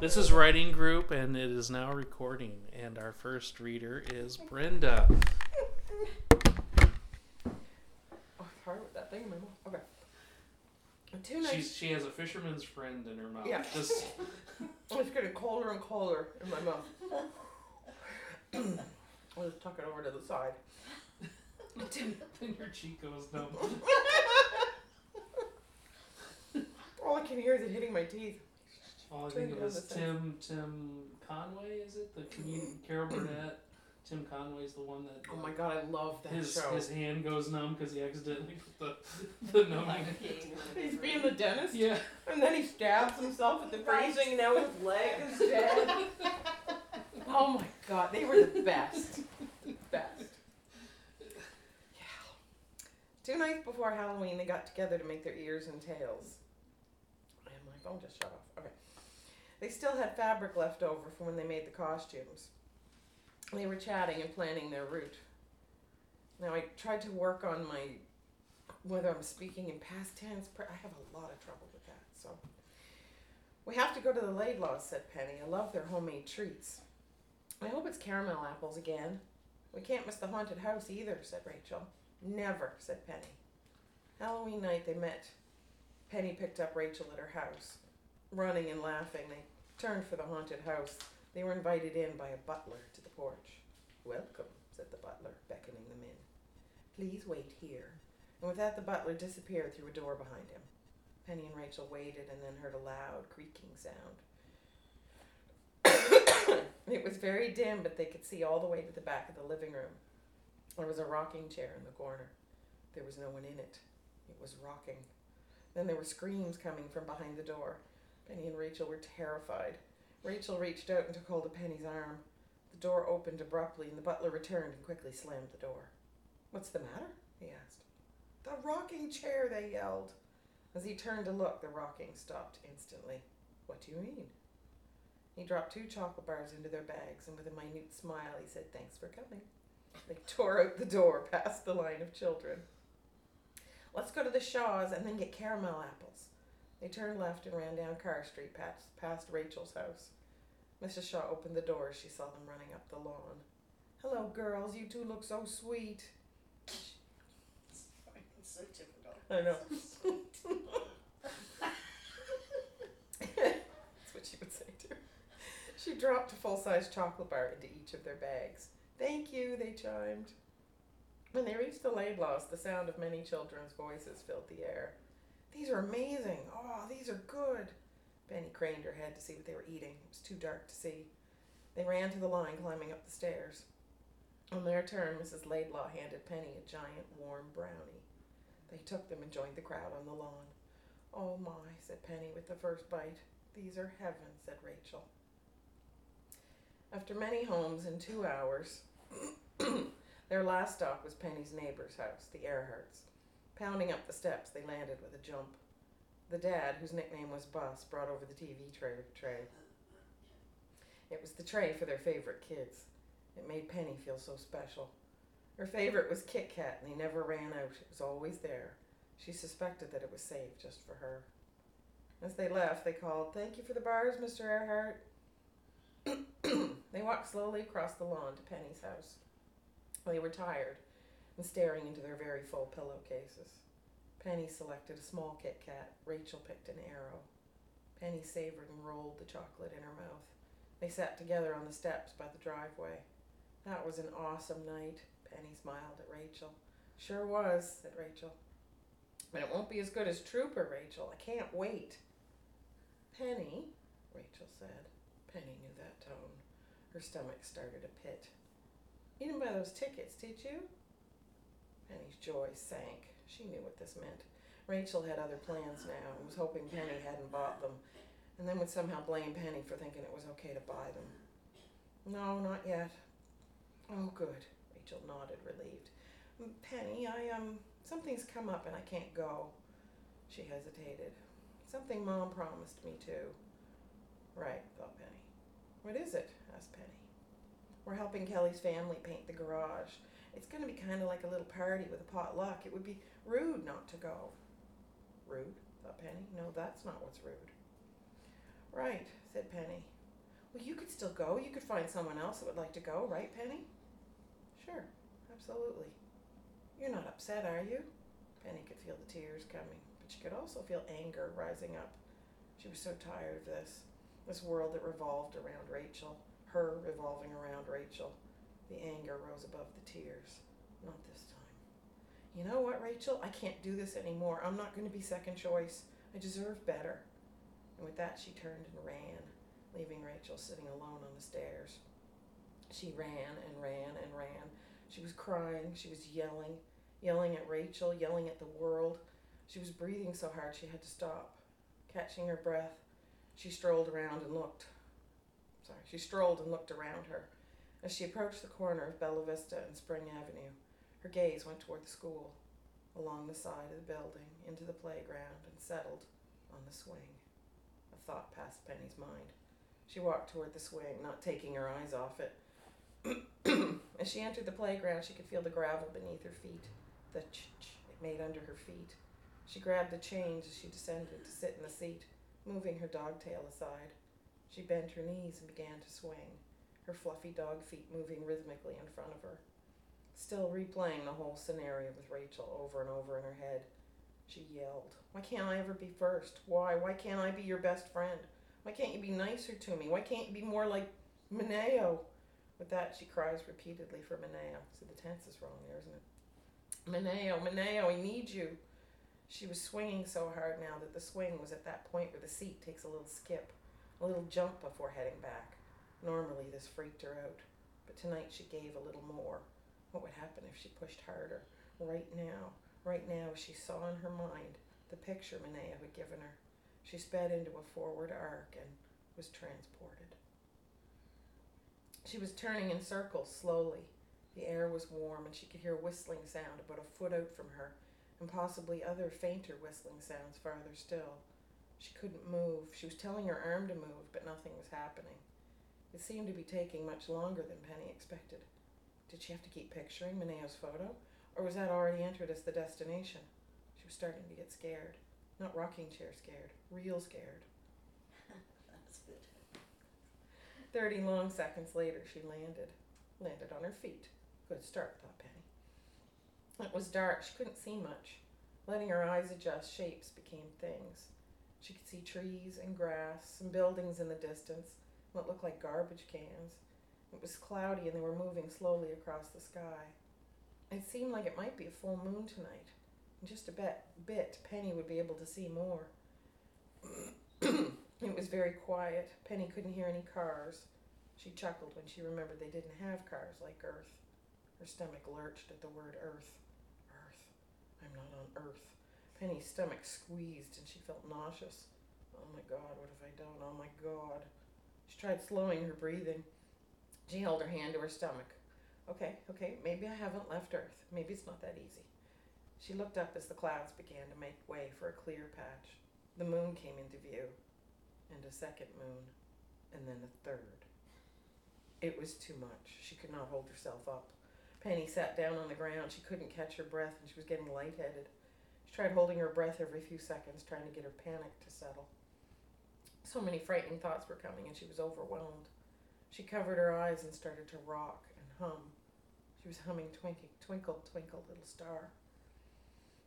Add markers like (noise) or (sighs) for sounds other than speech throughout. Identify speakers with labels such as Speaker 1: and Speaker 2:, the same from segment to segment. Speaker 1: This is Writing Group, and it is now recording. And our first reader is Brenda.
Speaker 2: Oh, it's hard with that thing in my mouth. Okay. Two nights.
Speaker 1: She's, she has a fisherman's friend in her mouth.
Speaker 2: Yeah. (laughs)
Speaker 1: Just
Speaker 2: oh, It's getting colder and colder in my
Speaker 1: (coughs)
Speaker 2: mouth. I'll just tuck it over to the side.
Speaker 1: then your cheek goes
Speaker 2: (laughs)
Speaker 1: numb.
Speaker 2: All I can hear is it hitting my teeth.
Speaker 1: All I
Speaker 2: Turn
Speaker 1: think of
Speaker 2: down
Speaker 1: is
Speaker 2: the
Speaker 1: Tim Tim Conway. Is it the
Speaker 2: (clears throat)
Speaker 1: comedian Carol Burnett? Tim Conway's the one that
Speaker 2: Oh my god, I love that
Speaker 1: his
Speaker 2: show.
Speaker 1: his hand goes numb because he accidentally put the (laughs) the numbing.
Speaker 2: He's being the dentist,
Speaker 1: Yeah.
Speaker 2: (laughs) and then he stabs himself at the
Speaker 3: Right.
Speaker 2: freezing, and now his leg
Speaker 3: (laughs)
Speaker 2: is dead. oh my god, they were the best. The best. Yeah. Two nights before Halloween, they got together to make their ears and tails. And my phone just shut off. Okay. They still had fabric left over from when they made the costumes. They were chatting and planning their route. Now, I tried to work on my whether I'm speaking in past tense, pre- I have a lot of trouble with that. So we have to go to the Laidlaws, said Penny. I love their homemade treats. I hope it's caramel apples again. We can't miss the haunted house either, said Rachel. Never, said Penny. Halloween night they met. Penny picked up Rachel at her house. Running and laughing, they turned for the haunted house. They were invited in by a butler to the porch. Welcome, said the butler, beckoning them in. Please wait here. And with that, the butler disappeared through a door behind him. Penny and Rachel waited and then heard a loud creaking sound. (coughs) it was very dim, but they could see all the way to the back of the living room. There was a rocking chair in the corner. There was no one in it. It was rocking. Then there were screams coming from behind the door. Penny and Rachel were terrified. Rachel reached out and took hold of Penny's arm. The door opened abruptly, and the butler returned and quickly slammed the door. What's the matter? he asked. The rocking chair, they yelled. As he turned to look, the rocking stopped instantly. What do you mean? He dropped two chocolate bars into their bags, and with a minute smile, he said, Thanks for coming. They tore out the door past the line of children. Let's go to the Shaws and then get caramel apples. They turned left and ran down Carr Street past, past Rachel's house. Mrs. Shaw opened the door as she saw them running up the lawn. Hello, girls. You two look so sweet.
Speaker 3: It's so typical.
Speaker 2: I know. That's what she would say to her. She dropped a full size chocolate bar into each of their bags. Thank you, they chimed. When they reached the Laidlaws, the sound of many children's voices filled the air. These are amazing. Oh, these are good. Penny craned her head to see what they were eating. It was too dark to see. They ran to the line, climbing up the stairs. On their turn, Mrs. Laidlaw handed Penny a giant warm brownie. They took them and joined the crowd on the lawn. Oh my, said Penny with the first bite. These are heaven, said Rachel. After many homes in two hours, (clears throat) their last stop was Penny's neighbor's house, the Earharts. Pounding up the steps, they landed with a jump. The dad, whose nickname was Bus, brought over the TV tray. tray. It was the tray for their favorite kids. It made Penny feel so special. Her favorite was Kit Kat, and they never ran out. It was always there. She suspected that it was saved just for her. As they left, they called, Thank you for the bars, Mr. Earhart. (clears throat) they walked slowly across the lawn to Penny's house. They were tired and staring into their very full pillowcases. Penny selected a small Kit Kat. Rachel picked an arrow. Penny savored and rolled the chocolate in her mouth. They sat together on the steps by the driveway. That was an awesome night, Penny smiled at Rachel. Sure was, said Rachel. But it won't be as good as Trooper, Rachel. I can't wait. Penny, Rachel said. Penny knew that tone. Her stomach started to pit. You didn't buy those tickets, did you? Penny's joy sank. She knew what this meant. Rachel had other plans now and was hoping Penny hadn't bought them, and then would somehow blame Penny for thinking it was okay to buy them. No, not yet. Oh, good. Rachel nodded, relieved. "Mm, Penny, I, um, something's come up and I can't go. She hesitated. Something Mom promised me to. Right, thought Penny. What is it? asked Penny. We're helping Kelly's family paint the garage. It's going to be kind of like a little party with a potluck. It would be rude not to go. Rude? thought Penny. No, that's not what's rude. Right, said Penny. Well, you could still go. You could find someone else that would like to go, right, Penny? Sure, absolutely. You're not upset, are you? Penny could feel the tears coming, but she could also feel anger rising up. She was so tired of this. This world that revolved around Rachel, her revolving around Rachel. The anger rose above the tears. Not this time. You know what, Rachel? I can't do this anymore. I'm not going to be second choice. I deserve better. And with that, she turned and ran, leaving Rachel sitting alone on the stairs. She ran and ran and ran. She was crying. She was yelling, yelling at Rachel, yelling at the world. She was breathing so hard she had to stop. Catching her breath, she strolled around and looked. Sorry, she strolled and looked around her. As she approached the corner of Bella Vista and Spring Avenue, her gaze went toward the school, along the side of the building, into the playground, and settled on the swing. A thought passed Penny's mind. She walked toward the swing, not taking her eyes off it. (laughs) As she entered the playground, she could feel the gravel beneath her feet, the ch-ch it made under her feet. She grabbed the chains as she descended to sit in the seat, moving her dog tail aside. She bent her knees and began to swing, her fluffy dog feet moving rhythmically in front of her. Still replaying the whole scenario with Rachel over and over in her head, she yelled, Why can't I ever be first? Why? Why can't I be your best friend? Why can't you be nicer to me? Why can't you be more like Mineo? With that, she cries repeatedly for Mineo. See, the tense is wrong there, isn't it? Mineo, Mineo, I need you. She was swinging so hard now that the swing was at that point where the seat takes a little skip, a little jump before heading back. Normally, this freaked her out, but tonight she gave a little more. What would happen if she pushed harder? Right now, right now, she saw in her mind the picture Minea had given her. She sped into a forward arc and was transported. She was turning in circles slowly. The air was warm, and she could hear a whistling sound about a foot out from her, and possibly other fainter whistling sounds farther still. She couldn't move. She was telling her arm to move, but nothing was happening. It seemed to be taking much longer than Penny expected. Did she have to keep picturing Mineo's photo, or was that already entered as the destination? She was starting to get scared. Not rocking chair scared, real scared.
Speaker 3: That's good.
Speaker 2: Thirty long seconds later, she landed. Landed on her feet. Good start, thought Penny. It was dark. She couldn't see much. Letting her eyes adjust, shapes became things. She could see trees and grass and buildings in the distance, what looked like garbage cans. It was cloudy and they were moving slowly across the sky. It seemed like it might be a full moon tonight. In just a bit, bit Penny would be able to see more. (clears throat) it was very quiet. Penny couldn't hear any cars. She chuckled when she remembered they didn't have cars like Earth. Her stomach lurched at the word Earth. Earth. I'm not on Earth. Penny's stomach squeezed and she felt nauseous. Oh my god, what have I done? Oh my god. She tried slowing her breathing. She held her hand to her stomach. Okay, okay, maybe I haven't left Earth. Maybe it's not that easy. She looked up as the clouds began to make way for a clear patch. The moon came into view, and a second moon, and then a third. It was too much. She could not hold herself up. Penny sat down on the ground. She couldn't catch her breath, and she was getting lightheaded. She tried holding her breath every few seconds, trying to get her panic to settle. So many frightening thoughts were coming, and she was overwhelmed. She covered her eyes and started to rock and hum. She was humming Twinkle, Twinkle, Twinkle, Little Star.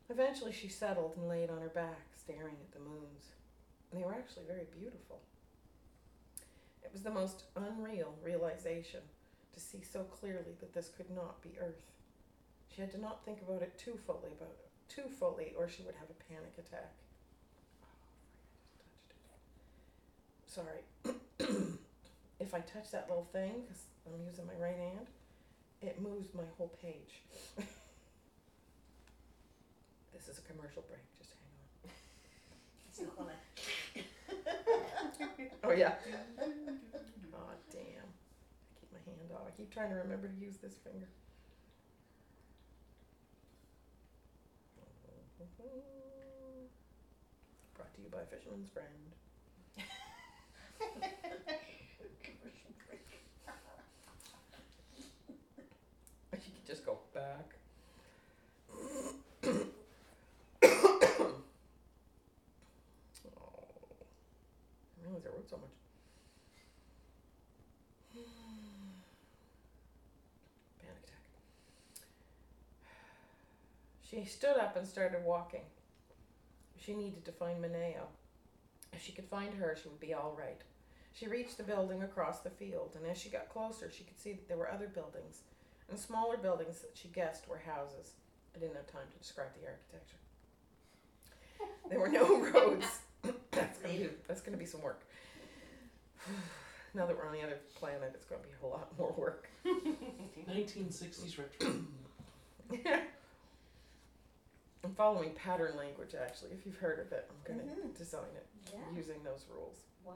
Speaker 2: Eventually, she settled and laid on her back, staring at the moons. They were actually very beautiful. It was the most unreal realization to see so clearly that this could not be Earth. She had to not think about it too fully, about too fully, or she would have a panic attack. Oh, I just touched it. Sorry. (clears throat) if I touch that little thing, because I'm using my right hand, it moves my whole page. this is a commercial break, just hang
Speaker 3: It's not
Speaker 4: (laughs)
Speaker 3: gonna.
Speaker 2: on. Oh, (laughs) yeah. Aw, damn. I keep my hand off. I keep trying to remember to use this (laughs) finger. Brought to you by Fisherman's Friend.
Speaker 3: Commercial break.
Speaker 2: (laughs) You could just go (coughs) back. oh. I realize I wrote so much. She stood up and started walking. She needed to find Mineo. If she could find her, she would be all right. She reached the building across the field, and as she got closer, she could see that there were other buildings and smaller buildings that she guessed were houses. I didn't have time to describe the architecture. There were no roads. that's gonna be that's gonna be some work. (sighs) now that we're on the other planet, it's gonna be a whole lot more work. (clears throat)
Speaker 1: 1960s retro. (laughs)
Speaker 2: I'm following pattern language actually. If you've heard of it, I'm gonna
Speaker 3: Mhm.
Speaker 2: design it
Speaker 3: Yeah.
Speaker 2: using those rules.
Speaker 3: Wow.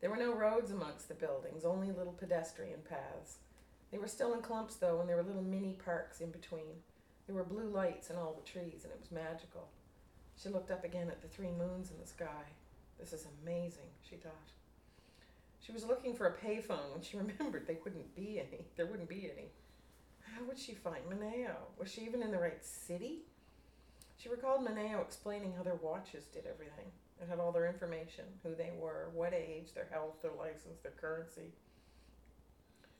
Speaker 2: There were no roads amongst the buildings, only little pedestrian paths. They were still in clumps though, and there were little mini parks in between. There were blue lights in all the trees, and it was magical. She looked up again at the three moons in the sky. This is amazing, she thought. She was looking for a payphone when she (laughs) remembered they wouldn't be any. There wouldn't be any. How would she find Mineo? Was she even in the right city? She recalled Mineo explaining how their watches did everything. It had all their information, who they were, what age, their health, their license, their currency.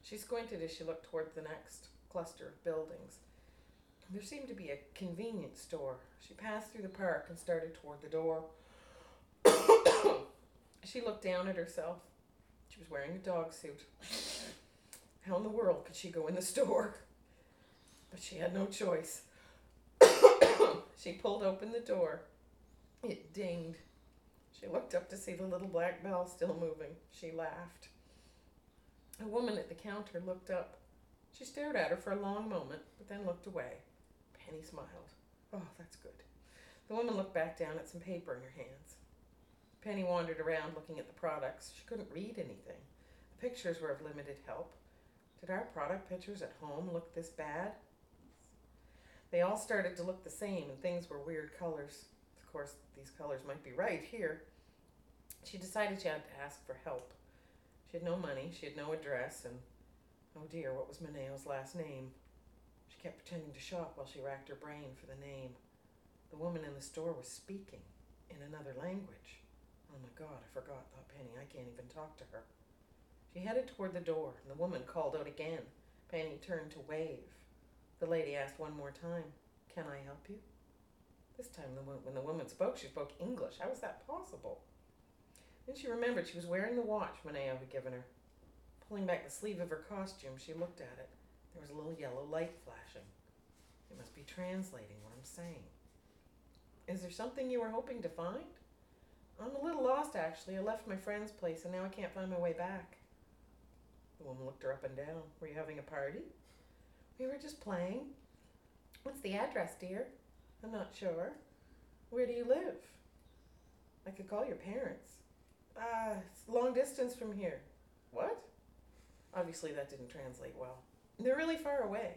Speaker 2: She squinted as she looked toward the next cluster of buildings. There seemed to be a convenience store. She passed through the park and started toward the door. (coughs) she looked down at herself. She was wearing a dog suit. How in the world could she go in the store? But she had no choice. (coughs) she pulled open the door. It dinged. She looked up to see the little black bell still moving. She laughed. A woman at the counter looked up. She stared at her for a long moment, but then looked away. Penny smiled. Oh, that's good. The woman looked back down at some paper in her hands. Penny wandered around looking at the products. She couldn't read anything. The pictures were of limited help. Did our product pictures at home look this bad? They all started to look the same, and things were weird colors. Of course, these colors might be right here. She decided she had to ask for help. She had no money, she had no address, and oh dear, what was Mineo's last name? She kept pretending to shop while she racked her brain for the name. The woman in the store was speaking in another language. Oh my god, I forgot, thought Penny. I can't even talk to her. She headed toward the door, and the woman called out again. Penny turned to wave. The lady asked one more time, Can I help you? This time, the, wo- when the woman spoke, she spoke English. How was that possible? Then she remembered she was wearing the watch Mineo had given her. Pulling back the sleeve of her costume, she looked at it. There was a little yellow light flashing. It must be translating what I'm saying. Is there something you were hoping to find? I'm a little lost, actually. I left my friend's place and now I can't find my way back. The woman looked her up and down. Were you having a party? We were just playing. What's the address, dear? I'm not sure. Where do you live? I could call your parents. Uh, it's long distance from here. What? Obviously, that didn't translate well. They're really far away.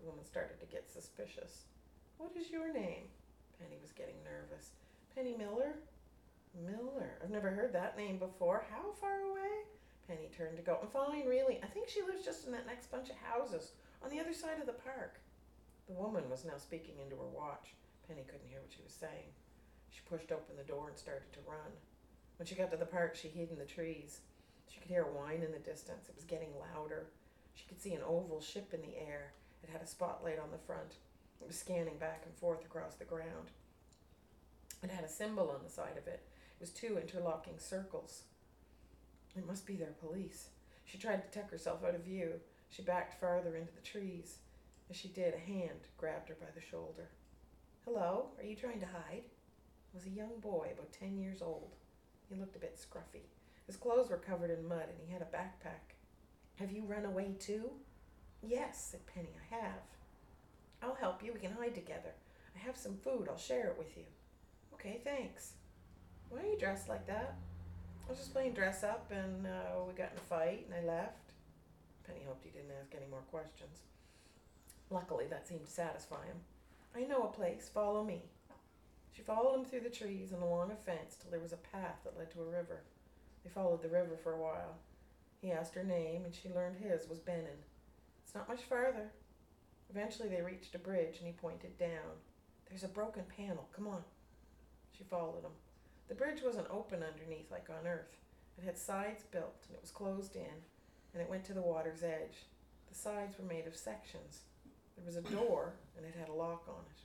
Speaker 2: The woman started to get suspicious. What is your name? Penny was getting nervous. Penny Miller? Miller. I've never heard that name before. How far away? Penny turned to go. I'm fine, really. I think she lives just in that next bunch of houses on the other side of the park. The woman was now speaking into her watch. Penny couldn't hear what she was saying. She pushed open the door and started to run. When she got to the park, she hid in the trees. She could hear a whine in the distance. It was getting louder. She could see an oval ship in the air. It had a spotlight on the front. It was scanning back and forth across the ground. It had a symbol on the side of it. It was two interlocking circles. It must be their police. She tried to tuck herself out of view. She backed farther into the trees. As she did, a hand grabbed her by the shoulder. Hello, are you trying to hide? It was a young boy, about ten years old. He looked a bit scruffy. His clothes were covered in mud and he had a backpack. Have you run away too? Yes, said Penny, I have. I'll help you. We can hide together. I have some food. I'll share it with you. Okay, thanks. Why are you dressed like that? I was just playing dress up and uh, we got in a fight and I left. Penny hoped he didn't ask any more questions. Luckily, that seemed to satisfy him. I know a place. Follow me. She followed him through the trees and along a fence till there was a path that led to a river. They followed the river for a while. He asked her name, and she learned his was Benin. It's not much farther. Eventually, they reached a bridge, and he pointed down. There's a broken panel. Come on. She followed him. The bridge wasn't open underneath like on Earth. It had sides built, and it was closed in, and it went to the water's edge. The sides were made of sections. There was a door, and it had a lock on it.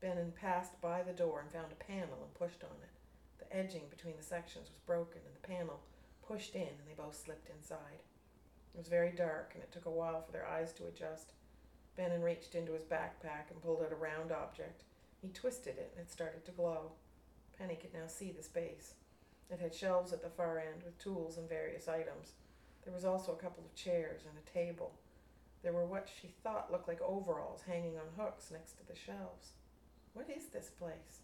Speaker 2: Bannon passed by the door and found a panel and pushed on it. The edging between the sections was broken, and the panel pushed in, and they both slipped inside. It was very dark, and it took a while for their eyes to adjust. Bannon reached into his backpack and pulled out a round object. He twisted it, and it started to glow. Penny could now see the space. It had shelves at the far end with tools and various items. There was also a couple of chairs and a table. There were what she thought looked like overalls hanging on hooks next to the shelves. What is this place?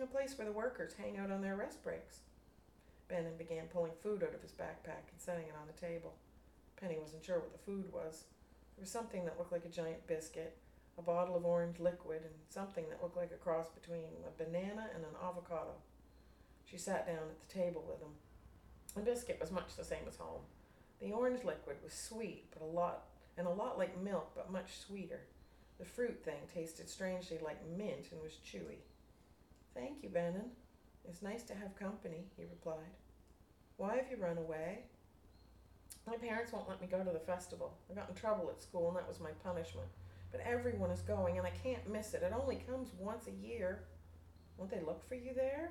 Speaker 2: A place where the workers hang out on their rest breaks. Bannon began pulling food out of his backpack and setting it on the table. Penny wasn't sure what the food was. There was something that looked like a giant biscuit, a bottle of orange liquid, and something that looked like a cross between a banana and an avocado. She sat down at the table with him. The biscuit was much the same as home. The orange liquid was sweet, but a lot and a lot like milk, but much sweeter. The fruit thing tasted strangely like mint and was chewy. Thank you, Bannon. It's nice to have company, he replied. Why have you run away? My parents won't let me go to the festival. I got in trouble at school, and that was my punishment. But everyone is going, and I can't miss it. It only comes once a year. Won't they look for you there?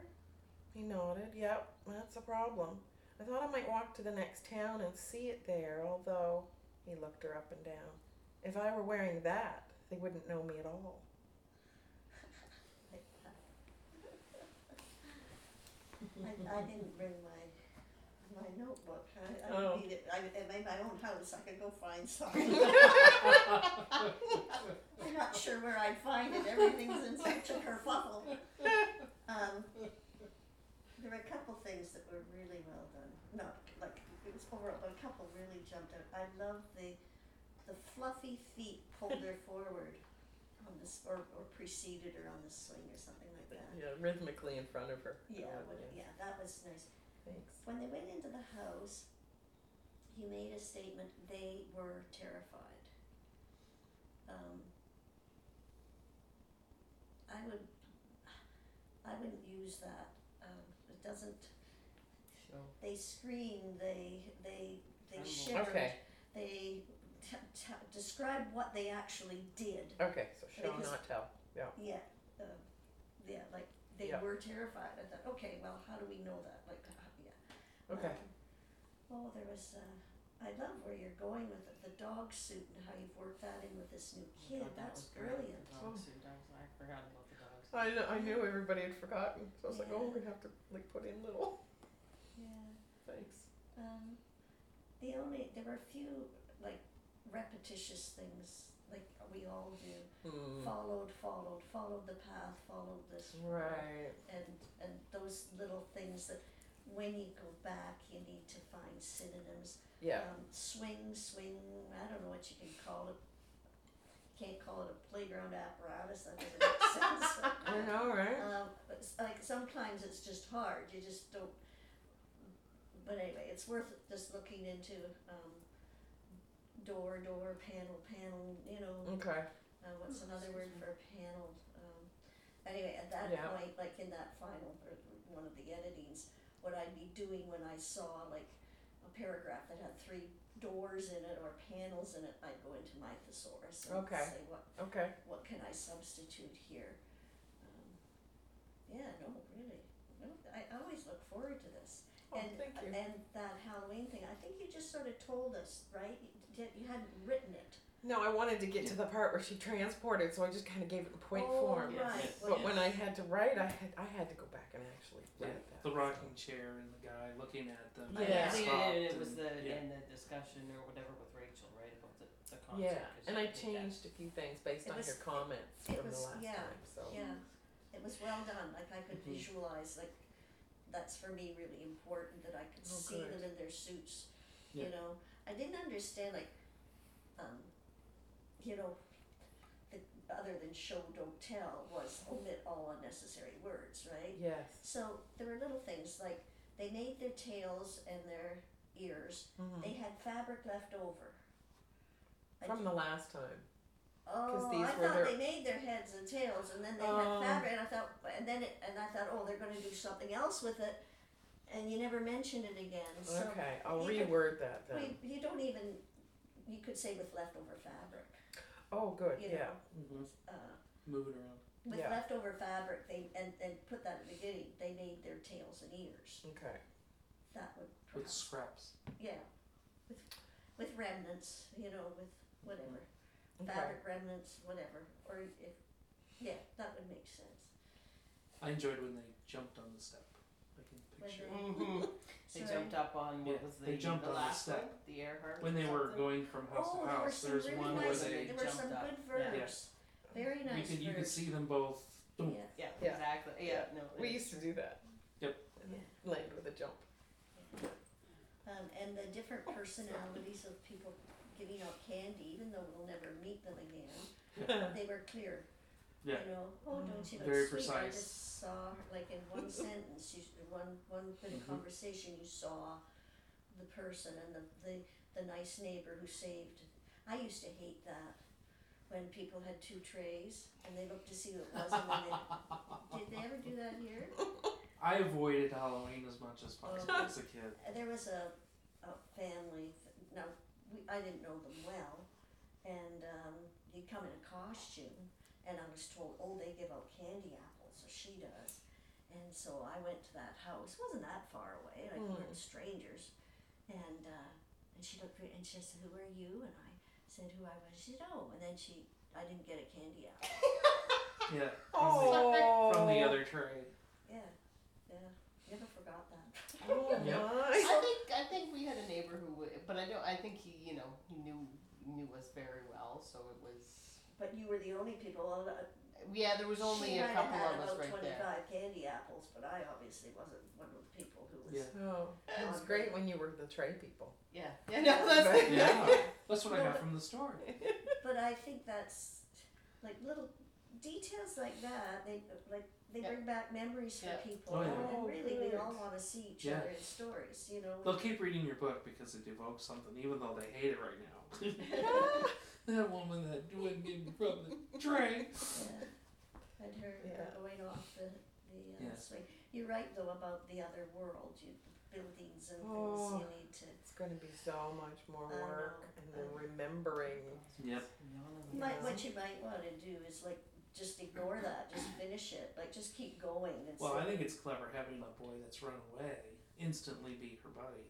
Speaker 2: He nodded. Yep, that's a problem. I thought I might walk to the next town and see it there, although. He looked her up and down. If I were wearing that, they wouldn't know me at all.
Speaker 4: I, I didn't bring my, my notebook, I, I
Speaker 2: Oh.
Speaker 4: need it, I, I made my own house, I could go find some.
Speaker 3: (laughs)
Speaker 4: I'm not sure where I'd find it, everything's in such a kerfuffle. Um, there were a couple things that were really well done, no, like, it was overall, but a couple really jumped out. I love the, the fluffy feet pulled her forward on this, or, or preceded her on the swing or something like that.
Speaker 2: Yeah, rhythmically in front of her.
Speaker 4: Yeah, what- yeah, that was nice.
Speaker 2: Thanks.
Speaker 4: When they went into the house, he made a statement, they were terrified. Um, I would, I wouldn't use that, um, it doesn't, they screamed, they, they, they
Speaker 1: Trembled.
Speaker 2: Oh,
Speaker 4: shivered,
Speaker 2: Okay,
Speaker 4: they t- t- describe what they actually did.
Speaker 2: okay, so show,
Speaker 4: Because-
Speaker 2: not tell.
Speaker 4: Yeah, uh, yeah, like, they
Speaker 2: Yeah.
Speaker 4: were terrified, I thought, okay, well, how do we know that, like, how- yeah.
Speaker 2: Okay.
Speaker 4: Um, Oh, there was, uh, I love where you're going with it, the dog suit and how you've worked that in with this new kid,
Speaker 5: thought that
Speaker 4: that's
Speaker 5: was great.
Speaker 4: brilliant.
Speaker 5: The dog suit, I was like, I forgot about the dog suit.
Speaker 2: I, kn- I knew everybody had forgotten, so I was like, oh,
Speaker 4: Yeah.
Speaker 2: we're gonna have to like put in little. (laughs)
Speaker 4: Yeah,
Speaker 2: Thanks.
Speaker 4: um, the only, there were a few, like, repetitious things, like we all do.
Speaker 5: Mm.
Speaker 2: Hmm.
Speaker 4: Followed, followed, followed the path, followed this.
Speaker 2: Right.
Speaker 4: And, and those little things that when you go back, you need to find synonyms.
Speaker 2: Yeah.
Speaker 4: um, swing, swing, I don't know what you can call it. Can't call it a playground apparatus, that doesn't make sense.
Speaker 2: I know, right?
Speaker 4: Um, but s- like sometimes it's just hard, you just don't, but anyway, it's worth just looking into, um, door, door, panel, panel, you know,
Speaker 2: Okay.
Speaker 4: uh, what's another word
Speaker 5: Oh, Excuse me.
Speaker 4: for panel? Um, anyway, at that
Speaker 2: Yeah.
Speaker 4: point, like in that final, or one of the editings, what I'd be doing when I saw like a paragraph that had three doors in it or panels in it, I'd go into my thesaurus and
Speaker 2: Okay.
Speaker 4: say, what,
Speaker 2: Okay.
Speaker 4: what can I substitute here? Um, yeah, no, really, no, I I always look forward to this.
Speaker 2: Oh,
Speaker 4: and
Speaker 2: thank you.
Speaker 4: and that Halloween thing, I think you just sort of told us, right? You, did- you hadn't written it.
Speaker 2: No, I wanted to get to the part where she transported, so I just kind of gave it in point form.
Speaker 4: Oh, right.
Speaker 5: Yes.
Speaker 4: Well,
Speaker 2: But when I had to write, I had I had to go back and actually
Speaker 1: Yeah,
Speaker 2: write that.
Speaker 1: the rocking chair and the guy looking at them.
Speaker 5: Yeah,
Speaker 4: Yeah.
Speaker 5: I think
Speaker 1: stopped
Speaker 5: it, it was
Speaker 1: and-
Speaker 5: the
Speaker 1: yeah.
Speaker 5: in the discussion or whatever with Rachel, right, about the, the concert.
Speaker 2: Yeah,
Speaker 5: 'cause
Speaker 2: and
Speaker 5: you
Speaker 2: I
Speaker 5: think that-
Speaker 2: changed a few things based
Speaker 4: It
Speaker 2: on
Speaker 4: was-
Speaker 2: your comments
Speaker 4: it
Speaker 2: from the
Speaker 4: was-
Speaker 2: last
Speaker 4: yeah,
Speaker 2: time, so. Mm-hmm.
Speaker 4: Yeah, it was well done, like I could
Speaker 1: Mhm.
Speaker 4: visualize, like, that's for me really important, that I could
Speaker 2: Oh,
Speaker 4: see
Speaker 2: good.
Speaker 4: them in their suits,
Speaker 1: Yeah.
Speaker 4: you know? I didn't understand, like, um, you know, the, other than show, don't tell, was
Speaker 2: Mm-hmm.
Speaker 4: omit all unnecessary words, right?
Speaker 2: Yes.
Speaker 4: So there were little things, like, they made their tails and their ears,
Speaker 2: Mhm.
Speaker 4: they had fabric left over. I
Speaker 2: From the last time.
Speaker 4: Oh,
Speaker 2: these
Speaker 4: I
Speaker 2: were
Speaker 4: thought
Speaker 2: their-
Speaker 4: they made their heads and tails, and then they
Speaker 2: Oh.
Speaker 4: had fabric, and I thought, and then it, and I thought, oh, they're going to do something else with it, and you never mentioned it again. So
Speaker 2: Okay, I'll
Speaker 4: you could-
Speaker 2: reword that then.
Speaker 4: we, you don't even, you could say with leftover fabric.
Speaker 2: Oh, good.
Speaker 4: You
Speaker 2: yeah.
Speaker 4: know.
Speaker 1: hmm
Speaker 4: uh,
Speaker 1: Move it around.
Speaker 4: with
Speaker 2: Yeah.
Speaker 4: leftover fabric, they and, and put that at the beginning. They made their tails and ears.
Speaker 2: Okay.
Speaker 4: That would
Speaker 1: With
Speaker 4: perhaps,
Speaker 1: scraps.
Speaker 4: yeah, with with remnants, you know, with whatever
Speaker 2: Okay.
Speaker 4: fabric remnants, whatever. Or if yeah, that would make sense.
Speaker 1: I enjoyed when they jumped on the step. I can
Speaker 4: When
Speaker 1: picture
Speaker 4: they-
Speaker 1: it.
Speaker 5: Mm-hmm.
Speaker 4: (laughs)
Speaker 5: They
Speaker 4: Sorry.
Speaker 5: jumped up on
Speaker 1: Yeah,
Speaker 5: what was the,
Speaker 1: they jumped
Speaker 5: the
Speaker 1: on the
Speaker 5: last one,
Speaker 1: step.
Speaker 5: the Earhart.
Speaker 1: when
Speaker 5: or
Speaker 1: they were
Speaker 5: something?
Speaker 1: going from house
Speaker 4: oh,
Speaker 1: to
Speaker 4: there were
Speaker 1: house.
Speaker 4: some
Speaker 1: There's
Speaker 4: really
Speaker 1: one where
Speaker 4: nice.
Speaker 1: they
Speaker 4: there were some
Speaker 5: jumped up.
Speaker 4: good
Speaker 5: Yeah.
Speaker 4: verbs. Very
Speaker 1: you
Speaker 4: nice
Speaker 1: could you could
Speaker 4: verbs.
Speaker 1: see them both. boom.
Speaker 4: yeah.
Speaker 5: Yeah,
Speaker 2: Yeah.
Speaker 5: exactly. Yeah,
Speaker 2: Yeah.
Speaker 5: no.
Speaker 2: We
Speaker 5: it-
Speaker 2: used to do that.
Speaker 1: Yep.
Speaker 2: Land with a jump.
Speaker 4: Um, and the different personalities of people giving out candy, even though we'll never meet them again.
Speaker 1: (laughs)
Speaker 4: they were clear.
Speaker 1: Yeah.
Speaker 4: You know, oh, don't you look
Speaker 1: Very
Speaker 4: sweet? I
Speaker 1: precise.
Speaker 4: just saw, her," like in one sentence, you, one one bit of
Speaker 1: Mhm.
Speaker 4: conversation, you saw the person and the, the the nice neighbor who saved. I used to hate that when people had two trays and they looked to see who it was. And then they, did they ever do that here?
Speaker 1: I avoided Halloween as much as possible
Speaker 4: Oh.
Speaker 1: as a
Speaker 4: (laughs)
Speaker 1: kid.
Speaker 4: Uh, There was a, a family. th- Now, we, I didn't know them well, and um, you'd come in a costume, and I was told, oh, they give out candy apples, or she does. And so I went to that house. It wasn't that far away. Like we
Speaker 2: Mm.
Speaker 4: were strangers, and uh, and she looked re- and she said, "Who are you?" And I said, "Who I was." She said, "Oh," and then she. I didn't get a candy apple.
Speaker 1: Yeah. From the,
Speaker 2: Oh.
Speaker 1: from the other tray.
Speaker 4: Yeah, yeah. Never forgot that.
Speaker 2: Oh
Speaker 1: Yep.
Speaker 2: my.
Speaker 5: I think I think we had a neighbor who, w- but I don't. I think he, you know, he knew knew us very well, so it was.
Speaker 4: But you were the only people. Well, uh,
Speaker 5: Yeah, there was only
Speaker 4: she
Speaker 5: a
Speaker 4: might have
Speaker 5: couple
Speaker 4: had
Speaker 5: of us
Speaker 4: about
Speaker 5: right there.
Speaker 4: 25 candy apples, but I obviously wasn't one of the people who was.
Speaker 1: Yeah.
Speaker 2: Oh, it was great when you were the tray
Speaker 4: (laughs)
Speaker 2: people.
Speaker 5: Yeah, (laughs) yeah, no, that's (laughs)
Speaker 2: Right.
Speaker 1: Yeah.
Speaker 4: Oh.
Speaker 1: That's what I got from the store.
Speaker 4: But I think that's like little details like that. They like they
Speaker 5: Yeah.
Speaker 4: bring back memories for
Speaker 5: Yeah.
Speaker 4: people,
Speaker 1: Oh, yeah.
Speaker 4: and
Speaker 2: Oh,
Speaker 4: really we all
Speaker 2: good.
Speaker 4: want to see each
Speaker 1: Yeah.
Speaker 4: other in stories. You know,
Speaker 1: They'll keep reading your book because it evokes something, even though they hate it right
Speaker 4: (laughs)
Speaker 1: now. (laughs) that woman that wouldn't give me from the tray.
Speaker 4: yeah. and uh, her uh,
Speaker 2: Yeah.
Speaker 4: going off the the uh,
Speaker 1: Yeah.
Speaker 4: swing. You're right though about the other world, you, the buildings and
Speaker 2: Oh.
Speaker 4: things you need to.
Speaker 2: It's going to be so much more
Speaker 4: I know.
Speaker 2: work and then
Speaker 4: I know.
Speaker 2: remembering.
Speaker 4: (laughs)
Speaker 1: Yep.
Speaker 4: You might,
Speaker 2: Yeah.
Speaker 1: Um,
Speaker 4: what you might want to do is like just ignore that, just finish it, like just keep going. And
Speaker 1: Well,
Speaker 4: see-
Speaker 1: I think it's clever having the boy that's run away instantly be her buddy.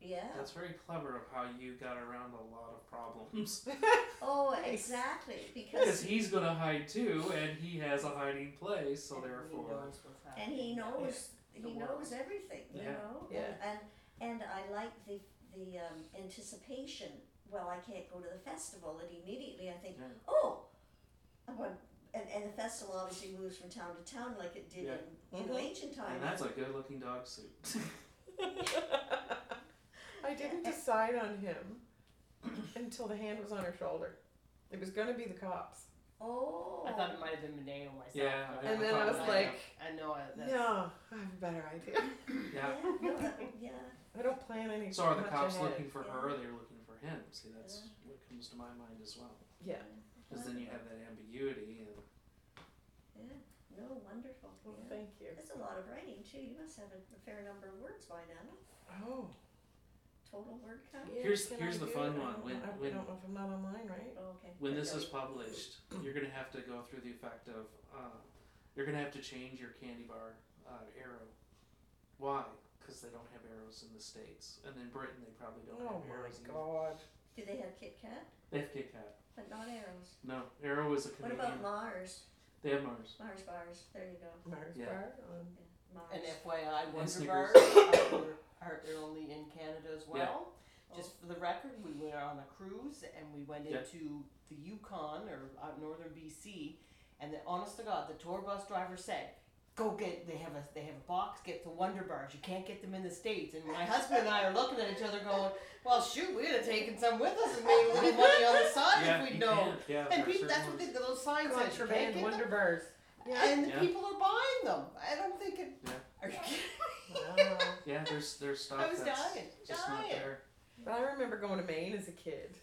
Speaker 4: yeah.
Speaker 1: That's very clever of how you got around a lot of
Speaker 2: (laughs)
Speaker 1: problems.
Speaker 4: Oh,
Speaker 2: Nice.
Speaker 4: exactly.
Speaker 1: Because
Speaker 4: Because
Speaker 1: he's gonna hide too, and he has a hiding place, so
Speaker 5: And he
Speaker 1: therefore.
Speaker 5: knows what's
Speaker 4: and he
Speaker 5: happening.
Speaker 4: knows
Speaker 5: The
Speaker 4: he
Speaker 5: world.
Speaker 4: knows everything, you
Speaker 1: Yeah.
Speaker 4: know.
Speaker 2: Yeah.
Speaker 4: And, and and I like the the um, anticipation. Well, I can't go to the festival, and immediately I think,
Speaker 1: Yeah.
Speaker 4: oh, I want. And, and the festival obviously moves from town to town like it did
Speaker 1: Yeah. Mm-hmm.
Speaker 4: in, you know,
Speaker 2: Mhm.
Speaker 4: ancient times.
Speaker 1: And that's a good looking dog suit.
Speaker 2: (laughs) I didn't decide on him until the hand was on her shoulder. It was going to be the cops.
Speaker 4: oh,
Speaker 5: I thought it might have been Mineo myself.
Speaker 1: Yeah,
Speaker 5: but
Speaker 1: I-
Speaker 2: And then I
Speaker 1: thought
Speaker 2: was
Speaker 1: that-
Speaker 2: like,
Speaker 5: I know I, that's,
Speaker 2: no, I have a better idea.
Speaker 1: yeah.
Speaker 4: yeah, no, that- yeah.
Speaker 1: (laughs)
Speaker 2: I don't plan anything.
Speaker 1: So are the
Speaker 2: much
Speaker 1: cops
Speaker 2: ahead.
Speaker 1: looking for
Speaker 4: Yeah.
Speaker 1: her or they're looking for him? See, that's what comes to my mind as well.
Speaker 2: Yeah.
Speaker 1: Because then you have that ambiguity and
Speaker 4: Yeah. No, wonderful.
Speaker 2: Well,
Speaker 4: yeah.
Speaker 2: thank you.
Speaker 4: That's a lot of writing too. You must have a, a fair number of words by now.
Speaker 2: Oh.
Speaker 4: Total word count.
Speaker 2: yeah,
Speaker 1: Here's-
Speaker 2: can
Speaker 1: here's
Speaker 2: I
Speaker 1: the
Speaker 2: do it? I
Speaker 1: fun one.
Speaker 2: don't
Speaker 1: When-
Speaker 2: know. I,
Speaker 1: when-
Speaker 2: I don't know if I'm not online, right?
Speaker 4: Oh, okay.
Speaker 1: When this is published, you're gonna have to go through the effect of, uh, you're gonna have to change your candy bar uh, arrow. Why? Because they don't have arrows in the states, and in Britain they probably don't
Speaker 2: Oh
Speaker 1: have arrows.
Speaker 2: my
Speaker 1: either.
Speaker 2: god.
Speaker 4: Do they have Kit Kat,
Speaker 1: They have Kit Kat.
Speaker 4: but not arrows?
Speaker 1: No, arrow is a
Speaker 4: What
Speaker 1: Canadian.
Speaker 4: about Mars?
Speaker 1: they have Mars.
Speaker 4: Mars bars. There you go.
Speaker 2: Mars
Speaker 1: Yeah.
Speaker 2: bar on
Speaker 4: Yeah, Mars.
Speaker 5: And FYI, Wonder
Speaker 1: Snickers.
Speaker 5: (coughs) Bars are, are only in Canada as
Speaker 1: Yeah.
Speaker 5: well.
Speaker 2: Oh.
Speaker 4: Oh.
Speaker 5: Just for the record, we went on a cruise and we went
Speaker 1: Yeah.
Speaker 5: into the Yukon or out northern BC, and the, honest to God, the tour bus driver said, "Go get they have a they have a box. Get the Wonder Bars. You can't get them in the states." And my husband and I are looking at each other, going, "Well, shoot, we'd have taken some with us and made a little money on the side
Speaker 1: yeah,
Speaker 5: if
Speaker 1: you
Speaker 5: we'd known."
Speaker 1: can. Yeah,
Speaker 5: And
Speaker 1: there are
Speaker 5: people, that's
Speaker 1: certain
Speaker 5: what
Speaker 1: ones.
Speaker 5: the, the little sign said. You can't
Speaker 2: contraband
Speaker 5: get them.
Speaker 2: Wonder Bars.
Speaker 5: And the
Speaker 1: Yeah.
Speaker 5: people are buying them. I don't think it.
Speaker 1: Yeah.
Speaker 5: Are you kidding? (laughs)
Speaker 2: Wow.
Speaker 1: Yeah, there's there's stuff
Speaker 5: I was
Speaker 1: that's
Speaker 5: dying,
Speaker 1: just not
Speaker 5: dying.
Speaker 1: there.
Speaker 2: But I remember going to Maine as a kid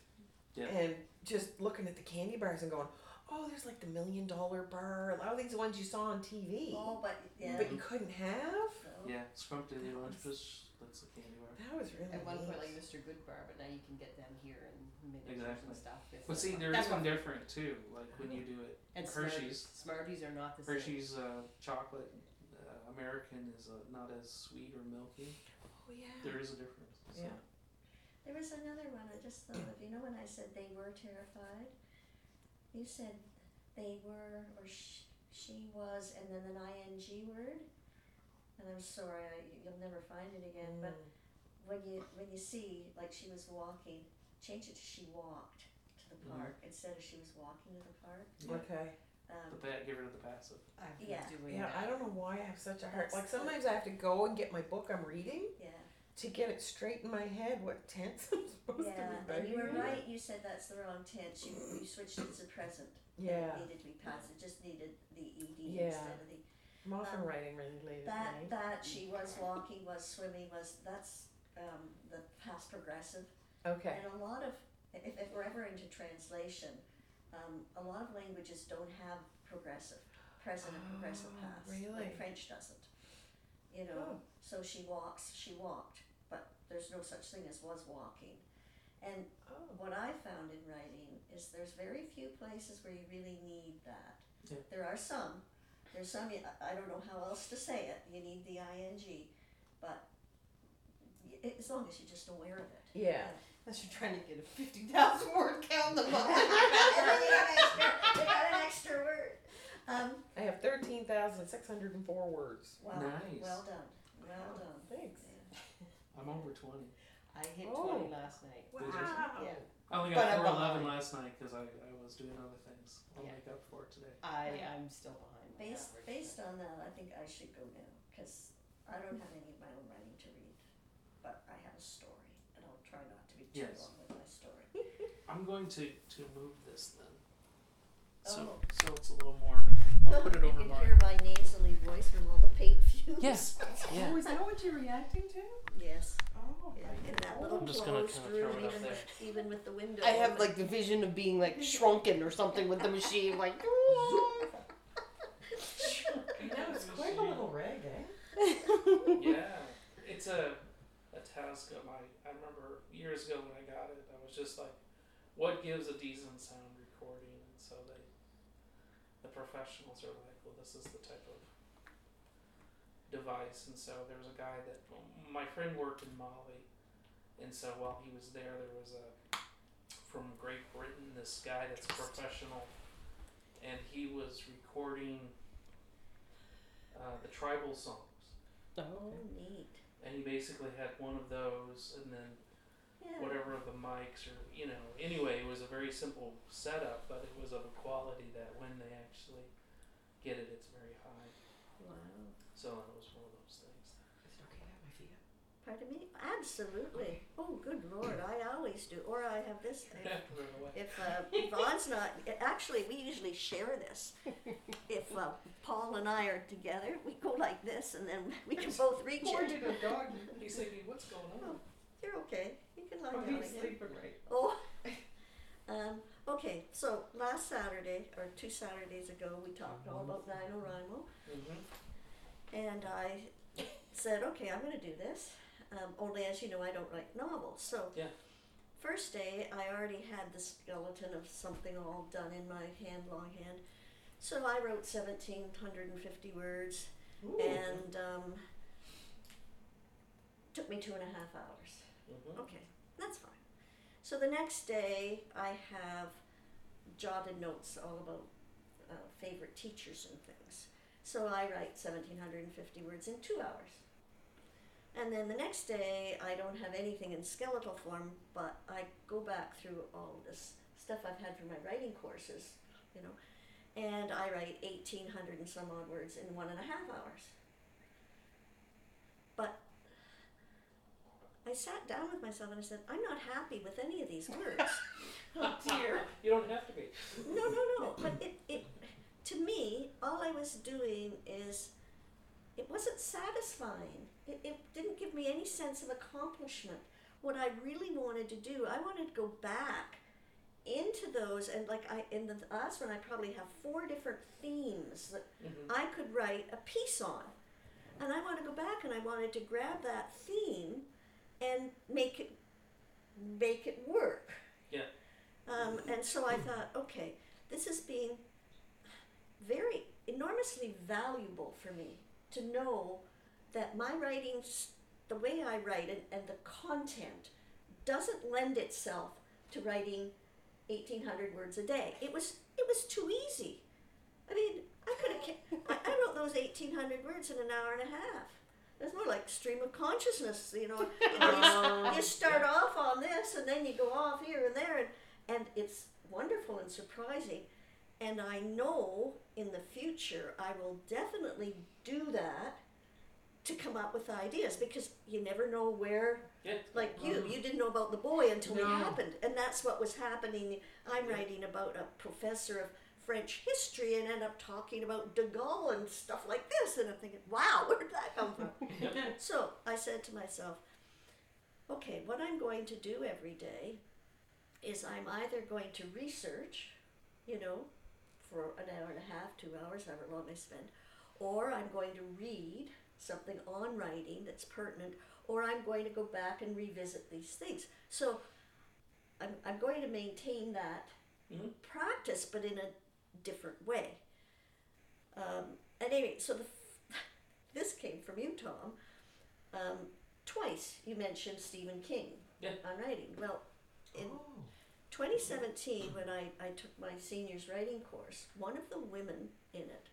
Speaker 1: Yeah.
Speaker 2: and just looking at the candy bars and going, oh, there's like the million dollar bar, and all these ones you saw on TV,
Speaker 4: Oh, but yeah.
Speaker 2: but you couldn't have.
Speaker 4: so-
Speaker 1: Yeah, scrumptious
Speaker 2: That was-
Speaker 1: lunches. That's a candy bar.
Speaker 2: That was really
Speaker 5: At one
Speaker 2: neat.
Speaker 5: point, like Mr. Goodbar, but now you can get them here in miniatures
Speaker 1: Exactly.
Speaker 5: and stuff. It's
Speaker 1: But
Speaker 5: like-
Speaker 1: see, there is
Speaker 5: that's
Speaker 1: one
Speaker 5: what-
Speaker 1: different too. Like when you do it,
Speaker 5: and
Speaker 1: Hershey's.
Speaker 5: Smarties, Smarties are not the same.
Speaker 1: Hershey's uh, chocolate uh, American is uh, not as sweet or milky.
Speaker 2: oh yeah.
Speaker 1: There is a difference. So.
Speaker 2: Yeah.
Speaker 4: There was another one I just thought of. You know when I said they were terrified? You said they were or sh- she was and then an ing word. And I'm sorry, I, you'll never find it again. But
Speaker 2: Mm.
Speaker 4: when you when you see like she was walking, change it to she walked to the
Speaker 1: Mhm.
Speaker 2: Mm-hmm.
Speaker 4: park instead of she was walking to the park.
Speaker 1: Yeah.
Speaker 2: okay.
Speaker 4: Um,
Speaker 1: The pa- get rid of the passive.
Speaker 5: I've been
Speaker 4: Yeah.
Speaker 5: doing
Speaker 2: Yeah, I
Speaker 5: that.
Speaker 2: don't know why I have such a hard.
Speaker 4: That's
Speaker 2: Like
Speaker 4: the-
Speaker 2: sometimes I have to go and get my book I'm reading
Speaker 4: yeah,
Speaker 2: to get it straight in my head what tense (laughs) I'm supposed to
Speaker 4: yeah.
Speaker 2: be
Speaker 4: And you were
Speaker 2: writing in.
Speaker 4: right. You said that's the wrong tense. You, you switched it to present.
Speaker 2: Yeah,
Speaker 4: It needed to be past. It just needed the ed
Speaker 2: Yeah.
Speaker 4: instead of the
Speaker 2: I'm often
Speaker 4: Um,
Speaker 2: writing really late
Speaker 4: That
Speaker 2: at night.
Speaker 4: that she was walking, was swimming, was that's um, the past progressive,
Speaker 2: Okay.
Speaker 4: and a lot of if, if we're ever into translation, um, a lot of languages don't have progressive, present and progressive
Speaker 2: Oh,
Speaker 4: past.
Speaker 2: really?
Speaker 4: Like French doesn't. You know,
Speaker 2: Oh.
Speaker 4: so she walks, she walked, but there's no such thing as was walking. And
Speaker 2: Oh.
Speaker 4: what I found in writing is there's very few places where you really need that.
Speaker 1: Yeah.
Speaker 4: There are some. There's some, I- I don't know how else to say it. You need the ing, but y- it- as long as you're just aware of it.
Speaker 2: Yeah.
Speaker 5: Unless you're trying to get a 50,000 word count in the book.
Speaker 2: (laughs)
Speaker 4: and then you got (laughs) an extra, you got an extra word. Um,
Speaker 2: I have thirteen thousand six hundred and four words.
Speaker 4: wow.
Speaker 1: Nice.
Speaker 4: Well done. Well done.
Speaker 2: Thanks.
Speaker 1: I'm over twenty.
Speaker 5: I hit
Speaker 2: Oh.
Speaker 5: 20 last night.
Speaker 1: Wow.
Speaker 5: Yeah.
Speaker 1: I only got
Speaker 5: But
Speaker 1: four
Speaker 5: I'm
Speaker 1: eleven
Speaker 5: behind.
Speaker 1: last night because I, I was doing other things. I'll
Speaker 5: Yeah.
Speaker 1: make up for it today.
Speaker 5: I, I'm still behind. my
Speaker 4: Based,
Speaker 5: average,
Speaker 4: based on that, I think I should go now because I don't have any of my own writing to read, but I have a story, and I'll try not to be too
Speaker 1: Yes.
Speaker 4: long with my story.
Speaker 1: I'm going to to move this then. So
Speaker 4: Oh.
Speaker 1: so it's a little more. I'll put it
Speaker 4: you
Speaker 1: over
Speaker 4: can
Speaker 1: mine.
Speaker 4: hear my nasally voice from all the paint fumes.
Speaker 1: Yes. Yeah.
Speaker 5: Oh, is that what you're reacting to?
Speaker 4: Yes.
Speaker 5: Oh.
Speaker 4: Yeah. In that little
Speaker 1: I'm just gonna
Speaker 4: closed
Speaker 1: kinda throw
Speaker 4: room,
Speaker 1: it up
Speaker 4: even
Speaker 1: there.
Speaker 4: with, even with the window.
Speaker 5: I have
Speaker 4: open.
Speaker 5: like the vision of being like shrunken or something with the
Speaker 2: (laughs)
Speaker 5: machine, like.
Speaker 2: That was quite a little reg, eh?
Speaker 1: yeah, (laughs) it's a a task of my. I remember years ago when I got it, I was just like, "What gives a decent sound recording?" And so they, the professionals are like, "Well, this is the type of device." And so there was a guy that my friend worked in Mali, and so while he was there, there was a from Great Britain this guy that's a professional, and he was recording uh, the tribal songs.
Speaker 4: Oh, neat.
Speaker 1: And he basically had one of those, and then
Speaker 4: Yeah.
Speaker 1: whatever the mics or you know. Anyway, it was a very simple setup, but it was of a quality that when they actually get it, it's very high.
Speaker 4: Wow.
Speaker 1: So it was one of those things.
Speaker 4: Pardon me? Absolutely. Oh, good lord. I always do. Or I have
Speaker 1: (laughs)
Speaker 4: this thing.
Speaker 1: Put it
Speaker 4: (laughs)
Speaker 1: away.
Speaker 4: If uh, Yvonne's not, actually, we usually share this. If uh, Paul and I are together, we go like this, and then we can both reach it.
Speaker 5: a dog.
Speaker 1: He's thinking, "What's going on?"
Speaker 4: You're okay. You can lie
Speaker 5: Oh,
Speaker 4: down
Speaker 5: he's
Speaker 4: again.
Speaker 5: sleeping right.
Speaker 4: Oh, um, okay. So last Saturday, or two Saturdays ago, we talked all about oh NaNoWriMo,
Speaker 1: Mm-hmm.
Speaker 4: and I said, okay, I'm going to do this. Um, only as you know, I don't write novels. So
Speaker 1: Yeah.
Speaker 4: first day, I already had the skeleton of something all done in my hand, longhand. So I wrote 1,750 words,
Speaker 2: Ooh.
Speaker 4: and um, took me two and a half hours.
Speaker 1: Mm-hmm.
Speaker 4: Okay, that's fine. So the next day, I have jotted notes all about uh, favorite teachers and things. So I write 1750 words in two hours. And then the next day, I don't have anything in skeletal form, but I go back through all this stuff I've had for my writing courses, you know, and I write 1800 and some odd words in one and a half hours. But I sat down with myself and I said, I'm not happy with any of these words.
Speaker 5: (laughs) Oh dear.
Speaker 1: (laughs) You don't have to be.
Speaker 4: No, no, no. But it, it, to me, all I was doing is, it wasn't satisfying. It, it didn't give me any sense of accomplishment. What I really wanted to do, I wanted to go back into those and like I in the last one I probably have four different themes that
Speaker 1: Mhm.
Speaker 4: I could write a piece on. And I want to go back and I wanted to grab that theme make it work.
Speaker 1: Yeah.
Speaker 4: Um, and so I thought, okay, this is being very enormously valuable for me to know that my writing, s- the way I write it, and the content doesn't lend itself to writing 1,800 words a day. It was it was too easy. I mean, I could have. I, I wrote those 1,800 words in an hour and a half. It's more like stream of consciousness, you know. You, know, you s-
Speaker 6: Um,
Speaker 2: (laughs)
Speaker 4: you start off on this, and then you go off here and there, and, and it's wonderful and surprising. And I know in the future I will definitely do that to come up with ideas because you never know where
Speaker 1: Yeah.
Speaker 4: like you you didn't know about the boy until it
Speaker 6: No.
Speaker 4: happened and that's what was happening i'm writing about a professor of french history and end up talking about de gaulle and stuff like this and i'm thinking wow (laughs) where did that come from so i said to myself okay what i'm going to do every day is i'm either going to research you know for an hour and a half two hours however long i spend or i'm going to read something on writing that's pertinent or I'm going to go back and revisit these things. So I'm, I'm going to maintain that
Speaker 1: Mhm.
Speaker 4: practice, but in a different way. Um, and anyway, so the, f- (laughs) this came from you, Tom. Um, twice you mentioned Stephen King
Speaker 1: Yeah.
Speaker 4: on writing. Well, in
Speaker 2: Oh,
Speaker 4: 2017, when I, I took my seniors writing course, one of the women in it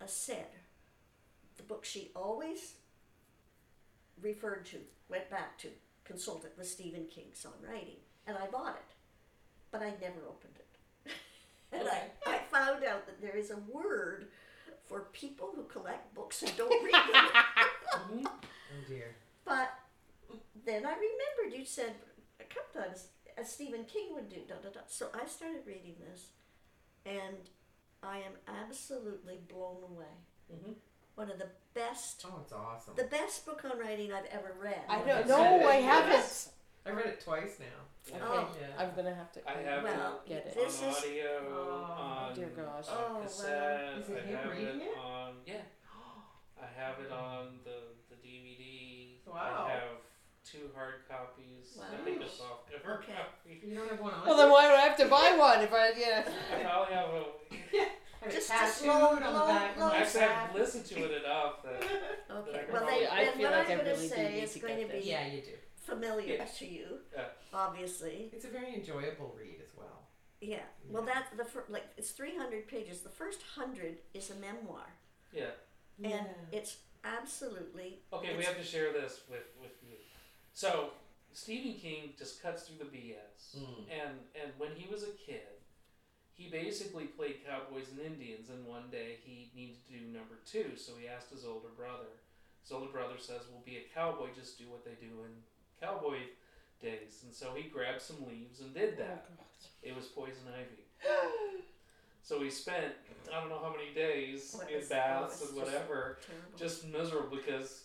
Speaker 4: uh, said the book she always referred to, went back to, consulted was Stephen King's on writing. And I bought it, but I never opened it. (laughs) and I, I found out that there is a word for people who collect books and don't read them.
Speaker 6: Oh dear.
Speaker 4: But then I remembered you said a couple times as Stephen King would do, da da da. So I started reading this, and I am absolutely blown away.
Speaker 1: Mhm.
Speaker 4: One of the best,
Speaker 2: Oh, it's awesome.
Speaker 4: the best book on writing I've ever read.
Speaker 5: I
Speaker 2: know.
Speaker 5: don't know. I haven't.
Speaker 1: Yes.
Speaker 2: I read it twice now.
Speaker 1: Yeah.
Speaker 4: Oh.
Speaker 2: Yeah.
Speaker 5: I'm gonna have to.
Speaker 1: I have
Speaker 4: Well,
Speaker 1: it
Speaker 5: Get it.
Speaker 4: this
Speaker 1: on
Speaker 4: is
Speaker 1: audio,
Speaker 2: Oh,
Speaker 1: on
Speaker 5: dear gosh.
Speaker 1: on
Speaker 4: Oh, wow.
Speaker 1: cassette.
Speaker 2: Is it
Speaker 1: I
Speaker 2: him
Speaker 1: have
Speaker 2: reading it?
Speaker 1: on yeah. I have it on the the DVD.
Speaker 2: Wow.
Speaker 1: I have two hard copies. I
Speaker 4: Wow.
Speaker 1: think a soft cover
Speaker 4: Okay.
Speaker 1: copy.
Speaker 2: You don't have one on.
Speaker 5: Well, then why do I have to buy one if I? Yeah.
Speaker 1: (laughs) I probably have a.
Speaker 2: Have it
Speaker 4: Just a
Speaker 2: tattooed
Speaker 4: slow-
Speaker 2: on the
Speaker 4: low-
Speaker 2: back of
Speaker 4: low
Speaker 2: my
Speaker 1: Actually, I've
Speaker 2: back.
Speaker 1: listened to it enough. That,
Speaker 4: Okay.
Speaker 1: I
Speaker 4: Well,
Speaker 1: can
Speaker 4: then,
Speaker 1: probably-
Speaker 5: I
Speaker 4: then
Speaker 5: feel
Speaker 4: what
Speaker 5: like I
Speaker 4: I'm going
Speaker 5: really
Speaker 4: to
Speaker 5: do
Speaker 4: say
Speaker 5: need
Speaker 4: is
Speaker 5: to
Speaker 4: going
Speaker 5: get
Speaker 4: to be
Speaker 5: this.
Speaker 2: Yeah, you do.
Speaker 4: familiar
Speaker 1: Yes.
Speaker 4: to you,
Speaker 1: Yeah.
Speaker 4: obviously.
Speaker 2: It's a very enjoyable read as well.
Speaker 4: Yeah. Well,
Speaker 2: Yeah.
Speaker 4: that's the fir- like it's 300 pages. The first hundred is a memoir,
Speaker 1: yeah.
Speaker 4: and it's absolutely
Speaker 1: Okay, we
Speaker 4: It's-
Speaker 1: have to share this with, with you. So Stephen King just cuts through the BS.
Speaker 2: Mm.
Speaker 1: And and when he was a kid, he basically played cowboys and Indians. And one day he needed to do number two, so he asked his older brother. His older brother says, "Well, be a cowboy. Just do what they do in cowboy days." And so he grabbed some leaves and did that.
Speaker 5: Oh.
Speaker 1: It was poison ivy. So he spent I don't know how many days
Speaker 4: Well, it
Speaker 1: in
Speaker 4: was- well, it
Speaker 1: baths
Speaker 4: was
Speaker 1: and
Speaker 4: just-
Speaker 1: whatever
Speaker 4: terrible.
Speaker 1: just miserable because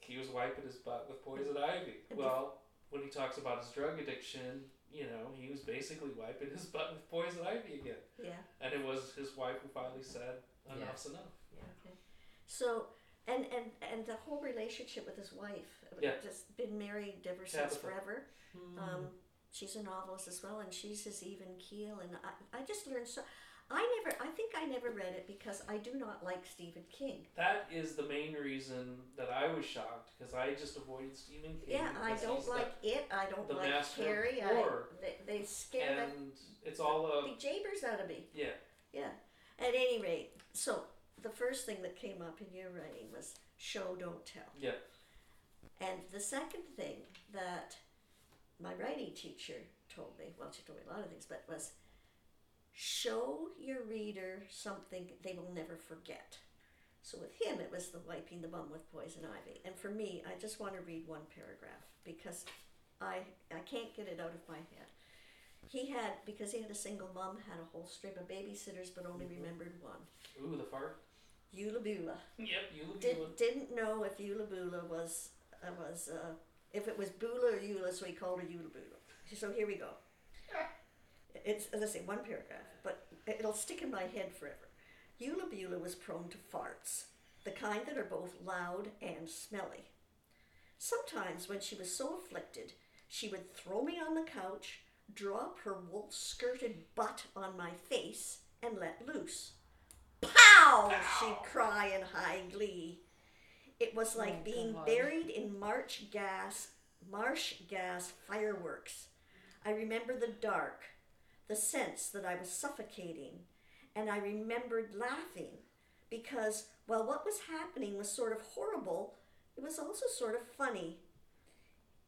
Speaker 1: he was wiping his butt with poison ivy. Well, when he talks about his drug addiction, you know, he was basically wiping his (laughs) butt with poison ivy again.
Speaker 4: yeah.
Speaker 1: And it was his wife who finally said, enough's enough.
Speaker 4: Okay. So and and and the whole relationship with his wife. uh,
Speaker 1: Yeah.
Speaker 4: Just been married ever since
Speaker 1: Tabitha.
Speaker 4: forever.
Speaker 5: Mm. Mm-hmm.
Speaker 4: Um, she's a novelist as well, and she's his even keel. And I, I just learned so. I never. I think I never read it because I do not like Stephen King.
Speaker 1: That is the main reason that I was shocked because I just avoided Stephen King.
Speaker 4: Yeah, I
Speaker 1: because he's
Speaker 4: don't
Speaker 1: the-
Speaker 4: like it. I don't
Speaker 1: the
Speaker 4: like
Speaker 1: master of
Speaker 4: Carrie. I,
Speaker 1: horror.
Speaker 4: they, they scare the
Speaker 1: and it's all a
Speaker 4: the jabers out of me.
Speaker 1: yeah.
Speaker 4: Yeah. At any rate, so the first thing that came up in your writing was show, don't tell.
Speaker 1: Yeah.
Speaker 4: And the second thing that my writing teacher told me, well, she told me a lot of things, but was show your reader something they will never forget. So with him, it was the wiping the bum with poison ivy. And for me, I just want to read one paragraph because I, I can't get it out of my head he had because he had a single mom had a whole string of babysitters but only remembered one
Speaker 1: Ooh, the fart.
Speaker 4: Eulabula.
Speaker 1: Yep, you look
Speaker 4: Did, didn't know if Eulabula was uh, was uh, if it was Bula or Eula so he called her Eulabula so here we go it's as I say one paragraph but it'll stick in my head forever Eulabula was prone to farts the kind that are both loud and smelly sometimes when she was so afflicted She would throw me on the couch, drop her wolf skirted butt on my face, and let loose. Pow! She'd cry in high glee. It was like
Speaker 2: Oh,
Speaker 4: being
Speaker 2: God.
Speaker 4: buried in March gas, marsh gas fireworks. I remember the dark, the sense that I was suffocating, and I remembered laughing because while what was happening was sort of horrible, it was also sort of funny.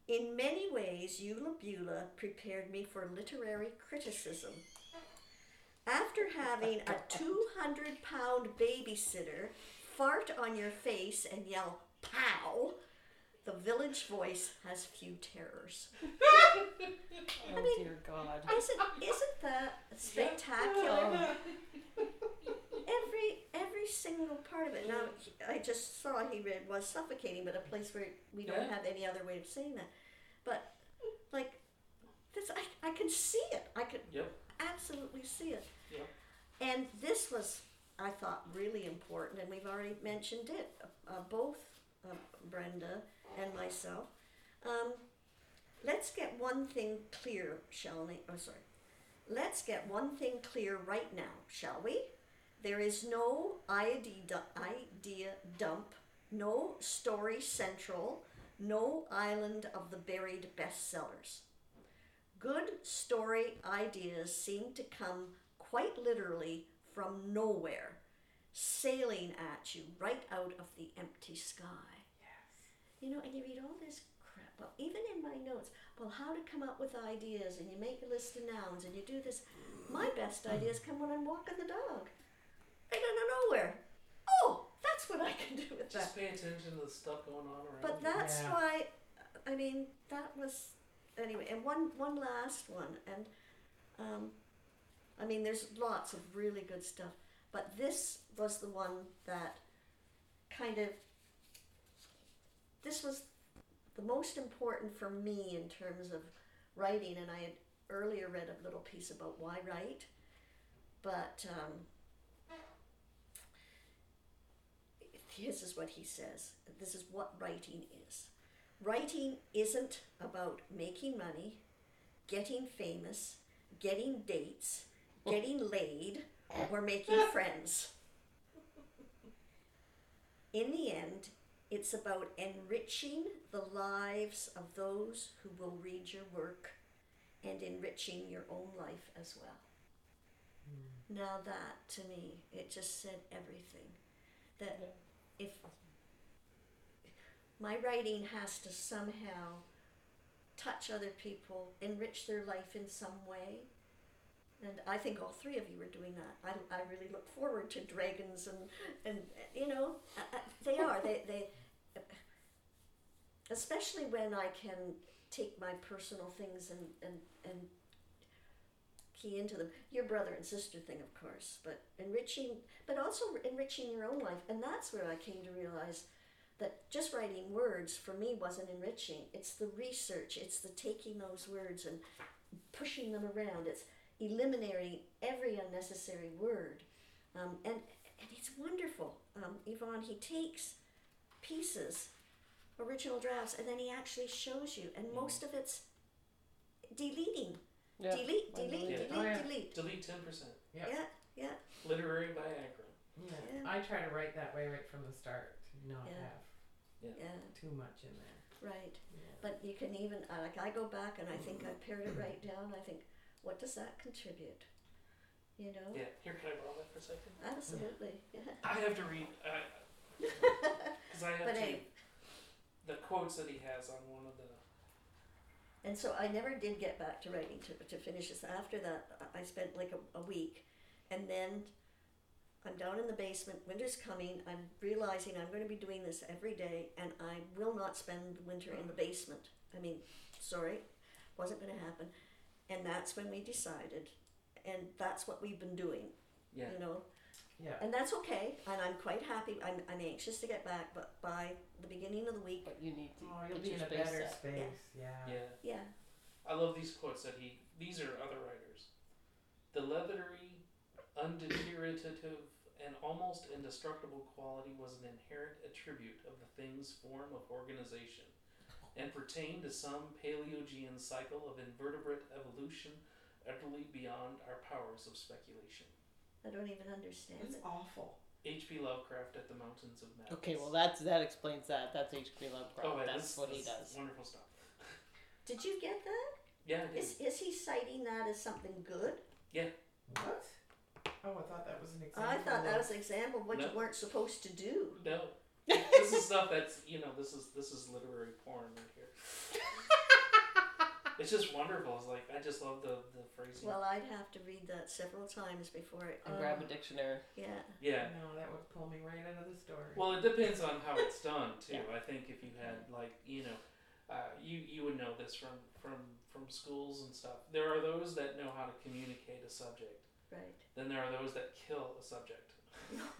Speaker 4: In many ways, Eula Beulah prepared me for literary criticism. After having a 200 pound babysitter fart on your face and yell, pow, the village voice has few terrors.
Speaker 2: Oh dear God.
Speaker 4: Isn't, isn't that spectacular? Every every single part of it. Now I just saw he read was suffocating, but a place where we don't
Speaker 5: Yeah.
Speaker 4: have any other way of saying that. But like this, I, I can see it. I can
Speaker 1: Yep.
Speaker 4: absolutely see it.
Speaker 1: Yeah.
Speaker 4: And this was, I thought, really important, and we've already mentioned it. Uh, both uh, Brenda and myself. Um, let's get one thing clear, shall we? Oh, sorry. Let's get one thing clear right now, shall we? There is no idea, du- idea dump, no story central, no island of the buried bestsellers. Good story ideas seem to come quite literally from nowhere, sailing at you right out of the empty sky. You know, and you read all this crap. Well, even in my notes, well, how to come up with ideas, and you make a list of nouns, and you do this. My best ideas come when I'm walking the dog, right out of nowhere. Oh, that's what I can do with that.
Speaker 1: Just pay attention to the stuff going on around.
Speaker 4: But
Speaker 1: you.
Speaker 4: that's
Speaker 5: Yeah.
Speaker 4: why, I mean, that was anyway. And one one last one, and um, I mean, there's lots of really good stuff, but this was the one that kind of this was the most important for me in terms of writing. And I had earlier read a little piece about why write, but. Um, This is what he says. This is what writing is. Writing isn't about making money, getting famous, getting dates, getting laid, or making friends. In the end, it's about enriching the lives of those who will read your work and enriching your own life as well. Now, that to me, it just said everything. That if my writing has to somehow touch other people, enrich their life in some way. And I think all three of you are doing that. I, I really look forward to dragons and, and you know, uh, uh, they are. They, they, especially when I can take my personal things and, and, and key into them. Your brother and sister thing, of course, but enriching, but also enriching your own life. And that's where I came to realize that just writing words for me wasn't enriching. It's the research, it's the taking those words and pushing them around, it's eliminating every unnecessary word. Um, and, and it's wonderful. Um, Yvonne, he takes pieces, original drafts, and then he actually shows you. And most of it's deleting.
Speaker 2: Mm-hmm. Yeah,
Speaker 4: delete,
Speaker 2: I
Speaker 4: delete,
Speaker 2: believe
Speaker 1: it.
Speaker 4: delete,
Speaker 5: Oh, yeah.
Speaker 4: delete.
Speaker 1: Delete ten percent.
Speaker 5: Yeah.
Speaker 4: Yeah, yeah.
Speaker 1: Literary Viagra.
Speaker 5: Yeah.
Speaker 4: Yeah.
Speaker 5: I try to write that way right from the start, to not
Speaker 4: Yeah.
Speaker 5: have
Speaker 4: Yeah,
Speaker 5: too much in there.
Speaker 4: right.
Speaker 5: Yeah.
Speaker 4: But you can even, uh, like, I go back and I think I pared it right down. I think, what does that contribute? You know?
Speaker 1: Yeah. Here, can I borrow that for a second?
Speaker 4: Absolutely, yeah.
Speaker 1: I have to read
Speaker 4: (laughs)
Speaker 1: because I have
Speaker 4: But
Speaker 1: to.
Speaker 4: hey.
Speaker 1: The quotes that he has on one of the.
Speaker 4: And so I never did get back to writing to, to finish this. After that, I I spent like a, a week. And then I'm down in the basement, winter's coming. I'm realizing I'm going to be doing this every day, and I will not spend the winter in the basement. I mean, sorry, wasn't going to happen. And that's when we decided, and that's what we've been doing,
Speaker 1: Yeah.
Speaker 4: you know.
Speaker 5: Yeah.
Speaker 4: And that's okay, and I'm quite happy. I'm, I'm anxious to get back, but by the beginning of the week,
Speaker 2: But you need to
Speaker 5: Oh, you'll
Speaker 2: get
Speaker 5: be
Speaker 2: your
Speaker 5: in a
Speaker 2: space
Speaker 5: better
Speaker 2: set.
Speaker 5: space.
Speaker 2: Uh-huh.
Speaker 5: Yeah.
Speaker 1: Yeah.
Speaker 4: yeah,
Speaker 1: I love these quotes that he. These are other writers. The leathery, undeteriorative, and almost indestructible quality was an inherent attribute of the thing's form of organization. and pertain to some Paleogean cycle of invertebrate evolution utterly beyond our powers of speculation.
Speaker 4: I don't even understand
Speaker 2: It's
Speaker 4: it.
Speaker 2: awful.
Speaker 1: H.P. Lovecraft at the Mountains of Madness.
Speaker 5: Okay, well that's that explains that. That's H.P. Lovecraft.
Speaker 1: Oh, wait,
Speaker 5: that's,
Speaker 1: this-
Speaker 5: what he
Speaker 1: this is
Speaker 5: does.
Speaker 1: Wonderful stuff. (laughs)
Speaker 4: Did you get that?
Speaker 1: Yeah, I did.
Speaker 4: Is is he citing that as something good?
Speaker 2: What? Oh, I thought that was an example.
Speaker 4: I thought that
Speaker 2: of-
Speaker 4: was an example of what you
Speaker 1: No.
Speaker 4: weren't supposed to do.
Speaker 1: no.
Speaker 5: (laughs)
Speaker 1: this is stuff that's you know this is this is literary porn right here.
Speaker 5: (laughs)
Speaker 1: It's just wonderful. It's like I just love the the phrasing.
Speaker 4: Well, I'd have to read that several times before I.
Speaker 5: and grab a dictionary.
Speaker 4: (laughs) Yeah.
Speaker 1: yeah.
Speaker 2: No, that would pull me right out of the story.
Speaker 1: Well, it depends on how it's done too. I think if you
Speaker 5: Mm-hmm.
Speaker 1: had like you know, uh, you you would know this from from from schools and stuff. There are those that know how to communicate a subject.
Speaker 4: Right.
Speaker 1: Then there are those that kill a subject.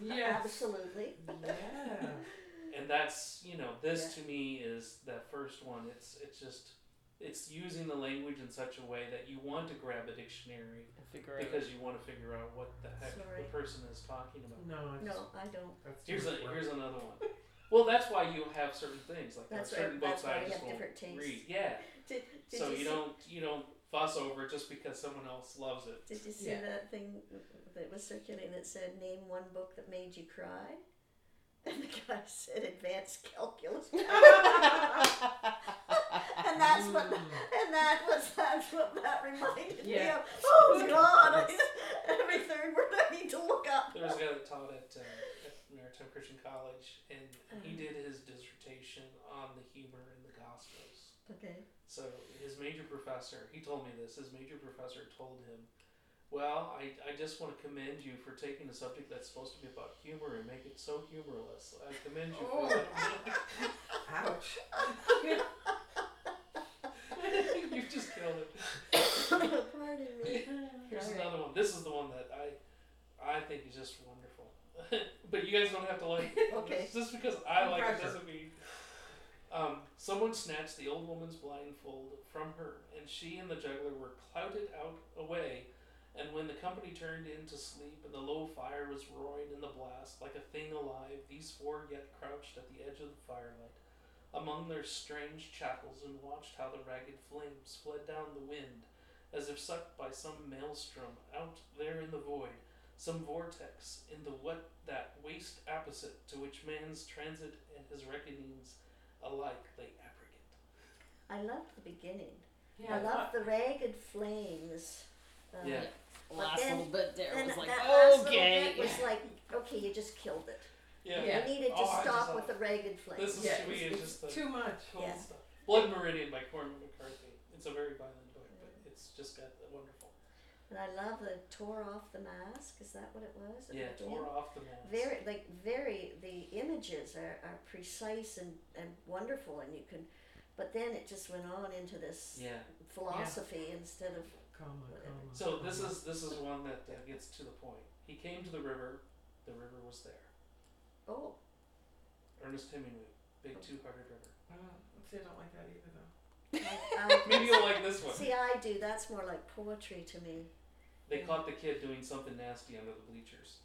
Speaker 2: Yes.
Speaker 4: Absolutely.
Speaker 2: yeah.
Speaker 1: and that's you know this to me is that first one it's it's just it's using the language in such a way that you want to grab a dictionary
Speaker 5: and Figure out.
Speaker 1: because you want to figure out what the heck
Speaker 4: Sorry.
Speaker 1: the person is talking about
Speaker 2: No, I just,
Speaker 4: No, I don't.
Speaker 2: that's too
Speaker 1: here's a
Speaker 2: much work.
Speaker 1: here's another one well that's why you have certain things like there are
Speaker 4: That's right,
Speaker 1: certain
Speaker 4: that's
Speaker 1: books
Speaker 4: why
Speaker 1: i
Speaker 4: we
Speaker 1: just
Speaker 4: have
Speaker 1: won't
Speaker 4: different tastes.
Speaker 1: read yeah
Speaker 4: (laughs) Did, did
Speaker 1: so you
Speaker 4: you, (laughs) see,
Speaker 1: don't you don't fuss over it just because someone else loves it
Speaker 4: Did you see
Speaker 2: Yeah.
Speaker 4: that thing that was circulating that said name one book that made you cry? (laughs) And the guy said advanced calculus. (laughs) and that's what and that was that's what that reminded me
Speaker 2: Yeah.
Speaker 4: of. Oh God! (laughs) every third word I need to look up.
Speaker 1: there was a guy that taught at, uh, at maritime christian college and he
Speaker 4: Uh-huh.
Speaker 1: did his dissertation on the humor in the gospels
Speaker 4: Okay.
Speaker 1: So his major professor, he told me this. His major professor told him, "Well, I, I just want to commend you for taking a subject that's supposed to be about humor and make it so humorless. I commend you for that.
Speaker 2: Ouch.
Speaker 4: Oh.
Speaker 1: (laughs) you just killed it."
Speaker 4: (laughs) Pardon me.
Speaker 1: Here's
Speaker 4: Alright.
Speaker 1: another one. This is the one that I I think is just wonderful. (laughs) but you guys don't have to like it.
Speaker 4: Okay.
Speaker 1: Just because I
Speaker 2: No
Speaker 1: like it
Speaker 2: pressure.
Speaker 1: doesn't mean. Um, someone snatched the old woman's blindfold from her, and she and the juggler were clouted out away. And when the company turned in to sleep, and the low fire was roaring in the blast like a thing alive, these four yet crouched at the edge of the firelight among their strange chattels and watched how the ragged flames fled down the wind, as if sucked by some maelstrom out there in the void, some vortex in the what that waste opposite to which man's transit and his reckonings alike lay abrogant.
Speaker 4: I loved the beginning.
Speaker 2: Yeah,
Speaker 4: I love the ragged flames. Uh,
Speaker 1: Yeah.
Speaker 5: Last
Speaker 4: then-
Speaker 5: little bit there
Speaker 4: And
Speaker 5: was like
Speaker 1: "Oh,
Speaker 4: that last
Speaker 5: okay.
Speaker 4: little bit was like, okay, you just killed it.
Speaker 2: Yeah.
Speaker 4: You needed to
Speaker 1: Oh, I just
Speaker 4: stop
Speaker 1: love
Speaker 4: with the ragged flames.
Speaker 1: This
Speaker 2: (laughs)
Speaker 1: is
Speaker 2: Yeah,
Speaker 1: to me
Speaker 2: it's-
Speaker 1: it's just the
Speaker 2: too much.
Speaker 1: cool
Speaker 4: Yeah.
Speaker 1: stuff. Blood Meridian by Cormac McCarthy. It's a very violent book, but it's just got the wonderful.
Speaker 4: And I love the tore off the mask. Is that what it was? at the
Speaker 1: Yeah,
Speaker 4: beginning?
Speaker 1: tore off the mask.
Speaker 4: Very like very the images are, are precise and, and wonderful and you can but then it just went on into this
Speaker 1: Yeah.
Speaker 4: philosophy instead of
Speaker 2: Comma, comma,
Speaker 1: So this
Speaker 2: comma.
Speaker 1: is this is one that uh, gets to the point. He came to the river. The river was there.
Speaker 4: oh
Speaker 1: (laughs) Ernest Hemingway, Big Two-Hearted River.
Speaker 2: Uh, let's see, I don't like that either
Speaker 7: (laughs)
Speaker 2: though.
Speaker 4: I,
Speaker 1: Maybe you'll like this
Speaker 4: I,
Speaker 1: one.
Speaker 4: (laughs) see I do that's more like poetry to me.
Speaker 1: They caught the kid doing something nasty under the bleachers.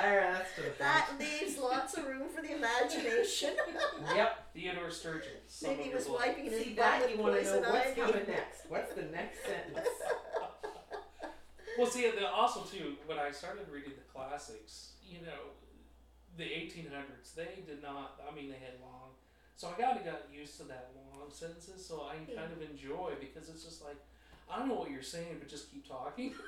Speaker 2: There, that's to the
Speaker 4: That leaves lots of room
Speaker 2: (laughs)
Speaker 4: for the imagination. (laughs)
Speaker 2: point. Yep.
Speaker 1: Theodore Sturgeon. Some
Speaker 4: Maybe
Speaker 1: of
Speaker 4: he
Speaker 1: your
Speaker 4: was
Speaker 1: blood.
Speaker 4: wiping his
Speaker 2: See
Speaker 4: butt
Speaker 2: that
Speaker 4: with
Speaker 2: you want to know
Speaker 4: poison
Speaker 2: what's
Speaker 4: ivy. (laughs)
Speaker 2: coming next. What's the next sentence?
Speaker 1: Well, see, the, also too, when I started reading the classics, you know, the 1800s, they did not. I mean, they had long. So I kind of got used to that long sentences. So I kind of enjoy because it's just like, I don't know what you're saying, but just keep talking. (laughs)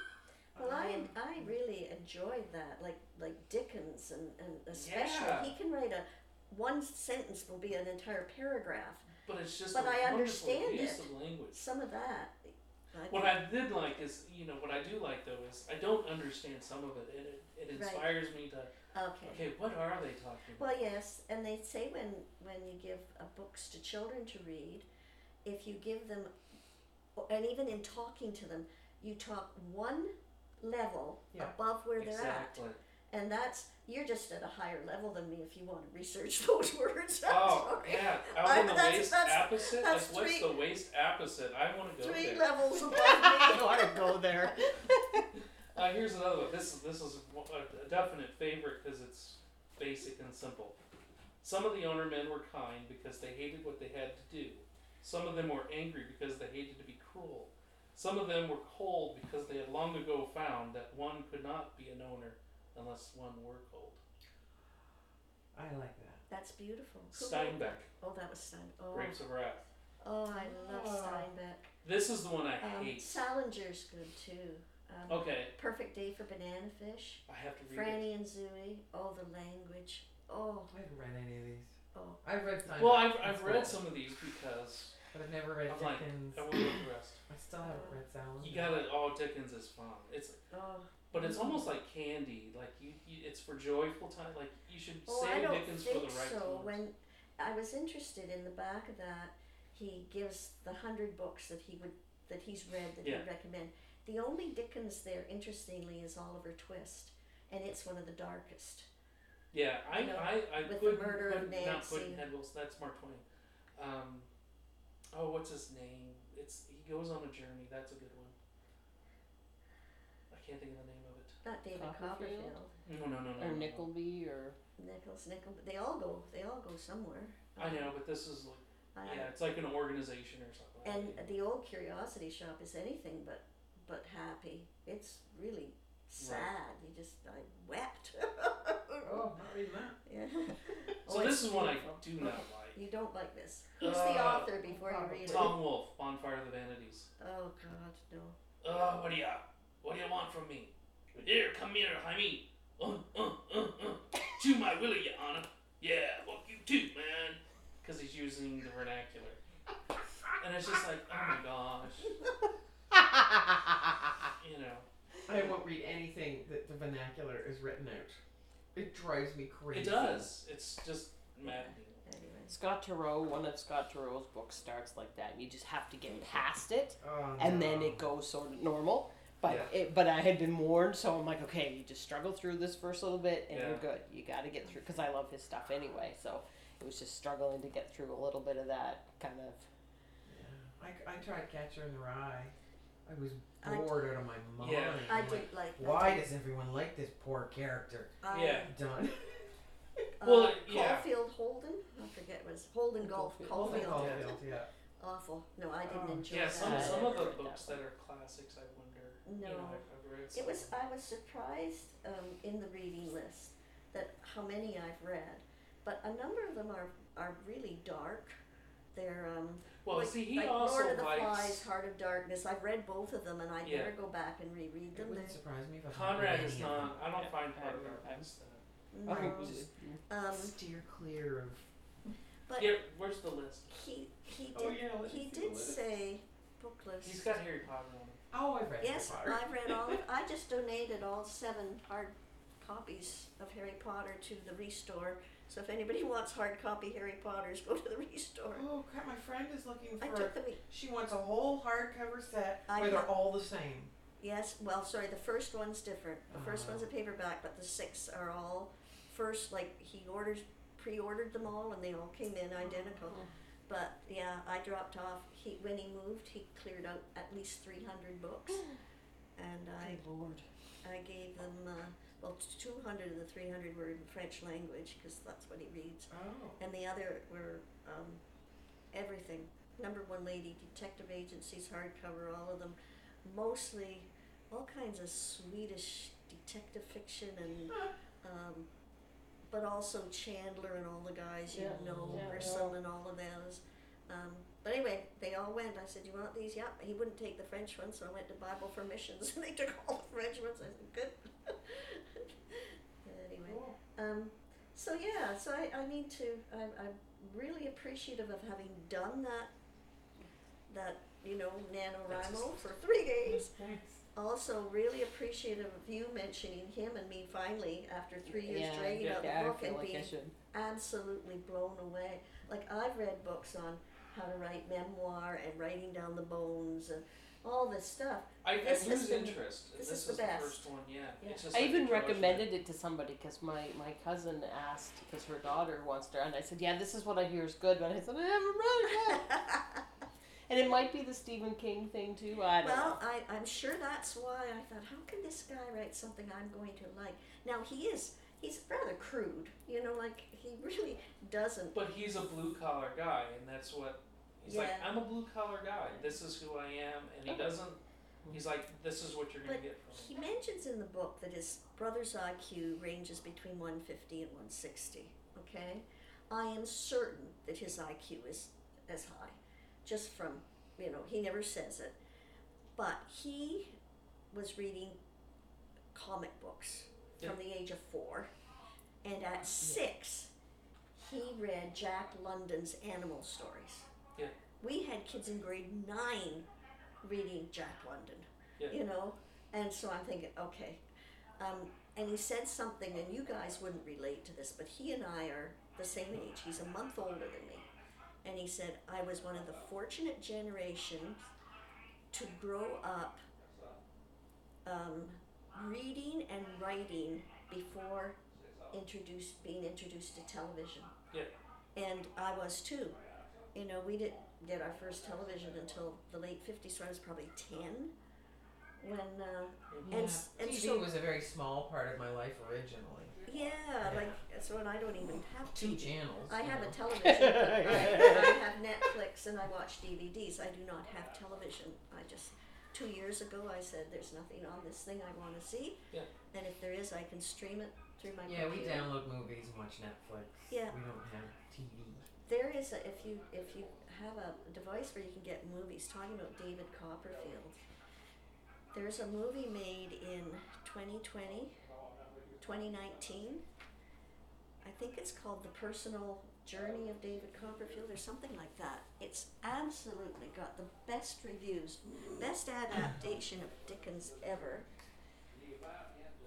Speaker 1: Um,
Speaker 4: Well, I,
Speaker 2: Um,
Speaker 4: I really enjoyed that, like like Dickens and, and especially
Speaker 1: Yeah.
Speaker 4: he can write a one sentence will be an entire paragraph.
Speaker 1: But it's just a
Speaker 4: But I
Speaker 1: wonderful
Speaker 4: understand
Speaker 1: use
Speaker 4: it.
Speaker 1: of language.
Speaker 4: Some of that, I
Speaker 1: What
Speaker 4: think-
Speaker 1: I did like is, you know, what I do like though is I don't understand some of it, and it, it
Speaker 4: Right.
Speaker 1: inspires me to.
Speaker 4: okay.
Speaker 1: Okay, what are they talking about?
Speaker 4: Well, yes, and they say when when you give uh, books to children to read, if you give them, and even in talking to them, you talk one level
Speaker 2: Yeah.
Speaker 4: above where they're at.
Speaker 1: exactly.
Speaker 4: And that's you're just at a higher level than me if you want to research (laughs) those words. I'm (laughs)
Speaker 1: Oh
Speaker 4: sorry.
Speaker 1: yeah,
Speaker 4: I-
Speaker 1: out on the
Speaker 4: that's-
Speaker 1: waste
Speaker 4: that's-
Speaker 1: opposite.
Speaker 4: that's
Speaker 1: like, what's
Speaker 4: three-
Speaker 1: the waste opposite? I want to go
Speaker 4: Three
Speaker 1: there.
Speaker 4: levels above
Speaker 5: I
Speaker 1: (laughs)
Speaker 4: me.
Speaker 5: don't want to go there.
Speaker 1: Uh, here's another one. This is this is a, a definite favorite because it's basic and simple. Some of the owner men were kind because they hated what they had to do. Some of them were angry because they hated to be cruel. Some of them were cold because they had long ago found that one could not be an owner unless one were cold.
Speaker 7: I like that.
Speaker 4: That's beautiful. Who wrote that?
Speaker 1: Steinbeck,
Speaker 4: Oh, that was Stein. Oh,
Speaker 1: Grapes of Wrath.
Speaker 4: oh I love
Speaker 7: Oh.
Speaker 4: Steinbeck.
Speaker 1: This is the one I
Speaker 4: Um,
Speaker 1: hate.
Speaker 4: Salinger's good too. Um,
Speaker 1: Okay,
Speaker 4: Perfect Day for Banana Fish.
Speaker 1: I have to read it.
Speaker 4: Franny and Zooey. Oh, the language. Oh,
Speaker 7: I haven't read any of these.
Speaker 4: Oh.
Speaker 7: I've read Steinbeck.
Speaker 1: Well, I've,
Speaker 7: That's
Speaker 1: I've read
Speaker 7: cool.
Speaker 1: some of these because
Speaker 7: But I've never read
Speaker 1: I'm like-
Speaker 7: Dickens.
Speaker 1: I will read the rest.
Speaker 7: I still haven't read Salad.
Speaker 1: You gotta. Oh, Dickens is fun. It's
Speaker 4: oh.
Speaker 1: but it's almost like candy. Like you, you it's for joyful time. Like you should
Speaker 4: Oh, I
Speaker 1: save
Speaker 4: don't
Speaker 1: Dickens
Speaker 4: think
Speaker 1: for the right
Speaker 4: so.
Speaker 1: time.
Speaker 4: When I was interested in the back of that, he gives the hundred books that he would that he's read that
Speaker 1: Yeah.
Speaker 4: he'd recommend. The only Dickens there, interestingly, is Oliver Twist, and it's one of the darkest.
Speaker 1: yeah, I,
Speaker 4: you know,
Speaker 1: I, I
Speaker 4: with the
Speaker 1: couldn't,
Speaker 4: murder of
Speaker 1: couldn't not put
Speaker 4: Nancy.
Speaker 1: in Ed Wilson. That's Mark Twain. Um, oh, what's his name? It's he goes on a journey. That's a good one. I can't think of the name of it.
Speaker 4: Not David
Speaker 5: Copperfield?
Speaker 4: Copperfield,
Speaker 1: No, no, no, no.
Speaker 5: Or
Speaker 2: Mm.
Speaker 1: no, no.
Speaker 5: Nickleby
Speaker 2: (laughs)
Speaker 5: or
Speaker 4: Nicholas Nickel. They all go. They all go somewhere.
Speaker 1: I know, but this is like
Speaker 4: I-
Speaker 1: yeah, it's like an organization or something.
Speaker 4: And the old curiosity shop is anything but but happy. It's really sad. You just I wept. (laughs)
Speaker 7: Oh, not reading that.
Speaker 4: Yeah.
Speaker 1: so
Speaker 4: Oh,
Speaker 1: this
Speaker 4: it's
Speaker 1: is one I
Speaker 4: beautiful.
Speaker 1: do not like.
Speaker 4: You don't like this. Who's the
Speaker 1: Uh,
Speaker 4: author before you read it? Oh
Speaker 1: Tom Wolfe, Bonfire of the Vanities.
Speaker 4: God, no.
Speaker 1: Uh, what do you, what do you want from me? Here, come here, Jaime. Uh, uh, uh, uh. Chew my willy, your honor. Yeah, fuck you too, man. Because he's using the vernacular. And it's just like, oh my gosh, you know.
Speaker 7: I won't read anything that the vernacular is written out. It drives me crazy.
Speaker 1: It does. It's just maddening.
Speaker 4: Anyways.
Speaker 5: Scott Turow. One of Scott Turo's books starts like that. You just have to
Speaker 2: Mm-hmm.
Speaker 5: get past it,
Speaker 7: Oh,
Speaker 5: and then
Speaker 7: no.
Speaker 2: Mm.
Speaker 5: it goes sort of normal. But it, but I had been warned, so I'm like, okay, you just struggle through this first little bit, and you're
Speaker 1: Yeah.
Speaker 5: good. You got to get through because I love his stuff anyway. So it was just struggling to get through a little bit of that kind of.
Speaker 7: Yeah. I, I tried Catcher in the Rye. I was
Speaker 4: I-
Speaker 7: bored out of my mind.
Speaker 1: Yeah.
Speaker 4: I
Speaker 7: I'm like,
Speaker 4: did like that.
Speaker 7: Why does everyone like this poor character?
Speaker 4: I,
Speaker 1: Yeah.
Speaker 7: Done. (laughs)
Speaker 4: uh,
Speaker 1: Well, yeah.
Speaker 4: Caulfield Holden? I forget what it was Holden Golf
Speaker 5: Caulfield.
Speaker 4: Caulfield.
Speaker 7: Caulfield, yeah.
Speaker 4: Awful. No, I didn't
Speaker 7: Oh.
Speaker 4: enjoy
Speaker 1: Yeah,
Speaker 4: that.
Speaker 1: some,
Speaker 5: Yeah,
Speaker 1: some
Speaker 5: I
Speaker 1: of the
Speaker 5: read that
Speaker 1: books
Speaker 5: one.
Speaker 1: that are classics, I wonder. You know,
Speaker 4: No.
Speaker 1: I've, I've read some.
Speaker 4: It was uh, I was surprised um, in the reading list that how many I've read, but a number of them are are really dark. They're um,
Speaker 1: Well,
Speaker 4: like,
Speaker 1: see, he
Speaker 4: like
Speaker 1: also
Speaker 4: Lord of the
Speaker 1: likes.
Speaker 4: Flies, Heart of Darkness. I've read both of them, and I
Speaker 1: Yeah.
Speaker 4: never go back and reread
Speaker 7: It
Speaker 4: them.
Speaker 7: wouldn't
Speaker 4: They're,
Speaker 7: surprise me if I found
Speaker 1: Conrad
Speaker 7: any
Speaker 1: is
Speaker 7: of them.
Speaker 1: not. I don't
Speaker 5: Yeah,
Speaker 1: find
Speaker 5: I
Speaker 1: Conrad.
Speaker 5: agree. I-
Speaker 4: no.
Speaker 5: I think just-
Speaker 4: um,
Speaker 7: Steer clear of.
Speaker 4: but
Speaker 1: Yeah, where's the list?
Speaker 4: he he did
Speaker 7: Oh, yeah, let
Speaker 4: he
Speaker 7: me see the
Speaker 4: did
Speaker 7: list.
Speaker 4: say book list.
Speaker 1: He's got Harry Potter on it.
Speaker 7: Oh, I've read
Speaker 4: Yes,
Speaker 7: Harry Potter.
Speaker 4: I've read
Speaker 7: (laughs)
Speaker 2: (laughs)
Speaker 4: all. of- I just donated all seven hard copies of Harry Potter to the Restore. So if anybody (laughs) wants hard copy Harry Potter's, go to the Restore.
Speaker 7: Oh crap! My friend is looking
Speaker 4: I
Speaker 7: for.
Speaker 4: took the
Speaker 7: She wants a whole hardcover set
Speaker 4: I
Speaker 7: where they're
Speaker 4: have-
Speaker 7: all the same.
Speaker 4: yes. Well, sorry, the first one's different. The first
Speaker 7: Oh.
Speaker 4: one's a paperback, but the six are all first. Like he orders, pre-ordered them all, and they all came in identical. But yeah, I dropped off. He when he moved, he cleared out at least three hundred books, and I
Speaker 5: Good lord.
Speaker 4: I gave them, uh, well, 200 of the 300 were in French language because that's what he reads.
Speaker 7: Oh.
Speaker 4: And the other were um, everything. Number one lady, detective agencies, hardcover, all of them. Mostly all kinds of Swedish detective fiction
Speaker 5: (laughs)
Speaker 4: and, um, but also Chandler and all the guys you
Speaker 5: Yeah,
Speaker 4: know,
Speaker 5: yeah,
Speaker 4: Grissom and all of those. Um, but anyway, they all went. I said, "You want these?" Yeah. He wouldn't take the French ones, so I went to Bible for Missions, (laughs) and they took all the French ones. I said, "Good." (laughs) anyway,
Speaker 7: Cool.
Speaker 4: um, so yeah, so I, I need to. I, I'm really appreciative of having done that. That you know, NaNoWriMo for three days. Also, really appreciative of you mentioning him and me finally after three years
Speaker 5: Yeah,
Speaker 4: dragging out
Speaker 5: yeah,
Speaker 4: the
Speaker 5: I
Speaker 4: book
Speaker 5: feel
Speaker 4: and
Speaker 5: like I
Speaker 4: being
Speaker 5: should.
Speaker 4: absolutely blown away. Like I've read books on how to write memoir and writing down the bones and all this stuff.
Speaker 1: I, I
Speaker 4: This has
Speaker 1: lose
Speaker 4: been-
Speaker 1: interest. and
Speaker 4: this
Speaker 1: this
Speaker 4: is the best.
Speaker 1: first one, yeah.
Speaker 4: Yeah.
Speaker 1: It's just
Speaker 5: I
Speaker 1: like
Speaker 5: even
Speaker 1: the Joshua.
Speaker 5: recommended it to somebody because my, my cousin asked because her daughter wants to, and I said, yeah, this is what I hear is good, but I said I haven't read it yet. (laughs) and it might be the Stephen King thing too. I don't know.
Speaker 4: well, I, I'm sure that's why I thought, how can this guy write something I'm going to like? Now he is he's rather crude. You know, like he really doesn't.
Speaker 1: But he's a blue collar guy, and that's what he's like.
Speaker 4: Yeah.
Speaker 1: I'm a blue collar guy. This is who I am, and he doesn't. He's like, this is what you're gonna
Speaker 4: But
Speaker 1: get from me.
Speaker 4: He mentions in the book that his brother's IQ ranges between 150 and 160. Okay, I am certain that his IQ is as high, just from you know he never says it, but he was reading comic books from the age of four, and at six he read Jack London's Animal Stories.
Speaker 1: Yeah.
Speaker 4: We had kids in grade nine reading Jack London.
Speaker 1: Yeah.
Speaker 4: You know, and so I'm thinking, okay. Um, and he said something, and you guys wouldn't relate to this, but he and I are the same age. He's a month older than me. And he said, I was one of the fortunate generations to grow up um, reading and writing before introduced being introduced to television.
Speaker 1: Yeah.
Speaker 4: And I was too. You know, we didn't get our first television until the late 50s, so I was probably 10 when, uh, and, s- and
Speaker 7: TV
Speaker 4: so,
Speaker 7: was a very small part of my life originally.
Speaker 4: yeah, like, so and I don't even have
Speaker 7: Two
Speaker 4: TV.
Speaker 7: channels.
Speaker 4: I
Speaker 7: you
Speaker 4: have a
Speaker 7: know.
Speaker 4: television. I,
Speaker 7: (laughs)
Speaker 4: I have Netflix and I watch DVDs. I do not have television. I just two years ago I said there's nothing on this thing I want to see.
Speaker 1: Yeah.
Speaker 4: And if there is, I can stream it through my
Speaker 7: Yeah, we
Speaker 4: computer.
Speaker 7: download movies and watch Netflix.
Speaker 4: Yeah.
Speaker 7: We don't have TV.
Speaker 4: There is a, if you if you have a device where you can get movies. Talking about David Copperfield, there's a movie made in 2020, 2019. I think it's called The Personal Journey of David Copperfield or something like that. It's absolutely got the best reviews, best adaptation of Dickens ever.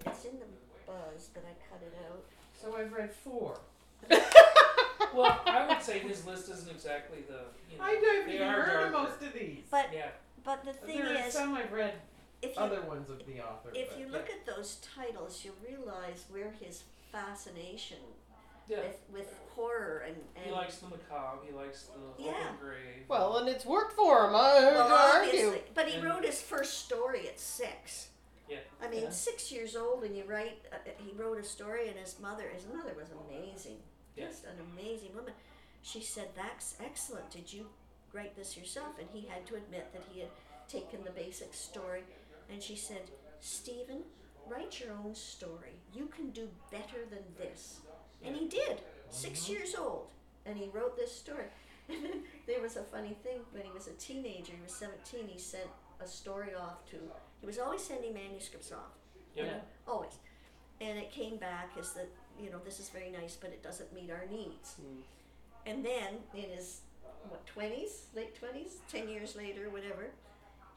Speaker 4: It's in the buzz, but I cut it out.
Speaker 7: So I've read four.
Speaker 1: well, I would say his list isn't exactly the. You know,
Speaker 7: I haven't
Speaker 1: they
Speaker 7: even
Speaker 1: are
Speaker 7: heard of
Speaker 1: darker.
Speaker 7: most of these.
Speaker 4: But
Speaker 1: Yeah.
Speaker 4: but the thing
Speaker 7: there are
Speaker 4: is,
Speaker 7: some I've read
Speaker 4: if you
Speaker 7: other ones of the author.
Speaker 4: If
Speaker 7: but
Speaker 4: you
Speaker 7: (laughs)
Speaker 4: look at those titles, you realize where his fascination
Speaker 1: Yeah.
Speaker 4: with, with horror and,
Speaker 1: He
Speaker 4: and
Speaker 1: likes the macabre. He likes the
Speaker 4: Yeah.
Speaker 1: open grave.
Speaker 5: Well, uh, and it's worked for him. I
Speaker 4: well, obviously, but he
Speaker 1: And-
Speaker 4: wrote his first story at six.
Speaker 1: Yeah.
Speaker 4: I mean,
Speaker 5: Yeah.
Speaker 4: six years old, and you write. Uh, uh, he wrote a story, and his mother, his mother was amazing,
Speaker 1: Yeah.
Speaker 4: just an amazing woman. She said, "That's excellent. Did you write this yourself?" And he had to admit that he had taken the basic story, and she said, "Stephen, write your own story. You can do better than this." And he did. 6 years old, and he wrote this story. (laughs) And then there was a funny thing when he was a teenager. He was seventeen. He sent a story off to. He was always sending manuscripts off
Speaker 1: yeah.
Speaker 7: Yeah.
Speaker 4: always. And it came back as that, you know, this is very nice, but it doesn't meet our needs.
Speaker 1: Mm.
Speaker 4: And then in his, what, 20s, late 20s, 10 years later, whatever,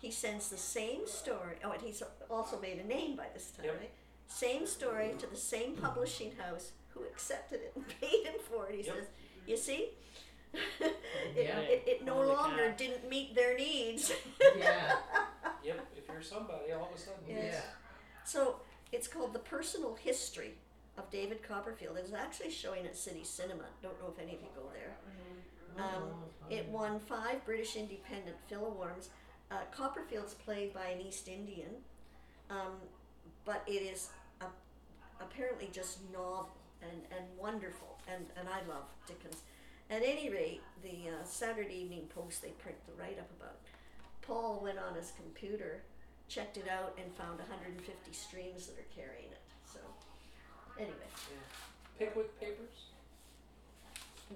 Speaker 4: he sends the same story. Oh, and he's also made a name by this time,
Speaker 1: Yep.
Speaker 4: right? Same story to the same publishing house who accepted it and (laughs) paid him for it. He
Speaker 1: Yep.
Speaker 4: says, You see? (laughs) it,
Speaker 7: Yeah.
Speaker 4: it, it no
Speaker 1: Holy
Speaker 4: longer
Speaker 1: cow.
Speaker 4: didn't meet their needs. (laughs)
Speaker 7: Yeah.
Speaker 1: Yep. If you're somebody, all of a sudden.
Speaker 4: Yeah. Yes. So it's called The Personal History of David Copperfield. It was actually showing at City Cinema. Don't know if any of you go there.
Speaker 7: Yeah.
Speaker 4: Um, It won five British Independent Film Awards. Uh, Copperfield's played by an East Indian, um, but it is a, apparently just novel and, and wonderful, and, and I love Dickens. At any rate, the uh, Saturday Evening Post, they print the write up about it. Paul went on his computer, checked it out, and found 150 streams that are carrying it. So, anyway,
Speaker 1: Pickwick Papers.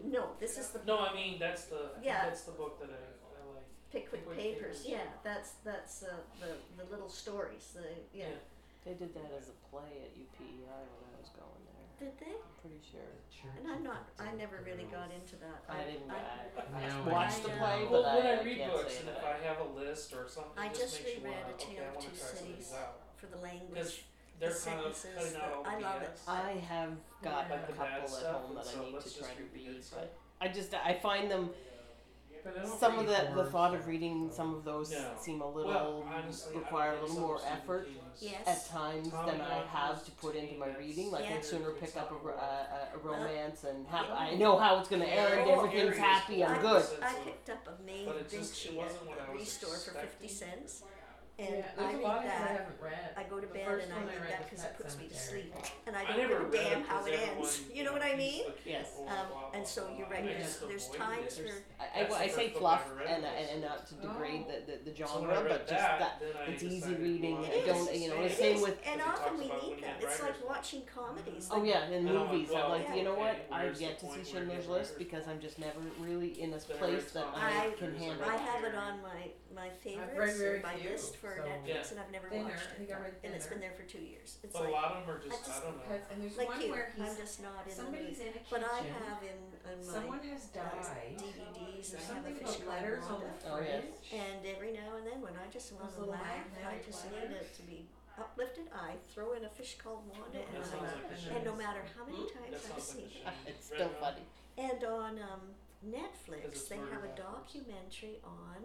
Speaker 4: no, this is the
Speaker 1: No, I mean that's the. I think
Speaker 4: Yeah.
Speaker 1: That's the book that I, I like.
Speaker 4: Pickwick
Speaker 1: Pickwick
Speaker 4: Papers.
Speaker 1: Papers.
Speaker 4: Yeah, that's that's uh, the the little stories. The yeah.
Speaker 5: They did that as a play at UPEI when I was going there.
Speaker 4: Did they?
Speaker 5: I'm pretty sure.
Speaker 4: And I'm not. I never really got into that.
Speaker 5: I didn't. I,
Speaker 7: No,
Speaker 5: I,
Speaker 7: I
Speaker 5: watched the
Speaker 4: don't
Speaker 5: play,
Speaker 4: know.
Speaker 5: but
Speaker 1: Well, when I,
Speaker 5: I
Speaker 1: read
Speaker 5: can't
Speaker 1: books,
Speaker 5: say
Speaker 1: and
Speaker 5: that
Speaker 1: if I have a list or something,
Speaker 4: I
Speaker 1: it
Speaker 4: just
Speaker 1: makes you
Speaker 4: reread
Speaker 1: wanna,
Speaker 4: A Tale
Speaker 1: okay, I
Speaker 4: of
Speaker 1: want
Speaker 4: Two
Speaker 1: to try some of
Speaker 4: Cities.
Speaker 1: these out.
Speaker 4: For the
Speaker 1: Because
Speaker 4: language.
Speaker 1: they're
Speaker 4: the
Speaker 1: kind of cutting
Speaker 4: sentences,
Speaker 1: out
Speaker 4: the-
Speaker 1: all the
Speaker 4: I love it.
Speaker 1: BS.
Speaker 5: I have got
Speaker 1: Like
Speaker 5: a
Speaker 1: the bad
Speaker 5: couple at
Speaker 1: stuff,
Speaker 5: home
Speaker 1: and
Speaker 5: that
Speaker 1: so
Speaker 5: I need
Speaker 1: let's
Speaker 5: to try
Speaker 1: just
Speaker 5: to
Speaker 1: read the good
Speaker 5: read,
Speaker 1: stuff.
Speaker 5: but I just I find them
Speaker 7: But I don't
Speaker 5: some
Speaker 7: read
Speaker 5: of the the
Speaker 7: horror
Speaker 5: thought
Speaker 7: stuff.
Speaker 5: of reading some of those
Speaker 1: No.
Speaker 5: seem a
Speaker 1: well,
Speaker 5: little
Speaker 1: honestly, I
Speaker 5: require a
Speaker 1: think
Speaker 5: little
Speaker 1: some
Speaker 5: more
Speaker 1: Stephen
Speaker 5: effort
Speaker 1: King's-
Speaker 4: Yes.
Speaker 5: at times
Speaker 1: Tom
Speaker 5: than
Speaker 1: and
Speaker 5: I
Speaker 1: I
Speaker 5: have
Speaker 1: was
Speaker 5: to put into my
Speaker 1: taking
Speaker 5: reading. Like
Speaker 4: Yeah.
Speaker 5: I'd sooner pick up a, ro- a, a- a romance and hap-
Speaker 4: Yeah.
Speaker 5: I know how it's going to end.
Speaker 1: Yeah.
Speaker 5: Everything's
Speaker 1: Yeah.
Speaker 5: happy.
Speaker 1: Yeah.
Speaker 5: I'm good.
Speaker 1: sense
Speaker 4: I
Speaker 1: of-
Speaker 4: picked up a Mae
Speaker 1: but it just- it
Speaker 4: Vinci
Speaker 1: wasn't what
Speaker 4: at
Speaker 1: I
Speaker 4: the
Speaker 1: was
Speaker 4: store for
Speaker 1: expecting.
Speaker 4: fifty cents, and
Speaker 7: yeah,
Speaker 4: I
Speaker 7: there's a
Speaker 4: read
Speaker 7: lot of things I
Speaker 4: that.
Speaker 7: haven't read.
Speaker 4: I go to
Speaker 7: The
Speaker 4: bed
Speaker 7: first
Speaker 4: and I
Speaker 7: one I
Speaker 4: read
Speaker 7: read
Speaker 4: that
Speaker 7: was
Speaker 4: because it
Speaker 7: Pet
Speaker 4: puts me to
Speaker 7: Sematary.
Speaker 4: sleep, and I
Speaker 1: I
Speaker 4: don't
Speaker 1: never
Speaker 4: give
Speaker 1: read
Speaker 4: a damn
Speaker 1: it
Speaker 4: how
Speaker 1: 'cause
Speaker 4: it
Speaker 1: everyone,
Speaker 4: ends. You know what I
Speaker 1: he's
Speaker 4: mean?
Speaker 1: a kid,
Speaker 5: Yes.
Speaker 1: blah,
Speaker 4: Um,
Speaker 1: blah,
Speaker 4: and
Speaker 1: blah,
Speaker 4: so you're
Speaker 1: blah.
Speaker 4: right.
Speaker 1: I
Speaker 7: there's-
Speaker 1: just
Speaker 4: there's
Speaker 1: avoided
Speaker 4: times
Speaker 1: it.
Speaker 4: where-
Speaker 5: I, I,
Speaker 1: That's
Speaker 5: well, I
Speaker 1: the
Speaker 5: say
Speaker 1: first book
Speaker 5: fluff
Speaker 1: I ever read
Speaker 5: and,
Speaker 1: was-
Speaker 5: and and not to degrade the, the, the
Speaker 1: So
Speaker 5: genre,
Speaker 1: when I read
Speaker 5: but just
Speaker 1: that,
Speaker 5: that
Speaker 1: then I
Speaker 5: it's easy
Speaker 1: decided,
Speaker 5: reading,
Speaker 1: well,
Speaker 5: I
Speaker 1: this
Speaker 5: don't-
Speaker 1: is
Speaker 5: you know, the
Speaker 1: space.
Speaker 5: same with-
Speaker 4: And
Speaker 1: Because he
Speaker 4: often
Speaker 1: talks
Speaker 4: we
Speaker 1: about when
Speaker 4: need
Speaker 1: he
Speaker 4: that.
Speaker 1: had
Speaker 4: It's like
Speaker 1: writer's block.
Speaker 4: watching comedies.
Speaker 5: Oh
Speaker 4: Like,
Speaker 5: yeah, in
Speaker 1: And I'm like,
Speaker 5: movies. I'm
Speaker 1: well,
Speaker 5: like, you know what?
Speaker 1: okay,
Speaker 5: I've
Speaker 1: where's
Speaker 5: yet
Speaker 1: the
Speaker 5: to see
Speaker 1: point where
Speaker 5: Schindler's
Speaker 1: he has
Speaker 5: List
Speaker 1: writers'
Speaker 5: because I'm just never really in this
Speaker 1: Then I
Speaker 5: place
Speaker 1: read
Speaker 5: that
Speaker 1: Tom
Speaker 5: I
Speaker 4: Hanks
Speaker 5: can
Speaker 1: and
Speaker 5: handle.
Speaker 4: I
Speaker 1: Right.
Speaker 4: have it on my my favorites
Speaker 7: very
Speaker 4: or my
Speaker 7: few,
Speaker 4: list for
Speaker 7: so-
Speaker 4: Netflix,
Speaker 1: Yeah.
Speaker 4: and I've never
Speaker 7: Thinner,
Speaker 4: watched
Speaker 7: I
Speaker 4: it,
Speaker 7: think I read
Speaker 4: and it's
Speaker 7: Thinner.
Speaker 4: been there for two years. It's
Speaker 1: But a
Speaker 4: like
Speaker 1: lot of them are just, I
Speaker 4: just-
Speaker 1: don't know.
Speaker 8: Because, and there's one
Speaker 4: like you,
Speaker 8: where
Speaker 4: I'm
Speaker 8: he's
Speaker 4: just not in the
Speaker 8: somebody's
Speaker 4: movies.
Speaker 8: in a kitchen.
Speaker 4: But I have in, in my
Speaker 8: someone has died.
Speaker 4: DVDs
Speaker 8: There's
Speaker 4: and I have a
Speaker 8: something
Speaker 4: fish
Speaker 8: about letters on
Speaker 4: Wanda.
Speaker 8: the
Speaker 5: Oh,
Speaker 8: fridge.
Speaker 5: yes.
Speaker 4: And every now and then, when I just want
Speaker 8: Those
Speaker 4: to
Speaker 8: little
Speaker 4: laugh, I
Speaker 8: magnetic
Speaker 4: just need
Speaker 8: letters.
Speaker 4: it to be uplifted. I throw in a fish called Wanda,
Speaker 7: That
Speaker 4: and,
Speaker 1: That
Speaker 7: sounds
Speaker 1: sounds
Speaker 4: I,
Speaker 1: like a
Speaker 7: like-
Speaker 1: shame.
Speaker 4: and no matter how many
Speaker 1: That
Speaker 4: times I've
Speaker 1: sounds
Speaker 4: seen
Speaker 1: like a shame.
Speaker 4: it.
Speaker 5: (laughs) It's
Speaker 1: Right
Speaker 5: still
Speaker 1: now?
Speaker 5: funny.
Speaker 4: And on um,
Speaker 1: Because
Speaker 4: Netflix,
Speaker 1: it's
Speaker 4: they
Speaker 1: murder
Speaker 4: have a
Speaker 1: backwards.
Speaker 4: documentary on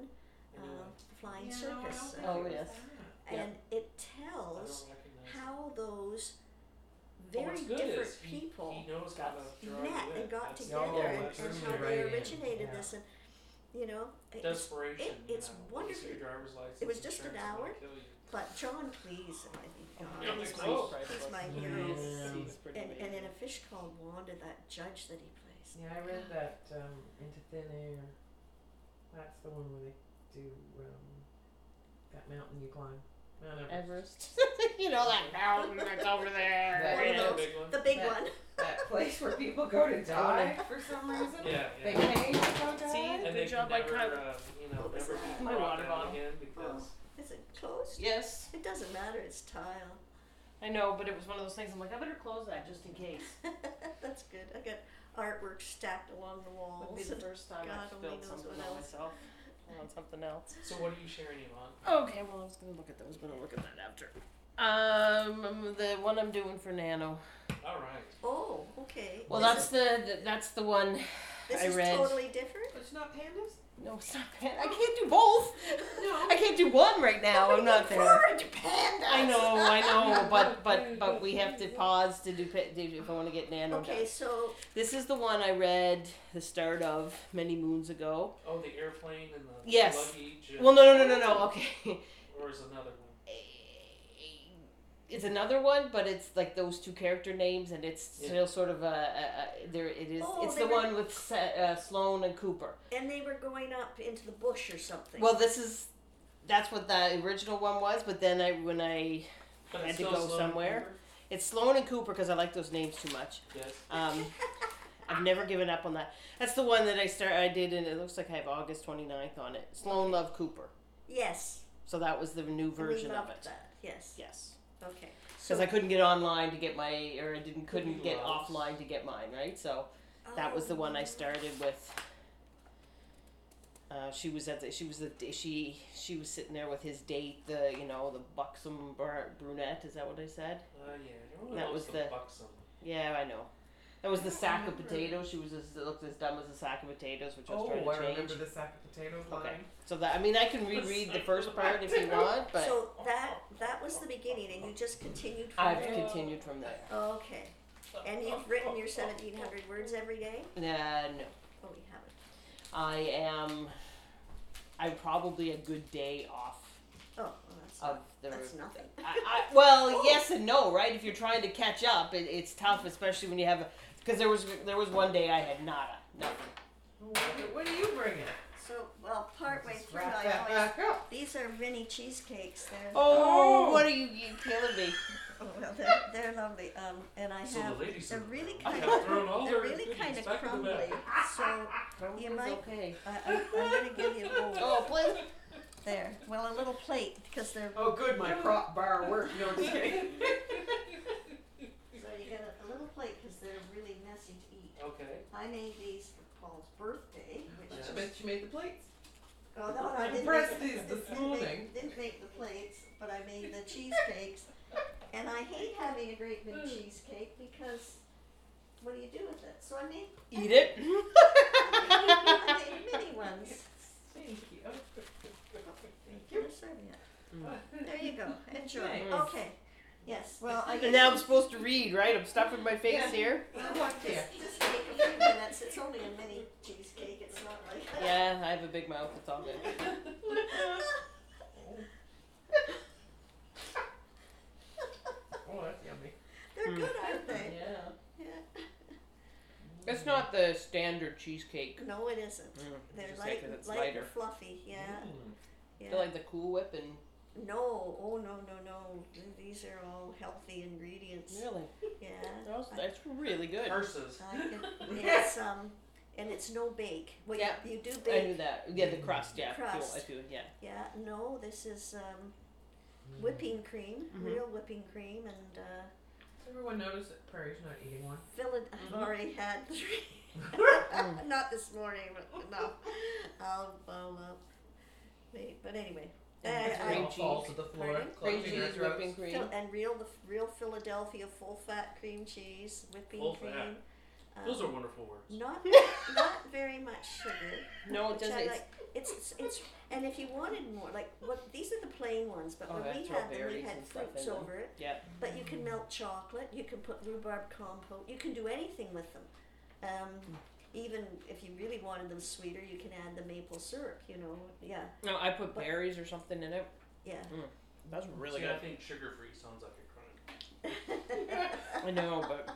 Speaker 1: Anyway,
Speaker 4: um, Flying
Speaker 7: Yeah, no, I don't
Speaker 4: Circus,
Speaker 7: think
Speaker 5: Oh,
Speaker 7: it was
Speaker 5: yes.
Speaker 7: that.
Speaker 5: yeah.
Speaker 4: and
Speaker 1: I
Speaker 4: it
Speaker 1: don't
Speaker 4: tells
Speaker 1: recognize.
Speaker 4: how those
Speaker 1: But
Speaker 4: very
Speaker 1: what's Oh, good
Speaker 4: different
Speaker 1: is he-
Speaker 4: people
Speaker 1: He knows how to draw
Speaker 4: met
Speaker 1: you in.
Speaker 4: and got
Speaker 1: That's
Speaker 4: together
Speaker 1: all
Speaker 4: and,
Speaker 1: it
Speaker 4: and
Speaker 1: is.
Speaker 4: how
Speaker 7: right
Speaker 4: they
Speaker 7: in,
Speaker 4: originated
Speaker 7: yeah.
Speaker 4: this and you know it- it's-
Speaker 1: Desperation.
Speaker 4: it-
Speaker 1: you
Speaker 4: it's
Speaker 1: know, lose
Speaker 4: wonderful.
Speaker 1: your driver's license,
Speaker 4: It was just an
Speaker 1: insurance,
Speaker 4: hour.
Speaker 1: they'll kill you.
Speaker 4: but John Cleese I think
Speaker 1: Yeah,
Speaker 4: God,
Speaker 1: like,
Speaker 4: he's my,
Speaker 1: oh.
Speaker 4: he's my
Speaker 7: Yeah.
Speaker 4: hero
Speaker 7: Yeah.
Speaker 4: and, and in a fish called Wanda that judge that he plays
Speaker 7: Yeah, I read that um, Into Thin Air. That's the one where they do um, that mountain you climb. Mount Everest.
Speaker 5: Everest.
Speaker 4: (laughs)
Speaker 5: (laughs) you know that mountain that's over there.
Speaker 7: That
Speaker 1: Yeah,
Speaker 7: one of
Speaker 1: the
Speaker 4: those-
Speaker 1: big one.
Speaker 4: the big
Speaker 7: That-
Speaker 4: one (laughs)
Speaker 7: that place where people go to die for some reason.
Speaker 1: Yeah,
Speaker 7: They
Speaker 1: yeah.
Speaker 7: pay to go
Speaker 5: See?
Speaker 7: die.
Speaker 1: And
Speaker 5: Good
Speaker 1: they can
Speaker 5: job, I
Speaker 1: never,
Speaker 5: cut-
Speaker 1: uh, you know,
Speaker 4: What was
Speaker 1: never be
Speaker 4: that? Oh.
Speaker 5: My
Speaker 1: brought
Speaker 5: water
Speaker 1: down
Speaker 5: bottle.
Speaker 1: again because
Speaker 4: is it closed
Speaker 5: Yes,
Speaker 4: it doesn't matter it's tile
Speaker 5: I know, but it was one of those things. I'm like, I better close that just in case.
Speaker 4: that's good I got artwork stacked along the
Speaker 5: Would be
Speaker 4: walls
Speaker 5: the first time
Speaker 4: God
Speaker 5: I've
Speaker 4: only
Speaker 5: spilled
Speaker 4: knows
Speaker 5: something
Speaker 4: what
Speaker 5: on
Speaker 4: else.
Speaker 5: myself. On something else.
Speaker 1: So what are you sharing him on?
Speaker 5: Okay, well, I was gonna look at those, but I'll look at that after. Um, the one I'm doing for Nano.
Speaker 1: All right.
Speaker 4: oh okay
Speaker 5: Well,
Speaker 4: This
Speaker 5: that's
Speaker 4: is-
Speaker 5: the that's the one
Speaker 4: this
Speaker 5: I
Speaker 4: is
Speaker 5: read.
Speaker 4: totally different
Speaker 7: It's not pandas.
Speaker 5: No, it's not Panda. I can't do both.
Speaker 7: No.
Speaker 5: I can't do one right now. I'm not there.
Speaker 4: Forward to pandas.
Speaker 5: I know, I
Speaker 4: (laughs)
Speaker 5: know, but but but we have to pause to do pa- do if I want to get Nano
Speaker 4: Okay,
Speaker 5: done.
Speaker 4: so
Speaker 5: This is the one I read the start of many moons ago.
Speaker 1: Oh, the airplane and the
Speaker 5: Yes.
Speaker 1: luggage. And,
Speaker 5: Well, no, no, no, no, no. Okay, (laughs)
Speaker 1: Or is another one?
Speaker 5: it's another one, but it's like those two character names, and it's
Speaker 1: Yeah.
Speaker 5: still sort of a, a, a there. It is.
Speaker 4: Oh,
Speaker 5: it's
Speaker 4: they
Speaker 5: the
Speaker 4: were-
Speaker 5: one with Sa- uh, Sloan and Cooper.
Speaker 4: and they were going up into the bush or something.
Speaker 5: Well, this is that's what the original one was, but then I when I
Speaker 1: But
Speaker 5: Had
Speaker 1: it's
Speaker 5: to
Speaker 1: still
Speaker 5: go
Speaker 1: Sloan
Speaker 5: somewhere.
Speaker 1: Cooper?
Speaker 5: it's Sloan and Cooper because I like those names too much.
Speaker 1: Yes.
Speaker 5: Um, I've never given up on that. That's the one that I start I did, and it looks like I have August 29th on it. Sloan Love Cooper.
Speaker 4: yes,
Speaker 5: So that was the new version
Speaker 4: we
Speaker 5: of
Speaker 4: loved
Speaker 5: it.
Speaker 4: that. Yes.
Speaker 5: Yes,
Speaker 4: Okay.
Speaker 5: because I couldn't get online to get my, or I didn't couldn't get
Speaker 1: Loves.
Speaker 5: offline to get mine. Right, so. That was the
Speaker 4: Oh,
Speaker 5: one I started with. Uh, she was at the. She was the. She she was sitting there with his date. The you know the buxom br- brunette. Is that what I said?
Speaker 1: Uh, yeah. Everyone
Speaker 5: That
Speaker 1: loves
Speaker 5: was
Speaker 1: the,
Speaker 5: the-
Speaker 1: buxom.
Speaker 5: Yeah, I know. That was the sack of
Speaker 7: remember.
Speaker 5: potatoes. She was as looked as dumb as a sack of potatoes, which I was
Speaker 7: Oh, I
Speaker 5: trying to change.
Speaker 7: remember the sack of potatoes
Speaker 5: Okay.
Speaker 7: line.
Speaker 5: So that I mean I can reread
Speaker 7: (laughs)
Speaker 5: the first part if you want, but
Speaker 4: So that that was the beginning, and you just continued from
Speaker 5: I've
Speaker 4: there.
Speaker 5: continued from there.
Speaker 4: Okay. And you've written your seventeen
Speaker 5: (laughs)
Speaker 4: hundred words every day.
Speaker 5: Uh, no,
Speaker 4: Oh, we haven't.
Speaker 5: I am. I'm probably a good day off
Speaker 4: Oh, well, that's
Speaker 5: of
Speaker 4: not,
Speaker 5: the
Speaker 4: that's nothing.
Speaker 7: (laughs)
Speaker 5: I, I,
Speaker 7: Oh.
Speaker 5: well, yes and no, right? If you're trying to catch up, it, it's tough, especially when you have. Because there was there was one day I had nada, nothing.
Speaker 7: What, Oh, what do you bring it?
Speaker 4: So, well, partway
Speaker 7: Let's
Speaker 4: through,
Speaker 7: wrap
Speaker 4: I
Speaker 7: that
Speaker 4: always
Speaker 7: back up.
Speaker 4: these are mini cheesecakes. They're
Speaker 5: Oh,
Speaker 7: Oh.
Speaker 5: what are you, you killing me?
Speaker 4: oh, well, they're, they're lovely. Um, and I
Speaker 1: So
Speaker 4: have
Speaker 1: the ladies.
Speaker 4: they're
Speaker 1: in the
Speaker 4: really
Speaker 1: room.
Speaker 4: kind
Speaker 1: I got
Speaker 4: of-
Speaker 1: thrown all
Speaker 4: they're
Speaker 1: their
Speaker 4: really
Speaker 1: goodies
Speaker 4: kind of
Speaker 1: back in the
Speaker 4: crumbly.
Speaker 1: bag.
Speaker 4: So.
Speaker 5: Probably
Speaker 4: might-
Speaker 5: okay.
Speaker 4: I, I, I'm gonna give you a bowl.
Speaker 5: (laughs) Oh, please.
Speaker 4: There. Well, a little plate because they're.
Speaker 7: Oh, good, my prop bar worked. No,
Speaker 1: (laughs)
Speaker 2: (laughs)
Speaker 7: just kidding.
Speaker 4: So you get a, a little plate because they're really messy to eat.
Speaker 1: Okay.
Speaker 4: I made these for Paul's birthday, which
Speaker 7: I
Speaker 1: Yeah.
Speaker 4: is.
Speaker 7: bet you made the plates.
Speaker 4: Oh no, I didn't.
Speaker 7: Pressed
Speaker 4: make, (laughs)
Speaker 7: these this
Speaker 4: didn't make-
Speaker 7: morning.
Speaker 4: Didn't make the plates, but I made the cheesecakes, and I hate having a great big cheesecake because. What do you do with it? So I made,
Speaker 5: Eat it. (laughs)
Speaker 4: I made, I made mini ones.
Speaker 7: Thank (laughs) you.
Speaker 4: Can I serve you? There you go. Enjoy.
Speaker 7: Thanks.
Speaker 4: Okay. Yes. Well, I.
Speaker 5: and now I'm supposed to read, right? I'm stuffing my face
Speaker 7: Yeah.
Speaker 5: here.
Speaker 7: Good luck to you.
Speaker 4: Just take a few minutes. It's only a mini cheesecake. It's not like.
Speaker 5: Yeah, I have a big mouth. It's all good.
Speaker 7: Oh,
Speaker 5: Hmm. the standard cheesecake.
Speaker 4: No, it isn't. Mm, They're
Speaker 5: just
Speaker 4: light,
Speaker 5: like that it's
Speaker 4: light
Speaker 5: lighter. Mm-hmm.
Speaker 4: and fluffy. Yeah, yeah.
Speaker 5: They're like the Cool Whip and
Speaker 4: no, oh no, no, no. Th- These are all healthy ingredients.
Speaker 5: really,
Speaker 4: Yeah,
Speaker 5: that's, that's really good.
Speaker 1: Curses. (laughs)
Speaker 4: I can, it's um, and it's no bake. Well,
Speaker 5: Yeah.
Speaker 4: you, you do
Speaker 5: I
Speaker 4: bake.
Speaker 5: knew that. Yeah, the crust. Yeah,
Speaker 4: Mm, Crust.
Speaker 5: I feel, I feel, yeah.
Speaker 4: Yeah, no, this is um,
Speaker 5: Mm-hmm.
Speaker 4: whipping cream,
Speaker 5: Mhm.
Speaker 4: real whipping cream, and uh,
Speaker 7: Everyone noticed that Prairie's not eating one.
Speaker 4: Philad- I've
Speaker 5: Mm-hmm.
Speaker 4: already had three. (laughs)
Speaker 5: (laughs)
Speaker 4: Not this morning, but no. I'll, I'll uh, wait. But anyway, I,
Speaker 7: They
Speaker 4: I,
Speaker 7: all fall to the floor,
Speaker 4: Pardon?
Speaker 5: Cream
Speaker 7: clutching their
Speaker 5: cheese, whipping
Speaker 7: throats.
Speaker 5: cream.
Speaker 4: Phil- and real the f- real Philadelphia full fat cream cheese, whipping
Speaker 1: Full
Speaker 4: cream.
Speaker 1: fat.
Speaker 4: Um,
Speaker 1: Those are wonderful words.
Speaker 4: not
Speaker 1: (laughs)
Speaker 4: not very much
Speaker 5: (laughs)
Speaker 4: sugar.
Speaker 5: No, Oh, it
Speaker 4: Which
Speaker 5: doesn't.
Speaker 4: I
Speaker 5: It's,
Speaker 4: like. It's, it's it's and if you wanted more, like what these are the plain ones, but
Speaker 5: Oh,
Speaker 4: when
Speaker 5: that's
Speaker 4: we
Speaker 5: all
Speaker 4: had them, we
Speaker 5: berries
Speaker 4: had
Speaker 5: and stuff in
Speaker 4: fruits
Speaker 5: them.
Speaker 4: over it.
Speaker 5: yeah.
Speaker 4: But you can melt chocolate. You can put rhubarb compote. You can do anything with them. Um, even if you really wanted them sweeter, you can add the maple syrup. You know, yeah,
Speaker 5: No, I put
Speaker 4: But-
Speaker 5: berries or something in it.
Speaker 4: yeah. (laughs)
Speaker 5: That's really
Speaker 1: See, I
Speaker 5: good.
Speaker 1: think sugar free sounds like a crime.
Speaker 5: I know, but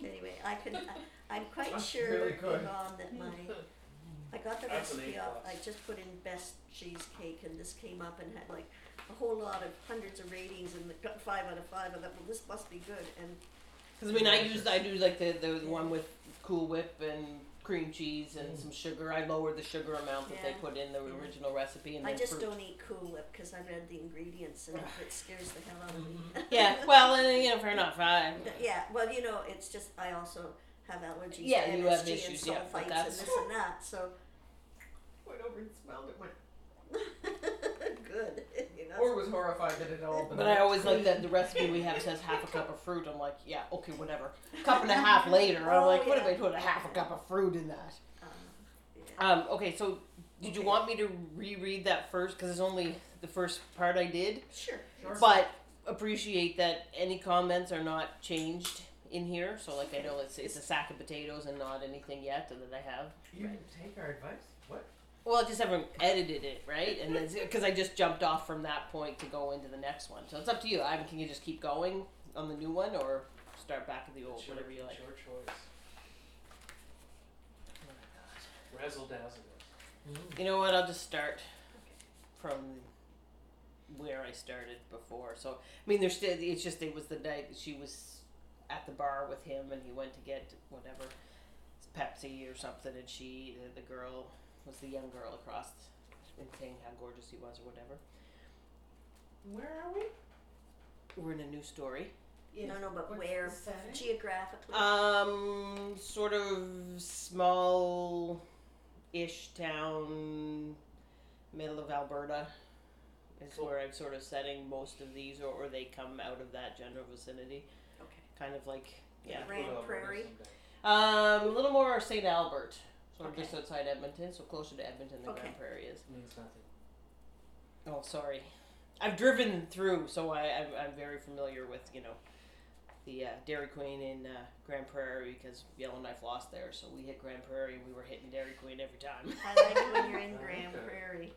Speaker 4: Anyway, I could. I, I'm quite
Speaker 7: That's
Speaker 4: sure,
Speaker 7: really good.
Speaker 4: Yvonne, that my I got the
Speaker 1: That's an
Speaker 4: recipe
Speaker 1: A
Speaker 4: off. I
Speaker 1: plus.
Speaker 4: just put in best cheesecake, and this came up and had like a whole lot of hundreds of ratings, and it got five out of five. And that well, this must be good. And
Speaker 5: because I mean, I use I do like the the one with Cool Whip and cream cheese and some sugar. I lower the sugar amount that
Speaker 4: Yeah.
Speaker 5: they put in the
Speaker 4: Yeah.
Speaker 5: original recipe, and
Speaker 4: I
Speaker 5: then
Speaker 4: just
Speaker 5: fruit.
Speaker 4: don't eat Cool Whip because I read the ingredients, and it scares the hell out of me.
Speaker 5: (laughs) Yeah, well, and you know, fair enough. I,
Speaker 4: (laughs) yeah, well, you know, it's just I also have allergies.
Speaker 5: Yeah,
Speaker 4: to
Speaker 5: you have
Speaker 4: MSG
Speaker 5: issues,
Speaker 4: and
Speaker 5: yeah,
Speaker 4: sulfites
Speaker 5: but
Speaker 4: and
Speaker 5: that's-
Speaker 4: this and that. So (laughs)
Speaker 7: Went over and smelled it. Went,
Speaker 4: good, you know.
Speaker 7: or was horrified that it all.
Speaker 5: but I always like that the recipe we have says half a cup of fruit. I'm like, yeah, okay, whatever. Cup and
Speaker 4: (laughs)
Speaker 5: a half later, I'm
Speaker 4: Oh,
Speaker 5: like, what
Speaker 4: yeah.
Speaker 5: if I put a half a cup of fruit in that?
Speaker 4: Um,
Speaker 5: Um, okay, so did you
Speaker 4: Okay.
Speaker 5: want me to reread that first? Because it's only the first part I did.
Speaker 4: sure.
Speaker 7: Sure.
Speaker 5: But appreciate that any comments are not changed in here. So like I know it's it's a sack of potatoes and not anything yet that I have.
Speaker 7: You didn't take our advice. What?
Speaker 5: Well, I just haven't edited it, right? And then because I just jumped off from that point to go into the next one, so it's up to you. I mean, can you just keep going on the new one or start back at the old,
Speaker 1: It's your,
Speaker 5: whatever you like.
Speaker 1: it's your choice. Razzle dazzle.
Speaker 4: Mm.
Speaker 5: You know what? I'll just start from where I started before. So I mean, there's still. It's just it was the night that she was at the bar with him, and he went to get whatever Pepsi or something, and she, uh, the, the girl, was the young girl across, and saying how gorgeous he was or whatever.
Speaker 7: Where are we?
Speaker 5: We're in a new story.
Speaker 7: Yeah.
Speaker 4: No, no, but
Speaker 7: What's
Speaker 4: where
Speaker 7: the setting?
Speaker 4: geographically?
Speaker 5: Uh, Um, sort of small ish town, middle of Alberta is
Speaker 1: Cool.
Speaker 5: where I'm sort of setting most of these, or, or they come out of that general vicinity.
Speaker 4: Okay.
Speaker 5: Kind of like, yeah.
Speaker 1: We'll
Speaker 4: Grand
Speaker 1: go over this
Speaker 4: Prairie.
Speaker 1: someday.
Speaker 5: Um, a little more St. Albert, sort
Speaker 4: Okay.
Speaker 5: of just outside Edmonton, so closer to Edmonton than
Speaker 4: Okay.
Speaker 5: Grand Prairie is.
Speaker 1: Means nothing.
Speaker 5: Oh, sorry. I've driven through, so I, I'm, I'm very familiar with, you know, the uh, Dairy Queen in uh, Grand Prairie because Yellowknife lost there, so we hit Grand Prairie and we were hitting Dairy Queen every time.
Speaker 4: I like
Speaker 7: (laughs)
Speaker 4: when you're in
Speaker 1: Okay.
Speaker 4: Grand Prairie,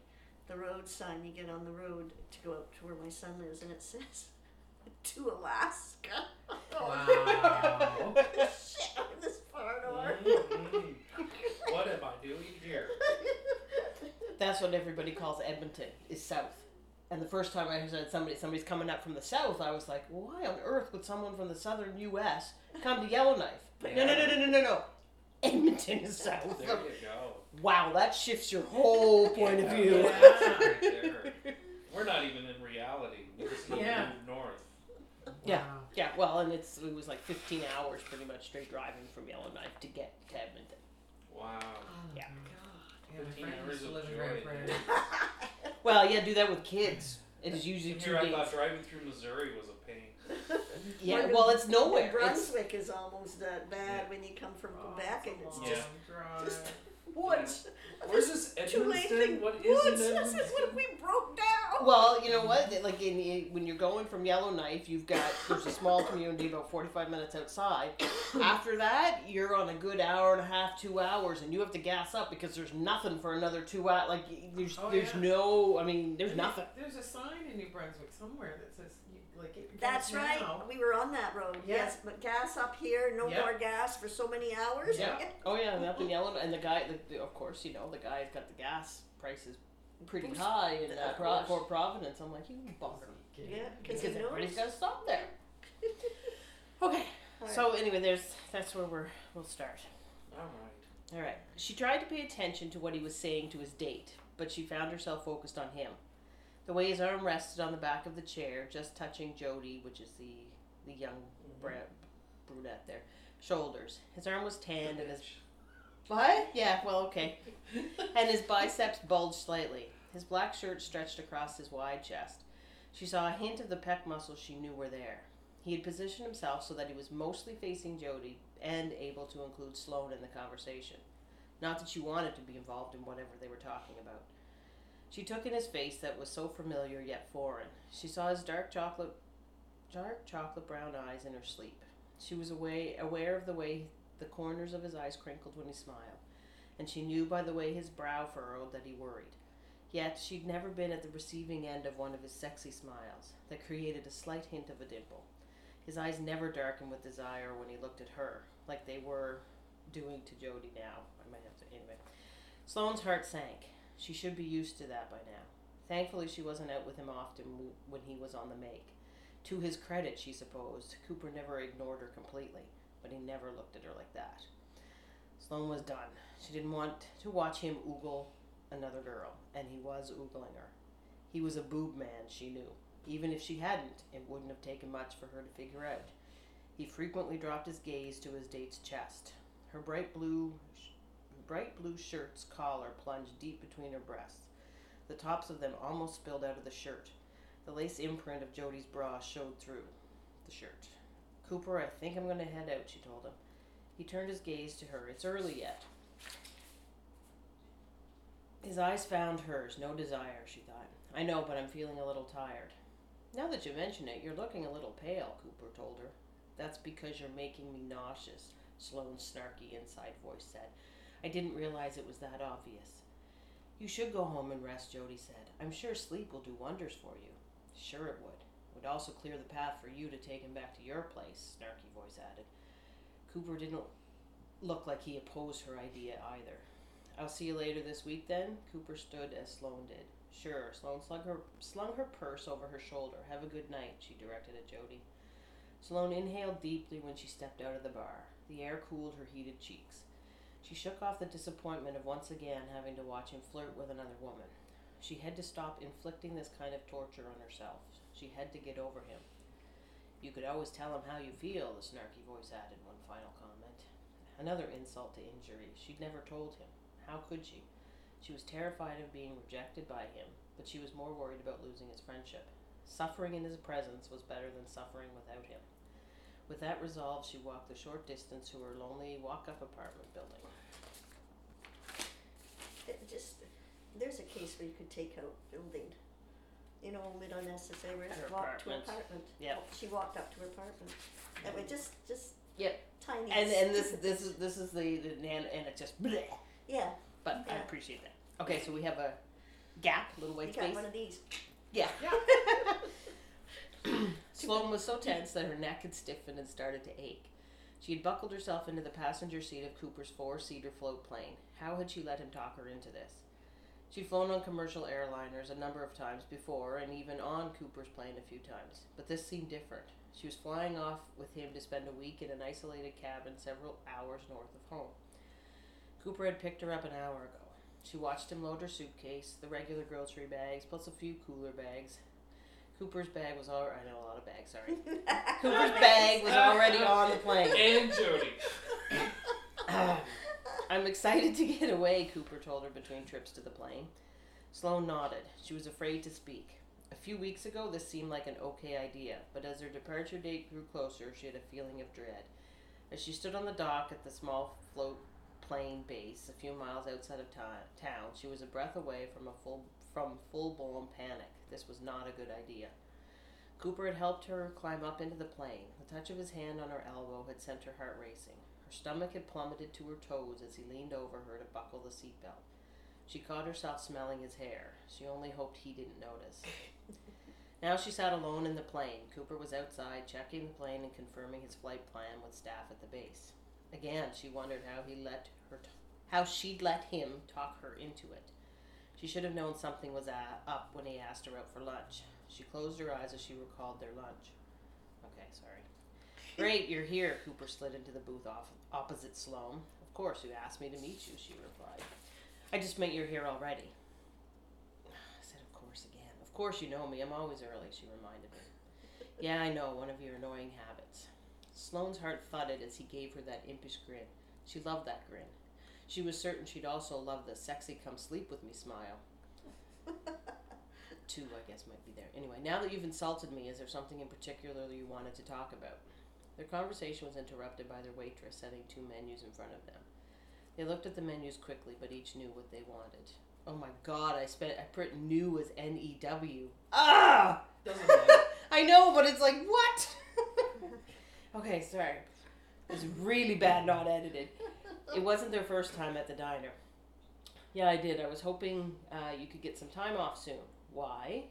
Speaker 4: the road sign, you get on the road to go up to where my son lives, and it says, (laughs) to Alaska. (laughs)
Speaker 7: (laughs) Wow.
Speaker 4: Shit, I'm this far north. (laughs)
Speaker 7: (laughs)
Speaker 1: Mm-mm. Mm-hmm. what am I doing here?
Speaker 5: (laughs) That's what everybody calls Edmonton, is south. And the first time I said somebody, somebody's coming up from the south, I was like, why on earth would someone from the southern U.S. come to Yellowknife? No, no, no, no, no, no, no. Edmonton is south.
Speaker 1: There you go.
Speaker 5: Wow, that shifts your whole point of view.
Speaker 7: Yeah.
Speaker 1: That's right
Speaker 5: (laughs)
Speaker 1: there. We're not even in reality. We're just gonna
Speaker 7: Yeah.
Speaker 1: move north.
Speaker 5: Yeah.
Speaker 7: Wow.
Speaker 5: Yeah, well, and it's it was like 15 hours pretty much straight driving from Yellowknife to get to Edmonton.
Speaker 1: Wow.
Speaker 5: Yeah.
Speaker 7: Yeah, my
Speaker 1: 15
Speaker 7: friend
Speaker 1: hours
Speaker 7: used to
Speaker 1: of
Speaker 7: live in
Speaker 1: joy.
Speaker 7: Grand Prairie.
Speaker 5: Well, yeah, do that with kids. It is usually
Speaker 1: And
Speaker 5: two
Speaker 1: here I
Speaker 5: days.
Speaker 1: thought driving through Missouri was a pain.
Speaker 5: Yeah,
Speaker 4: Well,
Speaker 5: well, it's
Speaker 4: New
Speaker 5: nowhere. It's,
Speaker 4: Brunswick is almost that bad when you come from
Speaker 2: Oh,
Speaker 7: Oh,
Speaker 4: Quebec, and it's
Speaker 1: Yeah.
Speaker 4: just
Speaker 7: Just
Speaker 4: woods.
Speaker 1: Where's this
Speaker 4: Too late
Speaker 1: Edmonton? (laughs)
Speaker 4: thing.
Speaker 1: What is
Speaker 4: woods.
Speaker 1: it?
Speaker 4: This is what we broke down.
Speaker 5: Well, you know what? That, Like in, in, when you're going from Yellowknife, you've got there's a small community about 45 minutes outside. After that, you're on a good hour and a half, two hours, and you have to gas up because there's nothing for another two hours. Like y- there's
Speaker 7: Oh,
Speaker 5: there's
Speaker 7: yeah.
Speaker 5: no. I mean, there's nothing.
Speaker 7: There's a sign in New Brunswick somewhere that says you- like get your
Speaker 4: That's
Speaker 7: gas
Speaker 4: right.
Speaker 7: now.
Speaker 4: We were on that road.
Speaker 7: Yeah.
Speaker 4: Yes, but gas up here, no
Speaker 7: Yeah.
Speaker 4: more gas for so many hours.
Speaker 5: Yeah.
Speaker 4: (laughs)
Speaker 5: Oh yeah, and up in Yellowknife, and the guy, the, the- of course, you know, the guy's got the gas prices pretty
Speaker 4: Boost.
Speaker 5: high in uh,
Speaker 4: Of
Speaker 5: Pro-
Speaker 4: course.
Speaker 5: Fort Providence. I'm like, you bugger.
Speaker 4: Yeah, because
Speaker 5: Because
Speaker 4: he knows.
Speaker 5: everybody's got to stop there. Okay.
Speaker 4: Alright.
Speaker 5: So anyway, there's that's where we're we'll start.
Speaker 1: All right.
Speaker 5: All right. She tried to pay attention to what he was saying to his date, but she found herself focused on him. The way his arm rested on the back of the chair, just touching Jody, which is the the young
Speaker 4: Mm-hmm.
Speaker 5: bra- brunette there, shoulders. His arm was tanned and his what? Yeah. Well, okay. and his biceps bulged slightly. His black shirt stretched across his wide chest. She saw a hint of the pec muscles she knew were there. He had positioned himself so that he was mostly facing Jody and able to include Sloane in the conversation. Not that she wanted to be involved in whatever they were talking about. She took in his face that was so familiar yet foreign. She saw his dark chocolate dark chocolate brown eyes in her sleep. She was away, aware of the way the corners of his eyes crinkled when he smiled and she knew by the way his brow furrowed that he worried. Yet she'd never been at the receiving end of one of his sexy smiles that created a slight hint of a dimple. His eyes never darkened with desire when he looked at her, like they were doing to Jody now. I might have to anyway. Sloane's heart sank. She should be used to that by now. Thankfully, she wasn't out with him often w- when he was on the make. To his credit, she supposed, Cooper never ignored her completely, but he never looked at her like that. Sloane was done. She didn't want to watch him ogle another girl, and he was oogling her. He was a boob man, she knew. Even if she hadn't, it wouldn't have taken much for her to figure out. He frequently dropped his gaze to his date's chest. Her bright blue, bright blue shirt's collar plunged deep between her breasts. The tops of them almost spilled out of the shirt. The lace imprint of Jody's bra showed through the shirt. Cooper, I think I'm going to head out, she told him. He turned his gaze to her. It's early yet. His eyes found hers. No desire, she thought. I know, but I'm feeling a little tired. Now that you mention it, you're looking a little pale, Cooper told her. That's because you're making me nauseous, Sloane's snarky inside voice said. I didn't realize it was that obvious. You should go home and rest, Jody said. I'm sure sleep will do wonders for you. Sure it would. It would also clear the path for you to take him back to your place, snarky voice added. Cooper didn't look like he opposed her idea either. I'll see you later this week then. Cooper stood as Sloane did. Sure, Sloane slung her, slung her purse over her shoulder. Have a good night, she directed at Jody. Sloane inhaled deeply when she stepped out of the bar. The air cooled her heated cheeks. She shook off the disappointment of once again having to watch him flirt with another woman. She had to stop inflicting this kind of torture on herself. She had to get over him. You could always tell him how you feel, the snarky voice added one final comment. Another insult to injury. She'd never told him. How could she? She was terrified of being rejected by him, but she was more worried about losing his friendship. Suffering in his presence was better than suffering without him. With that resolve, she walked the short distance to her lonely walk up apartment building.
Speaker 4: It just there's a case where you could take out building. You know, we don't necessarily have
Speaker 5: Her
Speaker 4: to walk to
Speaker 5: apartment.
Speaker 4: apartment.
Speaker 5: Yep.
Speaker 4: She walked up to her apartment. That was just just
Speaker 5: Yep.
Speaker 4: tiny.
Speaker 5: And and this
Speaker 4: stupid-
Speaker 5: this is this is the, the and, and it's just bleh,
Speaker 4: yeah.
Speaker 5: but I
Speaker 4: Yeah.
Speaker 5: appreciate that. Okay, so we have a gap, little
Speaker 4: You
Speaker 5: white
Speaker 4: got
Speaker 5: space.
Speaker 4: one of these.
Speaker 5: Yeah.
Speaker 7: Yeah.
Speaker 5: Sloane was so tense that her neck had stiffened and started to ache. She had buckled herself into the passenger seat of Cooper's four seater float plane. How had she let him talk her into this? She'd flown on commercial airliners a number of times before and even on Cooper's plane a few times, but this seemed different. She was flying off with him to spend a week in an isolated cabin several hours north of home. Cooper had picked her up an hour ago. She watched him load her suitcase, the regular grocery bags, plus a few cooler bags. Cooper's bag was all I know a lot of bags,
Speaker 4: (laughs)
Speaker 5: sorry. Cooper's bag was already on the plane.
Speaker 1: (laughs) And Jody.
Speaker 5: (sighs) I'm excited to get away, Cooper told her between trips to the plane. Sloane nodded. She was afraid to speak. A few weeks ago, this seemed like an okay idea, but as their departure date grew closer, she had a feeling of dread. As she stood on the dock at the small float plane base a few miles outside of ti- town. She was a breath away from a full from full-blown panic. This was not a good idea. Cooper had helped her climb up into the plane. The touch of his hand on her elbow had sent her heart racing. Her stomach had plummeted to her toes as he leaned over her to buckle the seatbelt. She caught herself smelling his hair. She only hoped he didn't notice. now she sat alone in the plane. Cooper was outside, checking the plane and confirming his flight plan with staff at the base. Again, she wondered how he let her, t- how she'd let him talk her into it. She should have known something was a- up when he asked her out for lunch. She closed her eyes as she recalled their lunch. Okay, sorry. Great, you're here. Cooper slid into the booth off opposite Sloane. Of course, you asked me to meet you. She replied. I just meant you're here already. I said, of course again. Of course you know me. I'm always early. She reminded me. yeah, I know. One of your annoying habits. Sloane's heart thudded as he gave her that impish grin. She loved that grin. She was certain she'd also love the sexy come sleep with me smile. Two, I guess, might be there. Anyway, now that you've insulted me, is there something in particular you wanted to talk about? Their conversation was interrupted by their waitress setting two menus in front of them. They looked at the menus quickly, but each knew what they wanted. Oh my god, I spent I print new as N E W. Ah!
Speaker 1: Doesn't matter.
Speaker 5: I know, but it's like what? (laughs) okay, sorry. It was really bad, not edited. It wasn't their first time at the diner. Yeah, I did. I was hoping uh, you could get some time off soon. Why?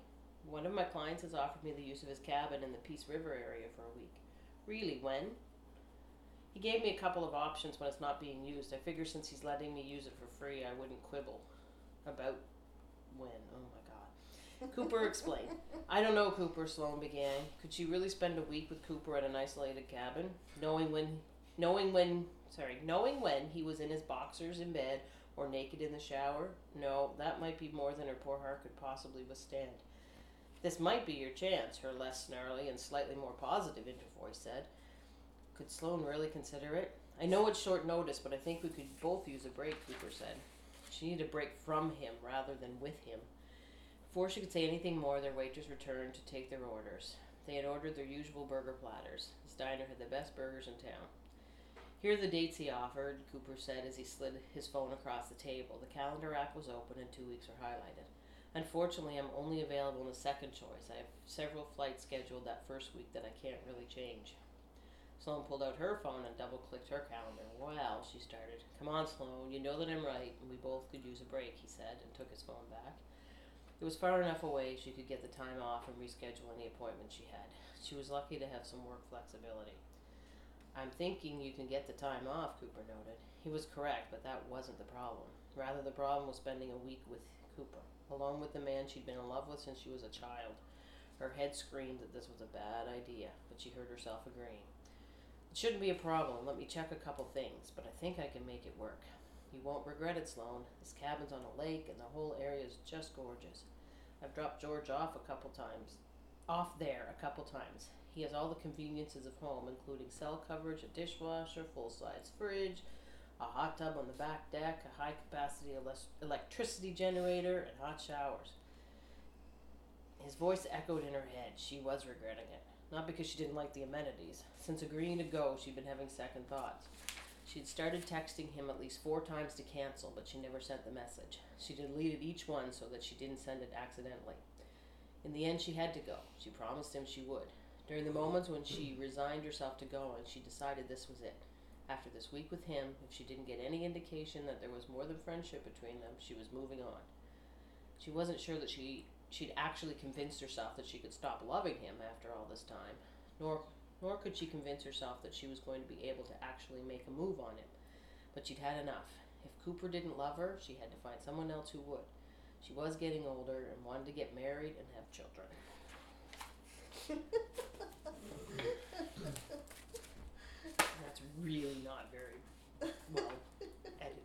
Speaker 5: One of my clients has offered me the use of his cabin in the Peace River area for a week. Really, when? He gave me a couple of options when it's not being used. I figure since he's letting me use it for free, I wouldn't quibble about when. Oh my god. Cooper explained. I don't know, Cooper, Sloan began. Could she really spend a week with Cooper at an isolated cabin? Knowing when knowing when sorry, knowing when he was in his boxers in bed or naked in the shower? No, that might be more than her poor heart could possibly withstand. This might be your chance, her less snarly and slightly more positive intervoice said. Could Sloan really consider it? I know it's short notice, but I think we could both use a break, Cooper said. She needed a break from him rather than with him. Before she could say anything more, their waitress returned to take their orders. They had ordered their usual burger platters. This diner had the best burgers in town. Here are the dates he offered, Cooper said as he slid his phone across the table. The calendar app was open and two weeks were highlighted. Unfortunately, I'm only available in the second choice. I have several flights scheduled that first week that I can't really change. Sloan pulled out her phone and double clicked her calendar. Well, she started. Come on, Sloan, you know that I'm right, and we both could use a break, he said, and took his phone back. It was far enough away she could get the time off and reschedule any appointment she had. She was lucky to have some work flexibility. I'm thinking you can get the time off, Cooper noted. He was correct, but that wasn't the problem. Rather, the problem was spending a week with Cooper, alone with the man she'd been in love with since she was a child. Her head screamed that this was a bad idea, but she heard herself agreeing. It shouldn't be a problem. Let me check a couple things, but I think I can make it work. You won't regret it, Sloan. This cabin's on a lake, and the whole area is just gorgeous. I've dropped George off a couple times. Off there a couple times. He has all the conveniences of home, including cell coverage, a dishwasher, full size fridge, a hot tub on the back deck, a high capacity ele- electricity generator, and hot showers. His voice echoed in her head. She was regretting it. Not because she didn't like the amenities. Since agreeing to go, she'd been having second thoughts. She'd started texting him at least four times to cancel, but she never sent the message. She deleted each one so that she didn't send it accidentally. In the end, she had to go. She promised him she would. During the moments when she resigned herself to going, she decided this was it. After this week with him, if she didn't get any indication that there was more than friendship between them, she was moving on. She wasn't sure that she she'd actually convinced herself that she could stop loving him after all this time, nor nor could she convince herself that she was going to be able to actually make a move on him. But she'd had enough. If Cooper didn't love her, she had to find someone else who would. She was getting older and wanted to get married and have children. That's really not very well edited.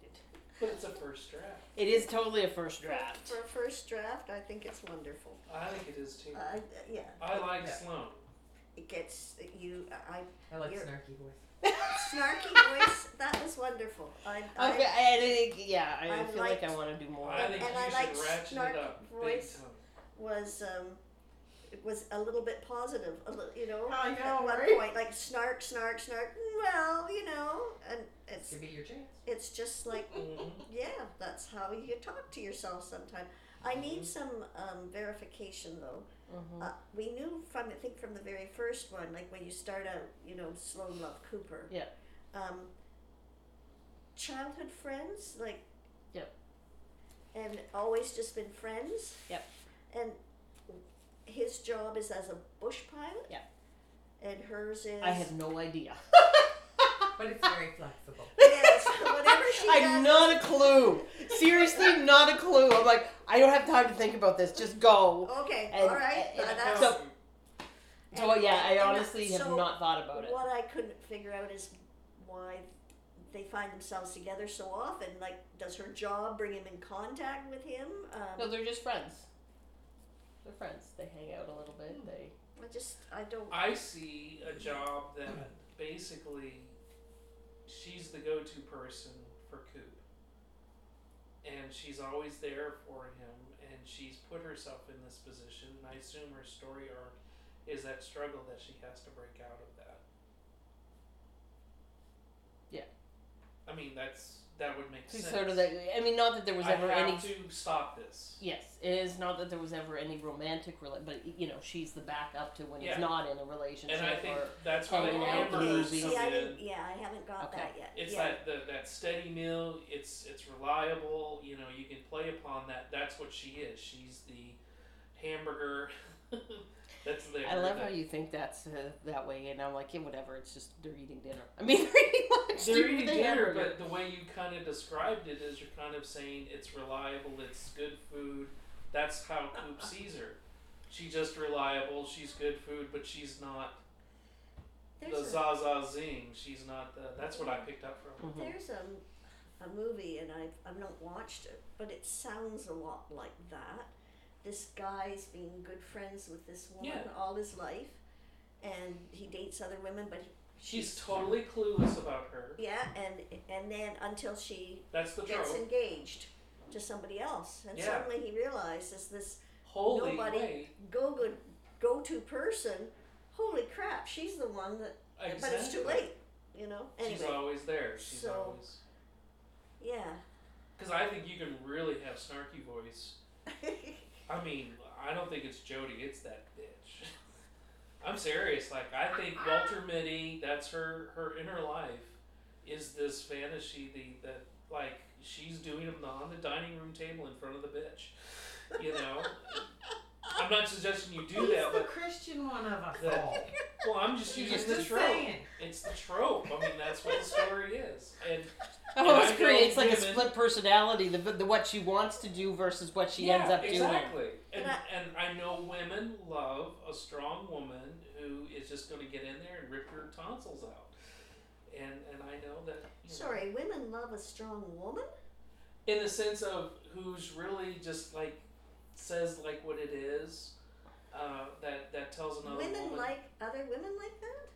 Speaker 1: but it's a first draft.
Speaker 5: It is totally a first draft.
Speaker 4: For a first draft, I think it's wonderful.
Speaker 1: I think it is too.
Speaker 4: I Uh, yeah,
Speaker 1: I like
Speaker 7: Yeah.
Speaker 1: Sloan.
Speaker 4: it gets you. I
Speaker 7: I like
Speaker 4: You're-
Speaker 7: snarky voice.
Speaker 4: snarky voice. That was wonderful. I, I
Speaker 5: (laughs) Okay, I, think yeah, I,
Speaker 4: I
Speaker 5: feel like I
Speaker 4: liked-
Speaker 5: want to do more.
Speaker 1: I think
Speaker 4: And
Speaker 1: you
Speaker 4: I
Speaker 1: should
Speaker 4: like
Speaker 1: ratchet
Speaker 4: snarky
Speaker 1: it up. big
Speaker 4: voice.
Speaker 1: time.
Speaker 4: was um, was a little bit positive, a little, you know,
Speaker 7: I
Speaker 4: at
Speaker 7: know,
Speaker 4: one
Speaker 7: right?
Speaker 4: point, like snark, snark, snark. Well, you know, and it's
Speaker 5: Could be your chance.
Speaker 4: it's just like
Speaker 7: Mhm.
Speaker 4: yeah, that's how you talk to yourself sometimes. I
Speaker 1: Mm-hmm.
Speaker 4: need some um, verification though.
Speaker 2: Mm-hmm.
Speaker 5: Uh-huh.
Speaker 4: Uh, we knew from I think from the very first one, like when you start out, you know, Sloan Love Cooper.
Speaker 5: Yeah.
Speaker 4: Um, childhood friends, like.
Speaker 5: Yep.
Speaker 4: And always just been friends.
Speaker 5: Yep.
Speaker 4: And his job is as a bush pilot.
Speaker 5: Yep.
Speaker 4: And hers is.
Speaker 5: I have no idea.
Speaker 7: (laughs) But it's very flexible.
Speaker 4: (laughs) Yes, whatever
Speaker 5: (laughs)
Speaker 4: she does.
Speaker 5: I'm not a clue. Seriously, not a clue. I'm like, I don't have time to think about this. Just go.
Speaker 4: Okay,
Speaker 5: And-
Speaker 4: all right.
Speaker 5: and-
Speaker 4: but
Speaker 5: and
Speaker 4: that's
Speaker 5: so- So yeah, I
Speaker 4: And- and
Speaker 5: honestly have
Speaker 4: so
Speaker 5: not thought about it.
Speaker 4: what I couldn't figure out is why they find themselves together so often. Like, does her job bring him in contact with him?
Speaker 5: No,
Speaker 4: Um,
Speaker 5: they're just friends. They're friends. They hang out a little bit. They
Speaker 4: I just, I don't.
Speaker 1: I see a job that basically she's the go to person for Coop. And she's always there for him, and she's put herself in this position. And I assume her story arc is that struggle that she has to break out of that.
Speaker 5: Yeah.
Speaker 1: I mean, that's that would make sense.
Speaker 5: sort of that. I mean, not that there was
Speaker 1: I
Speaker 5: ever
Speaker 1: have
Speaker 5: any.
Speaker 1: to stop this.
Speaker 5: Yes, it is not that there was ever any romantic rela- but you know, she's the backup to when
Speaker 1: Yeah.
Speaker 5: he's not in a relationship.
Speaker 1: And I think
Speaker 5: or,
Speaker 1: that's why
Speaker 5: hanging out
Speaker 1: Amber
Speaker 5: with
Speaker 4: okay,
Speaker 1: moves
Speaker 5: Lucy.
Speaker 4: see,
Speaker 1: come
Speaker 4: I
Speaker 1: in.
Speaker 4: didn't, yeah, I haven't got
Speaker 5: Okay.
Speaker 4: that yet.
Speaker 1: It's
Speaker 4: yeah.
Speaker 1: that the, that steady meal. It's it's reliable. You know, you can play upon that. That's what she is. She's the hamburger. (laughs) that's there.
Speaker 5: I love how you think that's uh, that way, and I'm like, yeah, whatever. It's just they're eating dinner. I mean, (laughs) they're eating lunch.
Speaker 1: They're
Speaker 5: they're
Speaker 1: eating
Speaker 5: the
Speaker 1: dinner,
Speaker 5: hamburger.
Speaker 1: but the way you kind of described it is you're kind of saying it's reliable. It's good food. That's how Coop sees her. She's just reliable. She's good food, but she's not the
Speaker 4: There's a,
Speaker 1: Zaza Zing. She's not the. That's what I picked up from. it.
Speaker 5: Mhm.
Speaker 4: there's a, a movie, and I've, I've not watched it, but it sounds a lot like that. This guy's been good friends with this woman
Speaker 1: Yeah.
Speaker 4: all his life, and he dates other women, but
Speaker 1: She's totally clueless about her.
Speaker 4: he, yeah, and and then until she
Speaker 1: That's the trope.
Speaker 4: gets engaged to somebody else, and
Speaker 1: Yeah.
Speaker 4: suddenly he realizes this
Speaker 1: Holy
Speaker 4: Nobody-
Speaker 1: wait.
Speaker 4: go good go to person. Holy crap, she's the one that.
Speaker 1: Exactly.
Speaker 4: But it's too late, you know. Anyway,
Speaker 1: She's always there. She's
Speaker 4: So-
Speaker 1: always.
Speaker 4: yeah. (laughs)
Speaker 1: Because I think you can really have snarky voice. I mean, I don't think it's Jody. It's that bitch. (laughs) I'm serious. Like I think
Speaker 4: Ah.
Speaker 1: Walter Mitty. That's her. Her inner life is this fantasy the, that like she's doing them on the dining room table in front of the bitch. You know.
Speaker 4: (laughs)
Speaker 1: I'm not suggesting you do
Speaker 7: He's
Speaker 1: that,
Speaker 7: the
Speaker 1: but
Speaker 7: Christian one of us
Speaker 1: The-
Speaker 7: all.
Speaker 1: well, I'm just using
Speaker 7: Just
Speaker 1: the
Speaker 7: just
Speaker 1: trope.
Speaker 7: saying.
Speaker 1: It's the trope. I mean, that's what the story is, and
Speaker 5: Oh,
Speaker 1: And I
Speaker 5: it
Speaker 1: know
Speaker 5: creates like a
Speaker 1: women-
Speaker 5: split personality. The, the what she wants to do versus what she
Speaker 1: yeah,
Speaker 5: ends up doing.
Speaker 1: exactly. And,
Speaker 4: And I-
Speaker 1: and I know women love a strong woman who is just going to get in there and rip your tonsils out. And and I know that. you know,
Speaker 4: Sorry, women love a strong woman.
Speaker 1: in the sense of who's really just like says like what it is. Uh, that that tells another
Speaker 4: women
Speaker 1: woman.
Speaker 4: like other women like that.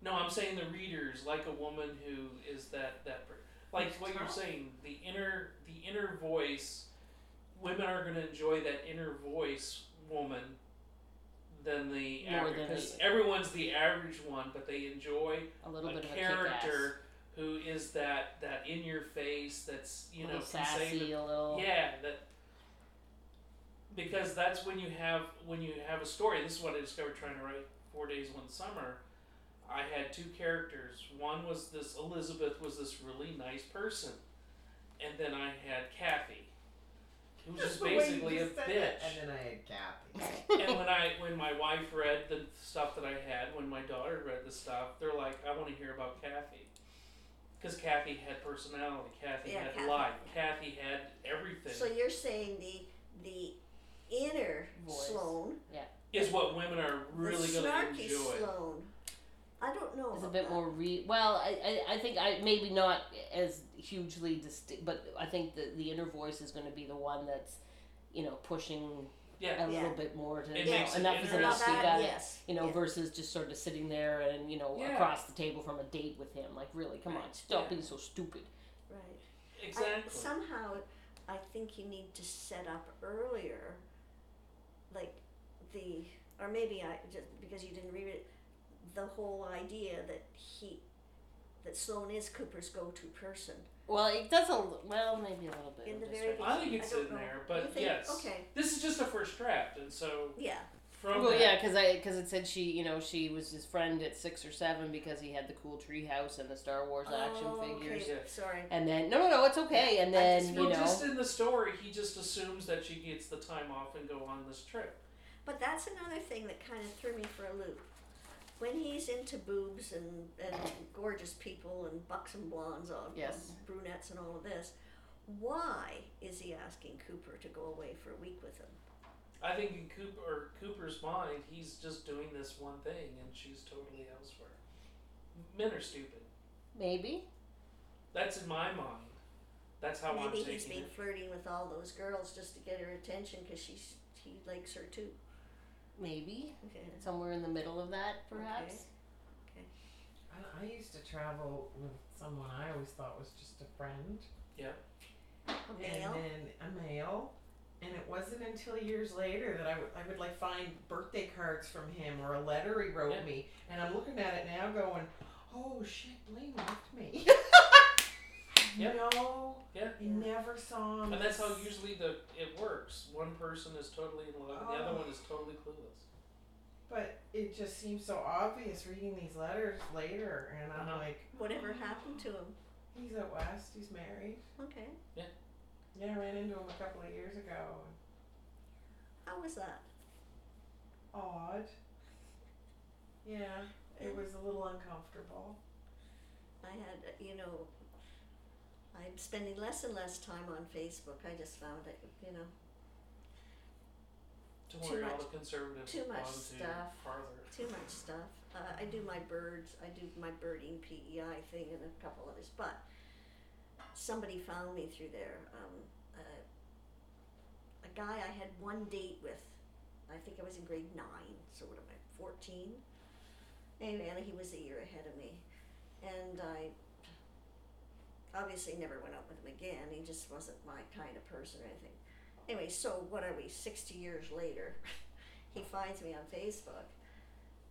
Speaker 1: no, I'm saying the readers like a woman who is that that per- like what you're saying. The inner the inner voice. Women are going to enjoy that inner voice woman than the
Speaker 5: More
Speaker 1: average.
Speaker 5: than
Speaker 1: Because everyone's the average one, but they enjoy
Speaker 5: A
Speaker 1: a,
Speaker 5: little bit of a kick-ass.
Speaker 1: character who is that that in your face. That's you
Speaker 5: a
Speaker 1: know
Speaker 5: little
Speaker 1: can save the
Speaker 5: sassy, a little. (laughs)
Speaker 1: yeah, that because that's when you have when you have a story. This is what I discovered trying to write Four Days One Summer. I had two characters. One was this Elizabeth was this really nice person, and then I had Kathy,
Speaker 7: (laughs)
Speaker 1: who was just
Speaker 7: The way you
Speaker 1: basically a
Speaker 7: just said that.
Speaker 1: bitch.
Speaker 7: And then I had Kathy.
Speaker 1: and when I when my wife read the stuff that I had, when my daughter read the stuff, they're like, I want to hear about Kathy. Because Kathy had personality, Kathy
Speaker 4: Yeah,
Speaker 1: had
Speaker 4: Kathy.
Speaker 1: life, Kathy had everything.
Speaker 4: So you're saying the the inner
Speaker 5: Voice.
Speaker 4: Sloan,
Speaker 1: is what women are really
Speaker 4: the
Speaker 1: going to
Speaker 4: snarky
Speaker 1: enjoy.
Speaker 4: Sloan. I don't know.
Speaker 5: It's a
Speaker 4: about
Speaker 5: bit
Speaker 4: that.
Speaker 5: more re. Well, I, I, I think I maybe not as hugely distinct, but I think the the inner voice is going to be the one that's, you know, pushing a
Speaker 1: Yeah,
Speaker 5: little
Speaker 4: Yeah.
Speaker 5: bit more to
Speaker 1: It
Speaker 5: you know,
Speaker 1: makes it
Speaker 5: enough is
Speaker 1: interesting.
Speaker 4: Now
Speaker 5: enough. You
Speaker 4: that,
Speaker 5: got it.
Speaker 4: yes.
Speaker 5: You know,
Speaker 4: yeah.
Speaker 5: versus just sort of sitting there and you know
Speaker 1: Yeah.
Speaker 5: across the table from a date with him. Like, really, come on,
Speaker 4: Right.
Speaker 5: stop
Speaker 1: Yeah.
Speaker 5: being so stupid.
Speaker 4: right. I-
Speaker 1: exactly.
Speaker 4: somehow, I think you need to set up earlier, like the or maybe I just because you didn't read it, the whole idea that he, that Sloan is Cooper's go-to person.
Speaker 5: Well, it does a l- well, maybe a little bit.
Speaker 4: In
Speaker 5: of
Speaker 4: the
Speaker 5: this
Speaker 4: very
Speaker 5: right.
Speaker 1: I think it's
Speaker 4: I don't
Speaker 1: in
Speaker 4: know.
Speaker 1: there,
Speaker 4: You
Speaker 1: but
Speaker 4: think-
Speaker 1: yes,
Speaker 4: Okay.
Speaker 1: this is just a first draft, and so
Speaker 4: Yeah.
Speaker 1: from
Speaker 5: well,
Speaker 1: that,
Speaker 5: yeah, because I because it said she, you know, she was his friend at six or seven because he had the cool treehouse and the Star Wars action
Speaker 4: Oh,
Speaker 5: figures,
Speaker 4: Okay. Sorry.
Speaker 5: and then no, no, no, it's okay, and
Speaker 4: I
Speaker 5: then
Speaker 4: just-
Speaker 5: you
Speaker 1: well,
Speaker 5: know,
Speaker 1: just in the story, he just assumes that she gets the time off and go on this trip.
Speaker 4: But that's another thing that kind of threw me for a loop. When he's into boobs and, and gorgeous people and buxom blondes, all
Speaker 5: Yes.
Speaker 4: brunettes and all of this, why is he asking Cooper to go away for a week with him?
Speaker 1: I think in Cooper Cooper's mind, he's just doing this one thing, and she's totally elsewhere. Men are stupid.
Speaker 5: maybe
Speaker 1: That's in my mind. That's how I'm
Speaker 4: Maybe
Speaker 1: taking
Speaker 4: he's been
Speaker 1: it.
Speaker 4: flirting with all those girls just to get her attention because she's he likes her too.
Speaker 5: maybe
Speaker 4: Okay.
Speaker 5: somewhere in the middle of that, perhaps.
Speaker 4: Okay.
Speaker 2: I, I used to travel with someone I always thought was just a friend,
Speaker 4: A
Speaker 2: and
Speaker 4: male.
Speaker 2: then a male. And it wasn't until years later that I would I would like find birthday cards from him or a letter he wrote
Speaker 1: Yeah.
Speaker 2: me, and I'm looking at it now going, oh shit, Blaine left me. (laughs)
Speaker 1: Yeah.
Speaker 2: No,
Speaker 1: Yeah.
Speaker 2: you never saw him.
Speaker 1: And that's how usually the it works. One person is totally in love, the
Speaker 4: Oh.
Speaker 1: other one is totally clueless.
Speaker 2: But it just seems so obvious reading these letters later, and I'm
Speaker 1: Uh-huh.
Speaker 2: like,
Speaker 4: Whatever happened to him?
Speaker 2: he's at West, he's married.
Speaker 4: Okay.
Speaker 2: Yeah, I ran into him a couple of years ago.
Speaker 4: How was that?
Speaker 2: Odd. Yeah, it was a little uncomfortable.
Speaker 4: I had, uh, you know, I'm spending less and less time on Facebook. I just found it, you know,
Speaker 1: Don't
Speaker 4: Too
Speaker 1: worry, all
Speaker 4: much-
Speaker 1: the conservatives
Speaker 4: too
Speaker 1: have
Speaker 4: much
Speaker 1: gone
Speaker 4: stuff.
Speaker 1: to farther.
Speaker 4: too much stuff. Uh, I do my birds, I do my birding PEI thing and a couple others, but somebody found me through there. Um, uh, a guy I had one date with. I think I was in grade nine, so what am I, 14? Anyway, and he was a year ahead of me. And I obviously never went out with him again. He just wasn't my kind of person or anything. Anyway, so what are we, 60 years later? (laughs) he finds me on Facebook.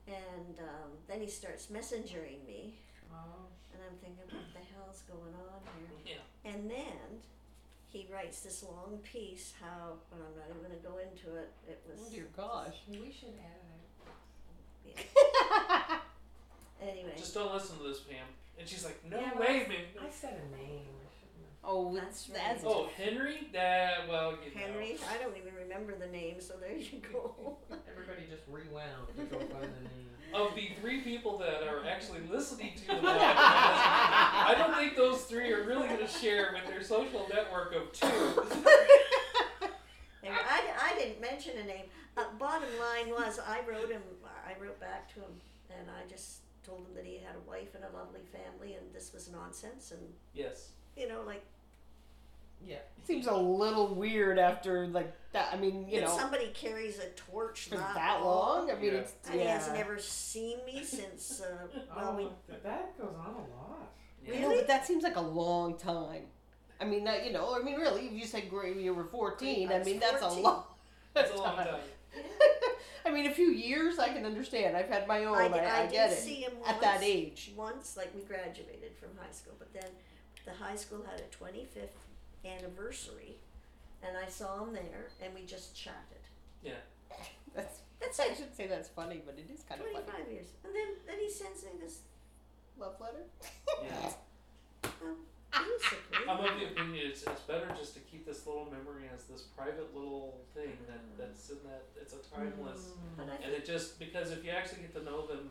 Speaker 4: And um, then he starts messengering me,
Speaker 2: Oh.
Speaker 4: and I'm thinking, what the hell's going on here?
Speaker 1: Yeah.
Speaker 4: And then he writes this long piece how, well, I'm not even going to go into it. It was
Speaker 5: Oh dear gosh.
Speaker 2: We should add
Speaker 4: anyway.
Speaker 1: Just don't listen to this, Pam. And she's like, No
Speaker 2: Yeah, but
Speaker 1: way,
Speaker 4: (laughs)
Speaker 2: it.
Speaker 1: man.
Speaker 2: I said a name. I shouldn't have.
Speaker 5: (laughs) Oh,
Speaker 4: That's really-
Speaker 5: that's that's
Speaker 1: Oh, Henry? That well you know.
Speaker 4: Henry, I don't even remember the name, so there you
Speaker 5: (laughs)
Speaker 4: go.
Speaker 2: Everybody just rewound to go find the (laughs) name.
Speaker 1: Of the three people that are
Speaker 4: (laughs)
Speaker 1: actually listening to the podcast, I don't think those three are really gonna share with their social network of two. (laughs)
Speaker 4: Anyway, I, I didn't mention a name. Uh, bottom line was, I wrote him, I wrote back to him, and I just told him that he had a wife and a lovely family, and this was nonsense, and,
Speaker 1: Yes.
Speaker 4: you know, like,
Speaker 5: seems a little weird after like that. I mean, you
Speaker 4: that
Speaker 5: know,
Speaker 4: somebody carries a torch
Speaker 5: for (laughs) that long. I mean,
Speaker 1: Yeah.
Speaker 5: it's
Speaker 4: And he has
Speaker 5: yeah.
Speaker 4: never seen me since.
Speaker 5: (laughs)
Speaker 4: Uh,
Speaker 2: (laughs)
Speaker 4: well, we,
Speaker 2: Oh, th- that goes on a lot.
Speaker 5: I
Speaker 1: Yeah.
Speaker 5: know, but that seems like a long time. I mean, that you know, I mean, really, if you said grade you were fourteen,
Speaker 4: I
Speaker 5: I
Speaker 4: was
Speaker 5: mean, that's a
Speaker 4: 14.
Speaker 5: long.
Speaker 1: That's a long time.
Speaker 5: (laughs)
Speaker 4: (laughs)
Speaker 5: I mean, a few years I can understand. I've had my own.
Speaker 4: I,
Speaker 5: I,
Speaker 4: did- I,
Speaker 5: I,
Speaker 4: did
Speaker 5: get it
Speaker 4: see him once,
Speaker 5: at that age.
Speaker 4: Once, like we graduated from high school, but then the high school had a 25th anniversary, and I saw him there, and we just chatted.
Speaker 5: That's (laughs)
Speaker 4: That's
Speaker 5: I
Speaker 4: it.
Speaker 5: should say that's funny, but it is kind of
Speaker 4: 25
Speaker 5: funny.
Speaker 4: years. And then, then he sends me
Speaker 5: (laughs)
Speaker 4: this.
Speaker 5: Love letter.
Speaker 1: Yeah.
Speaker 4: Basically,
Speaker 1: I'm of the opinion it's, it's better just to keep this little memory as this private little thing that, that's in that it's a timeless
Speaker 2: Mm.
Speaker 4: but I
Speaker 1: and
Speaker 4: think
Speaker 1: it just because if you actually get to know them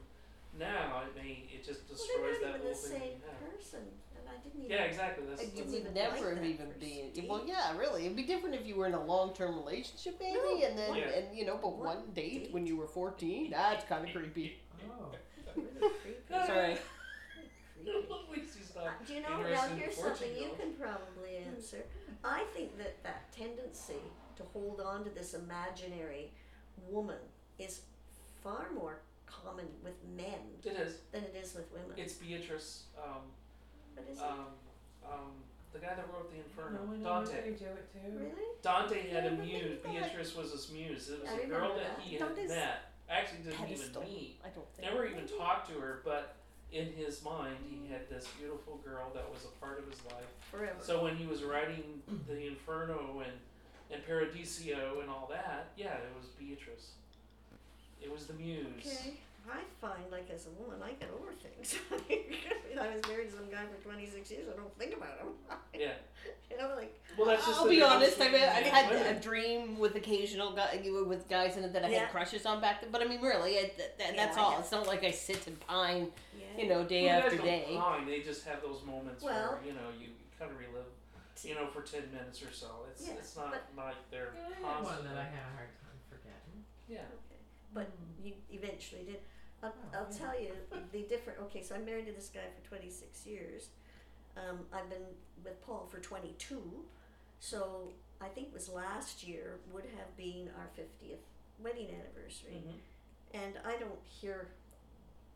Speaker 1: now it may it just
Speaker 4: well,
Speaker 1: destroys that
Speaker 4: they're
Speaker 1: whole
Speaker 4: not even the
Speaker 1: thing.
Speaker 4: same
Speaker 1: Yeah.
Speaker 4: person, and I didn't even.
Speaker 1: yeah, exactly. That's,
Speaker 4: I
Speaker 5: You
Speaker 1: that's (laughs)
Speaker 4: didn't
Speaker 5: would
Speaker 4: even
Speaker 5: never
Speaker 4: like
Speaker 5: have
Speaker 4: that
Speaker 5: even
Speaker 4: first
Speaker 5: be
Speaker 4: date.
Speaker 5: well, yeah, really. It'd be different if you were in a long-term relationship, maybe,
Speaker 4: No,
Speaker 5: and then
Speaker 1: one
Speaker 5: and you know, but one,
Speaker 4: one date.
Speaker 5: date, when you were fourteen, that's kind
Speaker 4: (laughs)
Speaker 5: of creepy.
Speaker 2: Oh.
Speaker 4: Really
Speaker 5: (laughs)
Speaker 4: creepy.
Speaker 5: Sorry.
Speaker 4: creepy.
Speaker 1: At least he's
Speaker 4: Uh, (laughs)
Speaker 1: not-
Speaker 4: Do you know, now
Speaker 1: interested in
Speaker 4: here's something you
Speaker 1: Portugal.
Speaker 4: can probably answer. I think that that tendency to hold on to this imaginary woman is far more common with men
Speaker 1: It is.
Speaker 4: than it is with women.
Speaker 1: It's Beatrice. Um,
Speaker 4: But is it
Speaker 1: um, um, the guy that wrote the Inferno,
Speaker 2: No one knows how
Speaker 1: Dante.
Speaker 2: you do it too.
Speaker 4: really?
Speaker 1: Dante had
Speaker 5: Yeah,
Speaker 1: a
Speaker 5: but they
Speaker 1: muse.
Speaker 5: thought-
Speaker 1: Beatrice was his muse. It was
Speaker 4: I
Speaker 1: a girl
Speaker 4: remember
Speaker 1: that
Speaker 4: that.
Speaker 1: he had
Speaker 5: Dante's-
Speaker 1: met actually didn't
Speaker 5: Pedestal.
Speaker 1: even meet.
Speaker 5: I don't think.
Speaker 1: Never even talked to her, but in his mind, he had this beautiful girl that was a part of his life.
Speaker 4: forever.
Speaker 1: So when he was writing the Inferno and and Paradiso and all that, yeah, it was Beatrice. It was the muse.
Speaker 4: Okay. I find, like, as a woman, I get over things. (laughs) I was married to some guy for 26 years. I don't think about him. (laughs)
Speaker 1: Yeah.
Speaker 4: you know, like,
Speaker 1: Well, that's just
Speaker 5: I'll
Speaker 1: the
Speaker 5: be
Speaker 1: difference
Speaker 5: honest. I've,
Speaker 1: between men
Speaker 5: I've
Speaker 1: and
Speaker 5: had
Speaker 1: women.
Speaker 5: a dream with occasional guy, with guys in it that I
Speaker 4: Yeah.
Speaker 5: had crushes on back then. But I mean, really, I, th- th- that's
Speaker 4: I
Speaker 5: all.
Speaker 4: have-
Speaker 5: It's not like I sit and pine,
Speaker 4: yeah.
Speaker 5: you know, day
Speaker 1: Well, you
Speaker 5: after
Speaker 1: guys don't
Speaker 5: day.
Speaker 1: pine, They just have those moments
Speaker 4: Well-
Speaker 1: where you know you kind of relive, you know, for ten minutes or so. It's
Speaker 4: Yeah,
Speaker 1: it's not like they're
Speaker 2: Yeah, I had one
Speaker 1: constant.
Speaker 2: that I had a hard time forgetting.
Speaker 1: Yeah.
Speaker 4: Okay. But you eventually did. I'll,
Speaker 2: Oh,
Speaker 4: I'll
Speaker 2: yeah.
Speaker 4: tell you the different. Okay, so I'm married to this guy for 26 years. Um, I've been with Paul for 22. So I think it was last year would have been our 50th wedding anniversary.
Speaker 1: Mhm.
Speaker 4: And I don't hear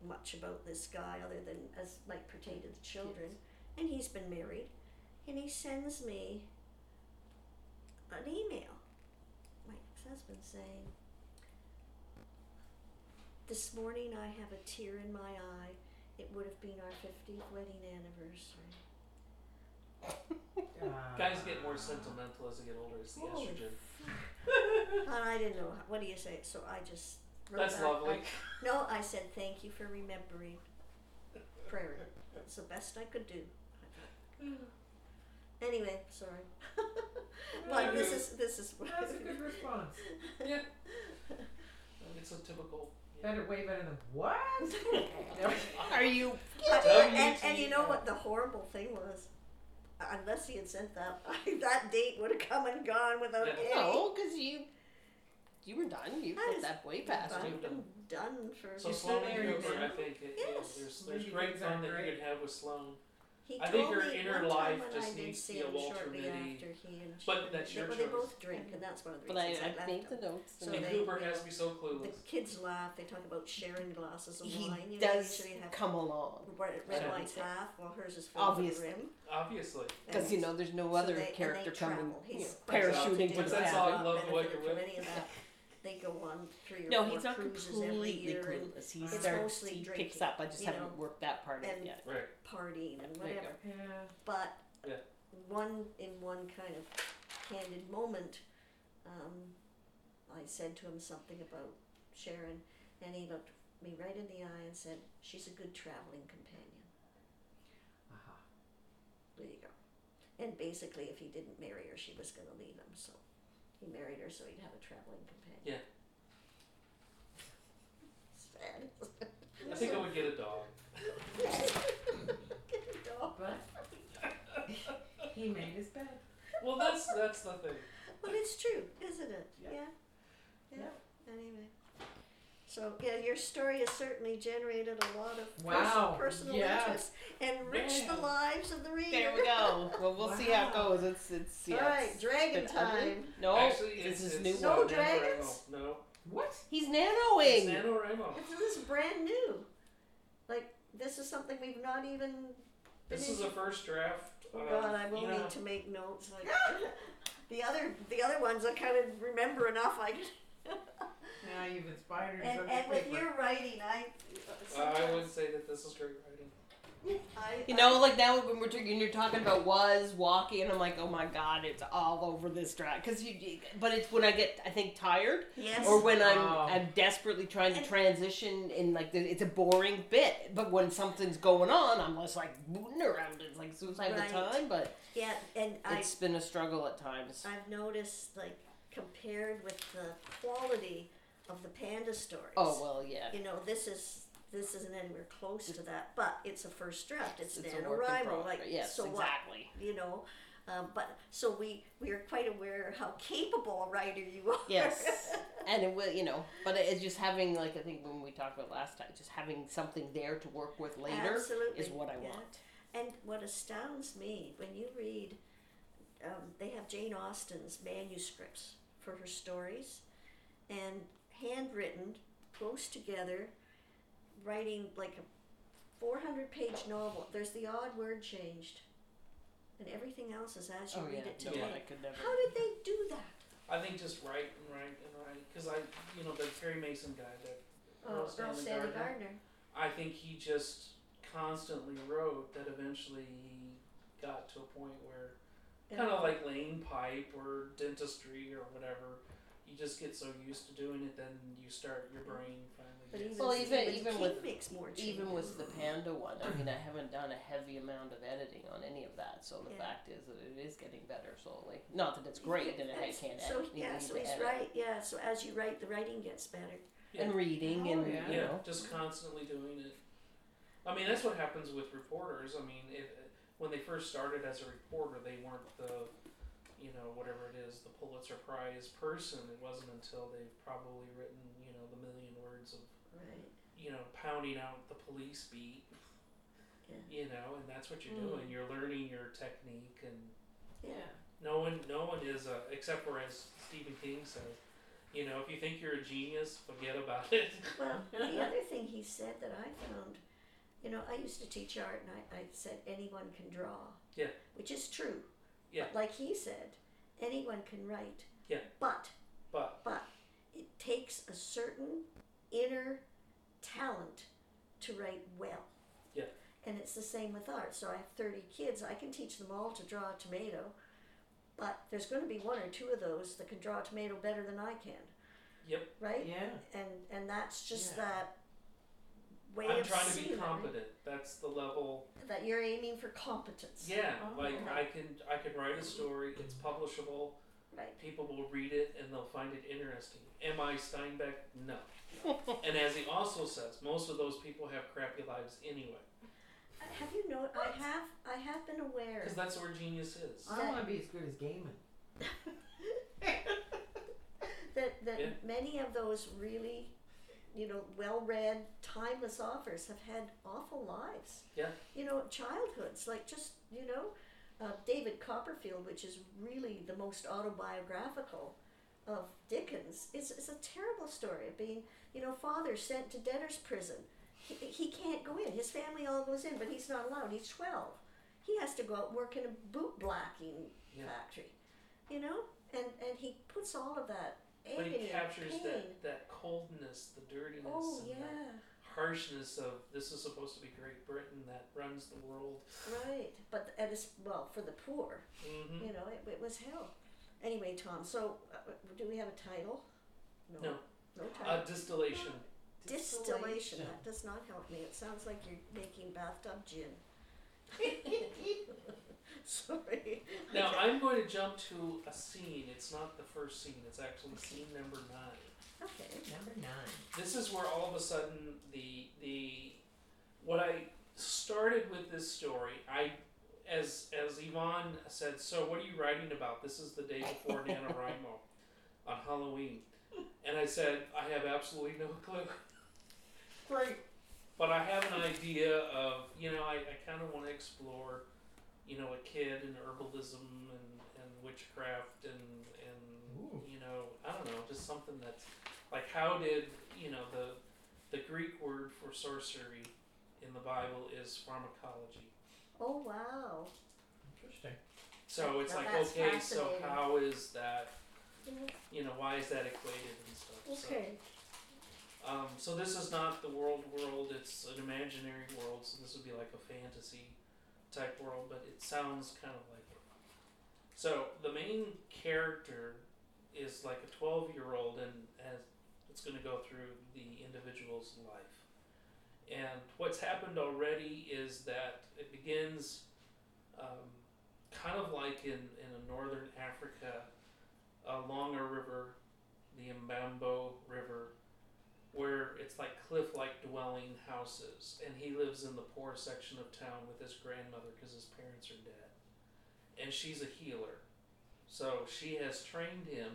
Speaker 4: much about this guy other than as might pertain to the children. And he's been married. And he sends me an email, my ex husband saying, This morning I have a tear in my eye. It would have been our 50th wedding anniversary.
Speaker 2: Mm-hmm.
Speaker 1: Guys get more
Speaker 2: (laughs)
Speaker 1: sentimental as they get older. It's the
Speaker 4: Holy
Speaker 1: estrogen.
Speaker 4: And I didn't know, how- what do you say? So I just wrote
Speaker 1: That's
Speaker 4: back,
Speaker 1: lovely.
Speaker 4: like, no, I said, Thank you for remembering. Prayer. That's the best I could do. Anyway, sorry. (laughs)
Speaker 2: No,
Speaker 4: but this
Speaker 2: (laughs)
Speaker 1: you-
Speaker 4: is this is what
Speaker 2: That's a
Speaker 4: (laughs)
Speaker 2: good response.
Speaker 1: Yeah. It's a typical. Yeah.
Speaker 2: Better, way better than what?
Speaker 5: (laughs)
Speaker 2: (laughs)
Speaker 5: Are you?
Speaker 4: I-
Speaker 1: W
Speaker 4: and,
Speaker 1: T
Speaker 4: and you
Speaker 1: F.
Speaker 4: know what the horrible thing was? Unless he had sent that, (laughs) that date would have come and gone without
Speaker 1: Yeah.
Speaker 4: any.
Speaker 5: (laughs) No, because you, you were done. You
Speaker 4: That
Speaker 5: put
Speaker 4: is
Speaker 5: that way past
Speaker 1: fine.
Speaker 5: you.
Speaker 4: I've been done for.
Speaker 1: So
Speaker 2: You still
Speaker 1: Sloan
Speaker 2: married
Speaker 1: and Cooper, I
Speaker 2: him?
Speaker 1: think it,
Speaker 4: Yes.
Speaker 1: yeah, there's
Speaker 2: What
Speaker 1: there's
Speaker 2: did you
Speaker 1: great
Speaker 2: think that
Speaker 1: fun that you
Speaker 2: great?
Speaker 1: could have with Sloan.
Speaker 4: he
Speaker 1: I
Speaker 4: told
Speaker 1: think your
Speaker 4: me
Speaker 1: inner
Speaker 4: one
Speaker 1: life
Speaker 4: time when
Speaker 1: just
Speaker 4: I did
Speaker 1: needs to
Speaker 4: see
Speaker 1: be a
Speaker 4: him
Speaker 1: Walter
Speaker 4: shortly
Speaker 1: Mitty.
Speaker 4: after he and she.
Speaker 1: But that's your
Speaker 4: they, Well, they
Speaker 1: choice.
Speaker 4: both drink, and that's one of the
Speaker 5: But I,
Speaker 4: reasons I,
Speaker 5: I
Speaker 4: left
Speaker 5: made the
Speaker 4: him.
Speaker 5: notes.
Speaker 4: So
Speaker 1: and
Speaker 4: they-
Speaker 1: Cooper has to be so
Speaker 4: The
Speaker 1: clueless.
Speaker 4: kids laugh. They talk about sharing glasses of
Speaker 5: he
Speaker 4: wine. You
Speaker 5: does
Speaker 4: know, usually have
Speaker 5: come along
Speaker 4: red,
Speaker 1: I
Speaker 4: red
Speaker 1: don't
Speaker 4: wine's
Speaker 5: think-
Speaker 4: half, while hers is full to the
Speaker 5: Obviously.
Speaker 4: rim.
Speaker 1: Obviously.
Speaker 5: because you know there's no
Speaker 4: So
Speaker 5: other
Speaker 4: they- and they
Speaker 5: character coming
Speaker 4: travel.
Speaker 5: you know,
Speaker 4: He's-
Speaker 5: parachuting to
Speaker 1: What's
Speaker 5: the
Speaker 1: that
Speaker 5: cabin.
Speaker 1: song, Love the Way You're
Speaker 4: Benefited from
Speaker 1: With?
Speaker 4: any of
Speaker 5: (laughs)
Speaker 4: that. They go on three or
Speaker 5: No,
Speaker 4: four
Speaker 5: he's not
Speaker 4: cruises every
Speaker 5: completely
Speaker 4: year and
Speaker 5: clueless. He
Speaker 2: it's
Speaker 5: starts.
Speaker 4: mostly
Speaker 5: He picks
Speaker 4: drinking,
Speaker 5: up. I just
Speaker 4: you
Speaker 5: haven't
Speaker 4: know,
Speaker 5: worked that part of it
Speaker 4: and-
Speaker 5: yet.
Speaker 1: Right.
Speaker 4: partying and
Speaker 5: There you go.
Speaker 4: whatever.
Speaker 2: Yeah.
Speaker 4: But
Speaker 1: Yeah.
Speaker 4: one in one kind of candid moment, um, I said to him something about Sharon, and he looked me right in the eye and said, "She's a good traveling companion."
Speaker 2: Uh-huh.
Speaker 4: There you go. And basically, if he didn't marry her, she was going to leave him. So he married her so he'd have a traveling companion.
Speaker 1: Yeah.
Speaker 4: It's bad.
Speaker 1: I think I would get a dog.
Speaker 2: But he made his bed.
Speaker 1: Well, that's that's the thing.
Speaker 4: But it's true, isn't it?
Speaker 1: Yeah.
Speaker 4: Yeah.
Speaker 2: Yeah.
Speaker 4: Anyway. So yeah, your story has certainly generated a lot of
Speaker 2: Wow.
Speaker 4: personal, personal
Speaker 2: Yeah.
Speaker 4: interest, enriched
Speaker 1: Yeah.
Speaker 4: the lives of the reader.
Speaker 5: There we go. Well, we'll see how it
Speaker 2: Wow.
Speaker 5: goes. It's it's yeah.
Speaker 4: All right,
Speaker 5: it's
Speaker 4: dragon
Speaker 5: been ugly.
Speaker 4: time.
Speaker 5: No,
Speaker 1: Actually,
Speaker 5: this
Speaker 1: it's,
Speaker 5: is
Speaker 1: it's
Speaker 5: new.
Speaker 4: No
Speaker 1: uh,
Speaker 5: one.
Speaker 4: dragons?
Speaker 1: NaNoWriMo. No.
Speaker 2: What?
Speaker 5: He's
Speaker 1: It's
Speaker 5: nanoing.
Speaker 1: NaNoWriMo.
Speaker 4: It's- This is brand new. Like this is something we've not even.
Speaker 1: This
Speaker 4: been
Speaker 1: is a first draft.
Speaker 4: Oh
Speaker 1: uh,
Speaker 4: God, I will
Speaker 1: you know,
Speaker 4: need to make notes.
Speaker 1: (laughs)
Speaker 4: Like the other, the other ones, I kind of remember enough. I can.
Speaker 2: Now you've inspired
Speaker 4: and,
Speaker 2: some
Speaker 4: and with
Speaker 2: paper.
Speaker 4: your writing,
Speaker 1: I
Speaker 4: I. sometimes
Speaker 1: would say that this is great writing.
Speaker 4: I-
Speaker 5: You
Speaker 4: I-
Speaker 5: know, like now when we're talking, you're talking about was walking. I'm like, oh my god, it's all over this drag. Because you, you- but it's when I get, I think, tired,
Speaker 4: Yes.
Speaker 5: or when I'm,
Speaker 2: Oh.
Speaker 5: I'm desperately trying to
Speaker 4: And-
Speaker 5: transition, and like the, it's a boring bit. But when something's going on, I'm just like booting around. It's like suicide
Speaker 4: Right.
Speaker 5: at the time, but
Speaker 4: yeah, and I,
Speaker 5: it's been a struggle at times.
Speaker 4: I've noticed like compared with the quality of the panda stories.
Speaker 5: oh well, yeah.
Speaker 4: You know, this is this isn't anywhere close to that, but it's a first draft. It's,
Speaker 5: It's a work in
Speaker 4: NaNoWriMo.
Speaker 5: progress.
Speaker 4: Like
Speaker 5: Yes,
Speaker 4: so what?
Speaker 5: exactly.
Speaker 4: you know. Um, but so we we are quite aware how capable a writer you are. (laughs)
Speaker 5: Yes. and it will, you know, but it- it's just having, like, I think when we talked about last time, just having something there to work with later
Speaker 4: Absolutely.
Speaker 5: is what I
Speaker 4: yeah.
Speaker 5: want.
Speaker 4: and what astounds me when you read, um, they have Jane Austen's manuscripts for her stories, and handwritten, close together, writing like a 400 page novel. There's the odd word changed, and everything else is as you
Speaker 5: Oh,
Speaker 4: read it
Speaker 5: yeah.
Speaker 4: today.
Speaker 5: No, I could never.
Speaker 4: How did they do that?
Speaker 1: I think just right and right and right because I you know the Perry Mason guy that
Speaker 4: Oh,
Speaker 1: Earl
Speaker 4: Earl
Speaker 1: Stanley
Speaker 4: Stanley
Speaker 1: Gardner.
Speaker 4: Gardner.
Speaker 1: I think he just constantly wrote that eventually he got to a point where kind of like laying pipe or dentistry or whatever. You just get so used to doing it, then you start your brain finally.
Speaker 4: But
Speaker 1: gets-
Speaker 4: even,
Speaker 8: Well, even-
Speaker 4: Stephen
Speaker 8: even
Speaker 4: King
Speaker 8: with-
Speaker 4: makes more
Speaker 8: Even
Speaker 4: changes.
Speaker 8: with the panda one, I mean, I haven't done a heavy amount of editing on any of that, so the
Speaker 4: Yeah.
Speaker 8: fact is that it is getting better slowly. Not that it's great and I
Speaker 4: That's-
Speaker 8: can't
Speaker 4: So
Speaker 8: edit. you
Speaker 4: yeah,
Speaker 8: need
Speaker 4: so
Speaker 8: to
Speaker 4: he's
Speaker 8: edit.
Speaker 4: right. Yeah, so as you write, the writing gets better.
Speaker 8: And reading and,
Speaker 7: Oh, yeah.
Speaker 8: you
Speaker 1: yeah,
Speaker 8: know.
Speaker 1: just constantly doing it. I mean, that's what happens with reporters. I mean, it, when they first started as a reporter, they weren't the, you know, whatever it is, the Pulitzer Prize person. It wasn't until they've probably written, you know, the million words of,
Speaker 4: Right.
Speaker 1: you know, pounding out the police beat.
Speaker 4: Yeah.
Speaker 1: You know, and that's what you're
Speaker 7: Mm.
Speaker 1: doing. You're learning your technique, and
Speaker 4: Yeah.
Speaker 1: no one, no one is, uh, except for as Stephen King says, you know, if you think you're a genius, forget about
Speaker 4: (laughs)
Speaker 1: it. (laughs)
Speaker 4: Well, the other thing he said that I found, you know, I used to teach art, and I, I said anyone can draw.
Speaker 1: Yeah.
Speaker 4: Which is true.
Speaker 1: Yeah.
Speaker 4: But like he said, anyone can write.
Speaker 1: Yeah.
Speaker 4: But
Speaker 1: But
Speaker 4: it takes a certain inner talent to write well.
Speaker 1: Yeah.
Speaker 4: And it's the same with art. So I have 30 kids. I can teach them all to draw a tomato, but there's going to be one or two of those that can draw a tomato better than I can.
Speaker 1: Yep.
Speaker 4: Right?
Speaker 7: Yeah.
Speaker 4: And and that's just
Speaker 7: Yeah.
Speaker 4: that way
Speaker 1: I'm
Speaker 4: of
Speaker 1: trying to
Speaker 4: seeing
Speaker 1: be
Speaker 4: it, right?
Speaker 1: competent. That's the level.
Speaker 4: that you're aiming for competence.
Speaker 1: Yeah,
Speaker 7: Oh.
Speaker 1: like I can I can write a story. It's publishable.
Speaker 4: Right.
Speaker 1: People will read it and they'll find it interesting. Am I Steinbeck? No.
Speaker 7: (laughs)
Speaker 1: and as he also says, most of those people have crappy lives anyway,
Speaker 4: Have you know I have I have been aware
Speaker 1: because that's where genius is.
Speaker 7: I want to be as good as Gaiman.
Speaker 4: that that
Speaker 1: Yeah.
Speaker 4: many of those really you know well-read timeless authors have had awful lives
Speaker 1: Yeah.
Speaker 4: you know childhoods like just you know uh, david copperfield which is really the most autobiographical of dickens is, is a terrible story of being you know father sent to debtor's prison he, he can't go in his family all goes in but he's not allowed he's 12 he has to go out work in a boot blacking
Speaker 1: Yeah.
Speaker 4: factory you know and and he puts all of that
Speaker 1: But
Speaker 4: agony
Speaker 1: he
Speaker 4: and
Speaker 1: captures
Speaker 4: pain
Speaker 1: that that coldness, the dirtiness,
Speaker 4: oh
Speaker 1: and that
Speaker 4: yeah
Speaker 1: harshness of this is supposed to be Great Britain that runs the world.
Speaker 4: right but and it's well for the poor
Speaker 1: hmm
Speaker 4: you know it, it was hell anyway tom so uh, do we have a title no
Speaker 1: No.
Speaker 4: no title
Speaker 1: Uh, distillation.
Speaker 4: (laughs) distillation that does not help me it sounds like you're making bathtub
Speaker 1: (laughs)
Speaker 4: gin (laughs) sorry
Speaker 1: Now I'm going to jump to a scene. It's not the first scene. It's actually scene number nine.
Speaker 4: okay
Speaker 7: Number nine.
Speaker 1: this is where all of a sudden the the what I started with this story, I as as Yvonne said, so what are you writing about? This is the day before NaNoWriMo on Halloween. And I said, I have absolutely no clue.
Speaker 7: Great.
Speaker 1: But I have an idea of, you know, I, I kind of want to explore, you know, a kid and herbalism and, and witchcraft and, and
Speaker 7: Ooh.
Speaker 1: you know, I don't know, just something that's like how did, you know, the, the Greek word for sorcery in the Bible is pharmacology.
Speaker 4: oh wow
Speaker 7: Interesting.
Speaker 1: So it's
Speaker 4: Now
Speaker 1: like,
Speaker 4: that's
Speaker 1: okay, so
Speaker 4: fascinating.
Speaker 1: how is that, you know, why is that equated and stuff? So-
Speaker 4: okay
Speaker 1: Um, so this is not the world world, it's an imaginary world, so this would be like a fantasy type world, but it sounds kind of like it. So the main character is like a 12 year old and has, it's going to go through the individual's life. And what's happened already is that it begins um, kind of like in, in a northern Africa along a river, the Mbambo River where it's like cliff like dwelling houses and he lives in the poor section of town with his grandmother because his parents are dead and she's a healer so she has trained him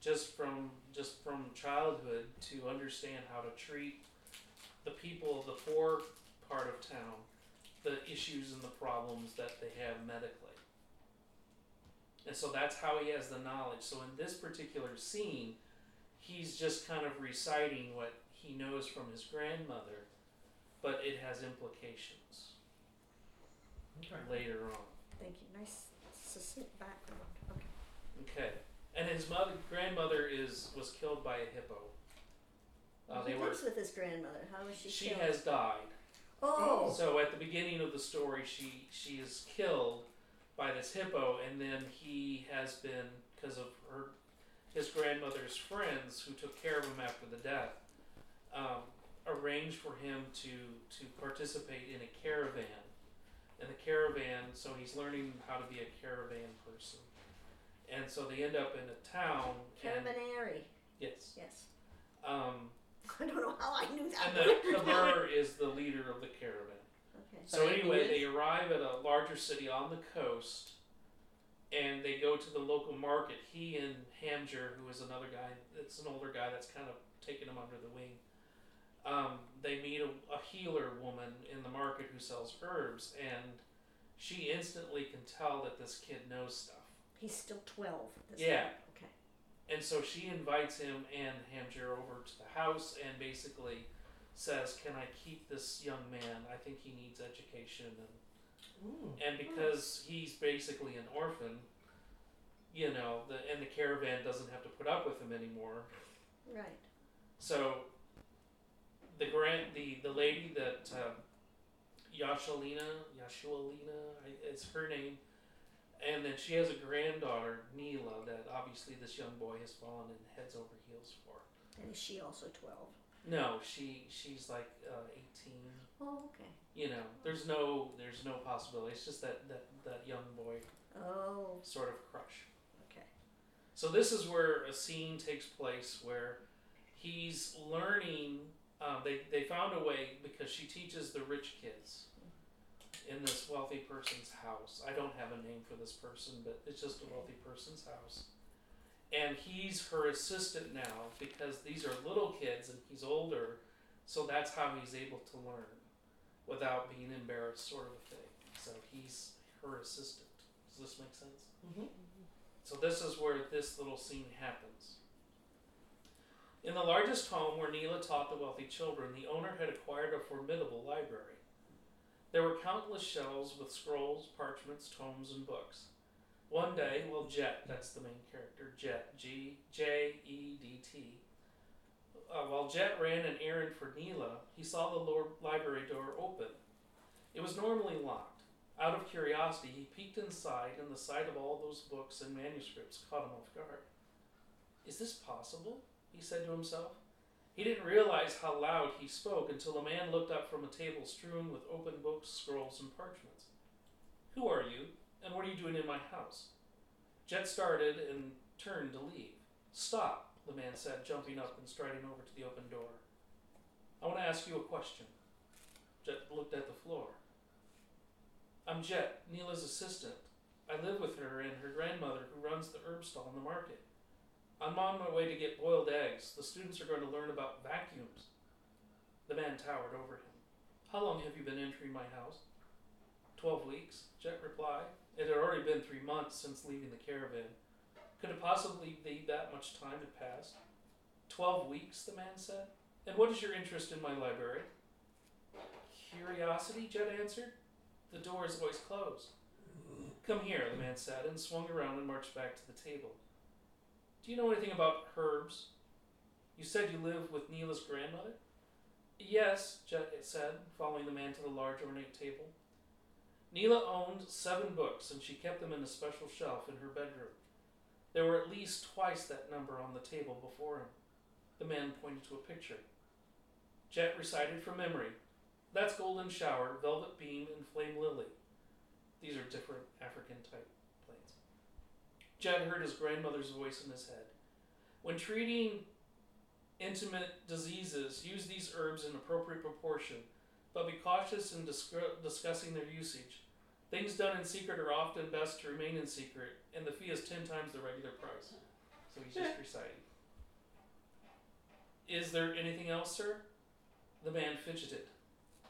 Speaker 1: just from just from childhood to understand how to treat the people of the poor part of town the issues and the problems that they have medically and so that's how he has the knowledge so in this particular scene he's just kind of reciting what he knows from his grandmother, but it has implications
Speaker 7: Okay.
Speaker 1: later on.
Speaker 4: thank you nice succinct background okay
Speaker 1: Okay. And it, his mother grandmother is was killed by a hippo. Uh,
Speaker 4: he
Speaker 1: they were.
Speaker 4: lives with his grandmother. How is she,
Speaker 1: She
Speaker 4: killed?
Speaker 1: has died.
Speaker 4: oh,
Speaker 1: So at the beginning of the story, she she is killed by this hippo, and then he has been because of her his grandmother's friends who took care of him after the death um, arranged for him to to participate in a caravan, and the caravan. So he's learning how to be a caravan person, and so they end up in a town. and-
Speaker 4: Carabinieri.
Speaker 1: yes.
Speaker 4: Yes. (laughs)
Speaker 1: Um,
Speaker 4: I don't know how I knew that.
Speaker 1: and the, the burr is the leader of the caravan.
Speaker 4: (laughs) okay.
Speaker 1: So
Speaker 5: But
Speaker 1: anyway,
Speaker 5: it
Speaker 1: they arrive at a larger city on the coast, and they go to the local market. He and Hamger, who is another guy, it's an older guy that's kind of taken him under the wing. Um, they meet a, a healer woman in the market who sells herbs, and she instantly can tell that this kid knows stuff.
Speaker 4: He's still 12. at This
Speaker 1: Yeah.
Speaker 4: point. Okay.
Speaker 1: And so she invites him and Hamger over to the house and basically says, "Can I keep this young man? I think he needs education and
Speaker 7: Ooh.
Speaker 1: and because he's basically an orphan, you know, the, and the caravan doesn't have to put up with him anymore.
Speaker 4: Right.
Speaker 1: So the grand, the, the lady that um, Yashalina, Yashualina, I- it's her name, and then she has a granddaughter Neela that obviously this young boy has fallen in heads over heels for.
Speaker 4: And is she also 12?
Speaker 1: No, she she's like uh, eighteen.
Speaker 4: Oh, okay.
Speaker 1: You know, there's no there's no possibility. It's just that that, that young boy
Speaker 4: Oh,
Speaker 1: sort of crush.
Speaker 4: okay.
Speaker 1: So this is where a scene takes place where he's learning. Um, they they found a way because she teaches the rich kids in this wealthy person's house. I don't have a name for this person, but it's just a wealthy person's house. And he's her assistant now because these are little kids and he's older, so that's how he's able to learn without being embarrassed, sort of a thing. So he's her assistant. Does this make sense? So this is where this little scene happens. In the largest home where Neela taught the wealthy children, the owner had acquired a formidable library. There were countless shelves with scrolls, parchments, tomes, and books. One day, while Jet, that's the main character, Jet, G J E D T, uh, while Jet ran an errand for Neela, he saw the lor- library door open. It was normally locked. Out of curiosity, he peeked inside, and the sight of all those books and manuscripts caught him off guard. Is this possible? he said to himself. He didn't realize how loud he spoke until a man looked up from a table strewn with open books, scrolls, and parchments. Who are you, and what are you doing in my house? Jet started and turned to leave. Stop, the man said, jumping up and striding over to the open door. I want to ask you a question. Jet looked at the floor. I'm Jet, Neela's assistant. I live with her and her grandmother, who runs the herb stall in the market. I'm on my way to get boiled eggs. The students are going to learn about vacuums. The man towered over him. How long have you been entering my house? Twelve weeks, Jet replied. It had already been three months since leaving the caravan. Could it possibly be that much time had passed? Twelve weeks, the man said. And what is your interest in my library? Curiosity, Jet answered. The door is always closed. Come here, the man said, and swung around and marched back to the table. Do you know anything about herbs? You said you live with Neela's grandmother? Yes, Jet said, following the man to the large ornate table. Neela owned seven books, and she kept them in a special shelf in her bedroom. There were at least twice that number on the table before him. The man pointed to a picture. Jet recited from memory that's Golden Shower, Velvet Beam, and Flame Lily. These are different African type planes. Jed heard his grandmother's voice in his head. When treating intimate diseases, use these herbs in appropriate proportion, but be cautious in discre- discussing their usage. Things done in secret are often best to remain in secret, and the fee is ten times the regular price. So he's just reciting. Is there anything else, sir? The man fidgeted.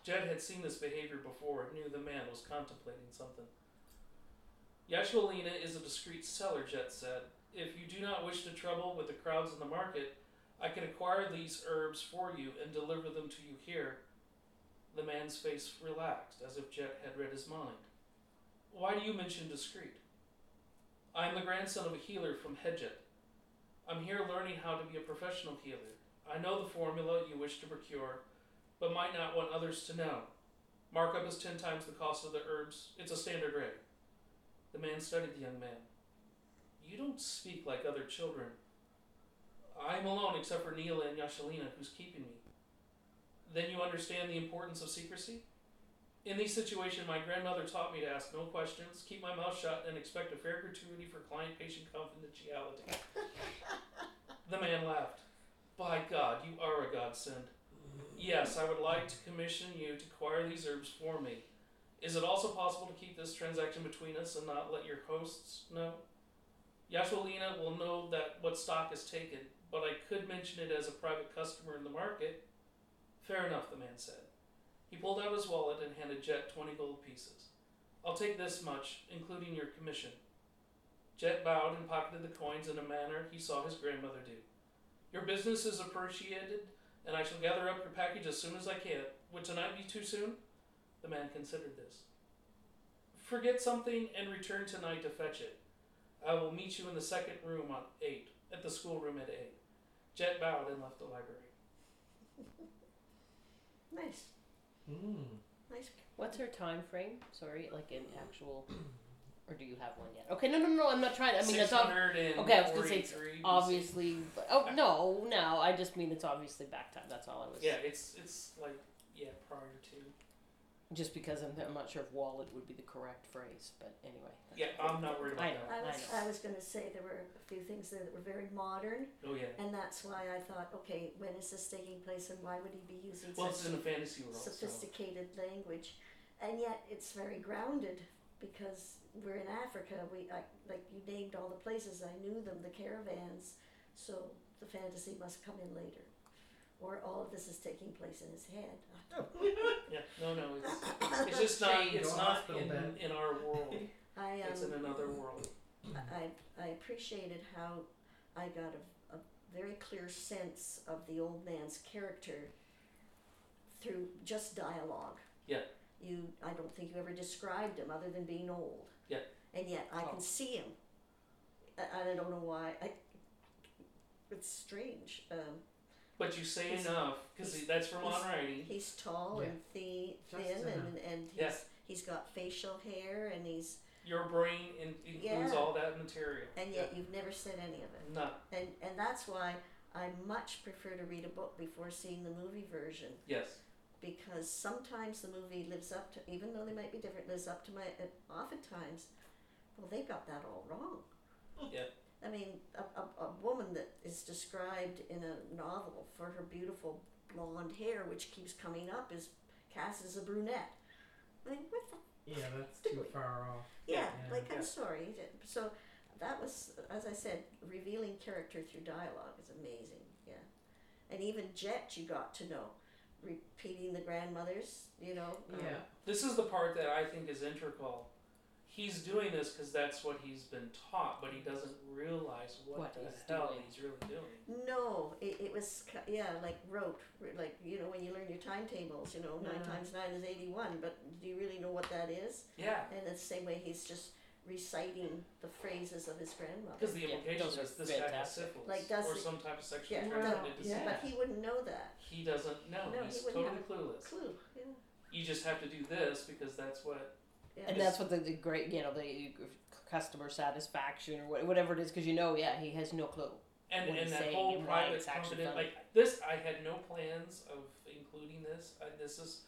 Speaker 1: Jed had seen this behavior before and knew the man was contemplating something. Yasholina is a discreet seller, Jed said. If you do not wish to trouble with the crowds in the market, I can acquire these herbs for you and deliver them to you here. The man's face relaxed, as if Jet had read his mind. Why do you mention discreet? I am the grandson of a healer from Hedget. I'm here learning how to be a professional healer. I know the formula you wish to procure, but might not want others to know. Markup is ten times the cost of the herbs. It's a standard rate. The man studied the young man. You don't speak like other children. I'm alone except for Neela and Yashalina, who's keeping me. Then you understand the importance of secrecy? In these situations, my grandmother taught me to ask no questions, keep my mouth shut, and expect a fair gratuity for client patient confidentiality. the man laughed. By God, you are a godsend. Yes, I would like to commission you to acquire these herbs for me. Is it also possible to keep this transaction between us and not let your hosts know? Yasholina will know that what stock is taken, but I could mention it as a private customer in the market. Fair enough, the man said. He pulled out his wallet and handed Jet 20 gold pieces. I'll take this much, including your commission. Jet bowed and pocketed the coins in a manner he saw his grandmother do. Your business is appreciated, and I shall gather up your package as soon as I can. Would tonight be too soon? The man considered this. Forget something and return tonight to fetch it. I will meet you in the second room on eight, at the schoolroom at eight. Jet bowed and left the library.
Speaker 4: Nice.
Speaker 7: Mm.
Speaker 4: Nice.
Speaker 8: What's her time frame? Sorry, like
Speaker 7: (clears throat)
Speaker 8: an actual, or do you have one yet? Okay, no, no, no. I'm not trying. I mean, that's ob-
Speaker 1: 643
Speaker 8: okay, I was gonna say it's obviously. But, oh no, no. I just mean it's obviously back time. That's all I was.
Speaker 1: Yeah, it's it's like yeah, prior to.
Speaker 8: Just because I'm, I'm not sure if wallet would be the correct phrase, but anyway.
Speaker 1: Yeah, I'm not worried about
Speaker 8: I know.
Speaker 1: that.
Speaker 4: I was
Speaker 8: I
Speaker 4: I, was going to say there were a few things there that were very modern,
Speaker 1: Oh yeah.
Speaker 4: and that's why I thought, okay, when is this taking place, and why would he be using
Speaker 1: Well, it's
Speaker 4: such
Speaker 1: in a fantasy world. so-
Speaker 4: sophisticated language, and yet it's very grounded because we're in Africa. We I, like you named all the places. I knew them, the caravans. So the fantasy must come in later, or all of this is taking place in his head. I don't
Speaker 1: Yeah, no, no,
Speaker 7: (laughs)
Speaker 1: it's it's just not
Speaker 7: Shade
Speaker 1: it's
Speaker 7: or
Speaker 1: not
Speaker 7: hospital
Speaker 1: in,
Speaker 7: bed.
Speaker 1: in our
Speaker 8: (laughs)
Speaker 1: world.
Speaker 4: I um,
Speaker 1: It's in another world.
Speaker 4: I, I appreciated how I got a, a very clear sense of the old man's character through just dialogue.
Speaker 1: Yeah.
Speaker 4: You, I don't think you ever described him other than being old.
Speaker 1: Yeah.
Speaker 4: And yet I
Speaker 1: Oh.
Speaker 4: can see him. I, I don't know why. I, it's strange. Um,
Speaker 1: But you say
Speaker 4: He's-
Speaker 1: enough because
Speaker 4: he's-
Speaker 1: that's Vermont
Speaker 4: he's-
Speaker 1: writing.
Speaker 4: he's tall and thi-
Speaker 7: Just
Speaker 4: thin, and, and he's,
Speaker 1: Yeah.
Speaker 4: he's got facial hair, and he's
Speaker 1: Your brain in, includes
Speaker 4: Yeah.
Speaker 1: all that material.
Speaker 4: and yet you've never said any of it.
Speaker 1: No,
Speaker 4: and and that's why I much prefer to read a book before seeing the movie version
Speaker 1: yes,
Speaker 4: because sometimes the movie lives up to even though they might be different lives up to my and oftentimes well they got that all wrong
Speaker 1: Yeah.
Speaker 4: I mean a, a, a woman that is described in a novel for her beautiful blonde hair which keeps coming up is cast as a brunette I mean what the
Speaker 7: Yeah, that's too far off.
Speaker 4: yeah,
Speaker 7: Yeah.
Speaker 4: like
Speaker 1: Yeah.
Speaker 4: I'm sorry. you didn't- So that was, as I said, revealing character through dialogue is amazing. Yeah, and even Jet, you got to know, repeating the grandmothers. You know. um,
Speaker 7: Yeah.
Speaker 1: this is the part that I think is integral. He's doing this because that's what he's been taught, but he doesn't realize what,
Speaker 8: What
Speaker 1: the
Speaker 8: he's
Speaker 1: hell
Speaker 8: doing.
Speaker 1: he's really doing.
Speaker 4: No, it, it was ki- yeah like rote r- like you know when you learn your timetables you know nine
Speaker 7: Mhm.
Speaker 4: times nine is eighty one but do you really know what that is
Speaker 1: Yeah,
Speaker 4: and it's the same way he's just reciting the phrases of his grandmother
Speaker 1: because the
Speaker 8: Yeah,
Speaker 1: implication
Speaker 8: those are
Speaker 1: is this guy has
Speaker 8: fantastic.
Speaker 1: syphilis
Speaker 4: Like, does
Speaker 1: or
Speaker 4: he-
Speaker 1: some type of sexual
Speaker 4: Yeah,
Speaker 1: transmitted
Speaker 7: no,
Speaker 1: disease.
Speaker 7: yeah.
Speaker 4: but he wouldn't know that
Speaker 1: He doesn't know.
Speaker 4: No, he
Speaker 1: he's
Speaker 4: wouldn't
Speaker 1: totally
Speaker 4: have
Speaker 1: clueless.
Speaker 4: clue yeah,
Speaker 1: You just have to do this because that's what.
Speaker 4: yeah.
Speaker 8: And that's what the, the great, you know, the customer satisfaction or wha- whatever it is, because you know, yeah, he has no clue.
Speaker 1: And
Speaker 8: What
Speaker 1: and
Speaker 8: he's
Speaker 1: that
Speaker 8: saying
Speaker 1: whole
Speaker 8: and why
Speaker 1: private
Speaker 8: it's actually
Speaker 1: confident
Speaker 8: done.
Speaker 1: like this. I had no plans of including this. I, this is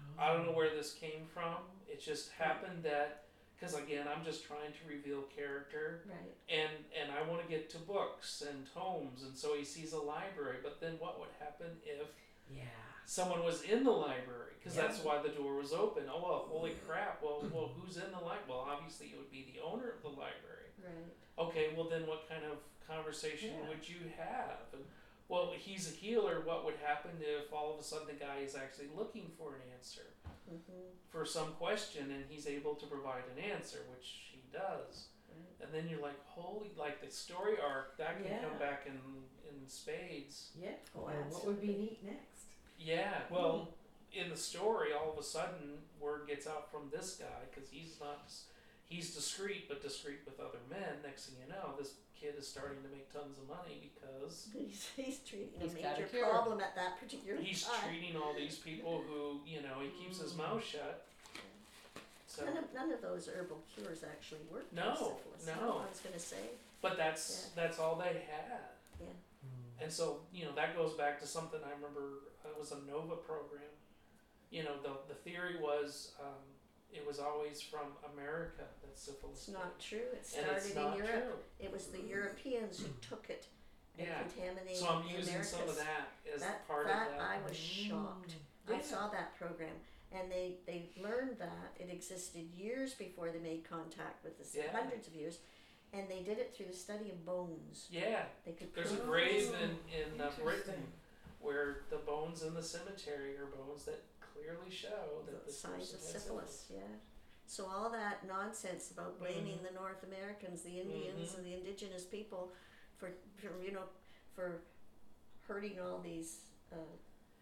Speaker 7: Oh.
Speaker 1: I don't know where this came from. It just happened that because again I'm just trying to reveal character
Speaker 4: right
Speaker 1: and and I want to get to books and tomes and so he sees a library. But then what would happen if
Speaker 7: Yeah.
Speaker 1: someone was in the library because that's why the door was open. Oh well, holy crap! Well, well, who's in the library? Well, obviously it would be the owner of the library.
Speaker 4: right
Speaker 1: okay, well then what kind of conversation
Speaker 7: Yeah.
Speaker 1: would you have? And, well, he's a healer. What would happen if all of a sudden the guy is actually looking for an answer
Speaker 4: mm-hmm.
Speaker 1: for some question and he's able to provide an answer, which he does?
Speaker 7: Mm-hmm.
Speaker 1: And then you're like, holy, like the story arc that can
Speaker 7: Yeah.
Speaker 1: come back in in spades.
Speaker 7: Yeah.
Speaker 4: Oh,
Speaker 7: Well, what would be neat next?
Speaker 1: Yeah. Well, in the story, all of a sudden word gets out from this guy because he's not. he's discreet, but discreet with other men. Next thing you know, this kid is starting to make tons of money because
Speaker 4: He's, he's treating
Speaker 8: He's
Speaker 4: a
Speaker 8: got a
Speaker 4: major
Speaker 8: cure.
Speaker 4: problem at that particular
Speaker 1: he's
Speaker 4: time.
Speaker 1: treating all these people who, you know, he keeps his
Speaker 4: Mm.
Speaker 1: mouth shut. So,
Speaker 4: None of, none of those herbal cures actually work. for
Speaker 1: No,
Speaker 4: syphilis. That's
Speaker 1: no.
Speaker 4: what I was gonna say.
Speaker 1: but that's that's all they had.
Speaker 4: Yeah.
Speaker 7: Hmm.
Speaker 1: And so, you know, that goes back to something I remember. uh, It was a NOVA program. You know, the, the theory was um, it was always from America that syphilis.
Speaker 4: It's not true. It
Speaker 1: came. and
Speaker 4: started
Speaker 1: it's not
Speaker 4: in Europe.
Speaker 1: true.
Speaker 4: It was the Europeans
Speaker 1: (clears throat)
Speaker 4: who took it and
Speaker 1: Yeah.
Speaker 4: contaminated
Speaker 1: So I'm
Speaker 4: the
Speaker 1: using
Speaker 4: Americas.
Speaker 1: some of that as
Speaker 4: that,
Speaker 1: part
Speaker 4: that
Speaker 1: of Mm. that.
Speaker 4: I was
Speaker 7: Hmm.
Speaker 4: shocked. I
Speaker 1: Yeah.
Speaker 4: saw that program, and they they learned that it existed years before they made contact with this,
Speaker 1: Yeah.
Speaker 4: hundreds of years, and they did it through the study of bones.
Speaker 1: yeah,
Speaker 4: They could
Speaker 1: there's a
Speaker 4: prove
Speaker 1: grave
Speaker 4: this.
Speaker 1: in in uh, Britain
Speaker 7: Interesting.
Speaker 1: where the bones in the cemetery are bones that clearly show that
Speaker 4: the
Speaker 1: this
Speaker 4: signs
Speaker 1: person
Speaker 4: of
Speaker 1: had
Speaker 4: syphilis. Yeah. So all that nonsense
Speaker 1: Mm-hmm.
Speaker 4: about blaming the North Americans, the Indians, and the indigenous people for, for you know for hurting all these uh,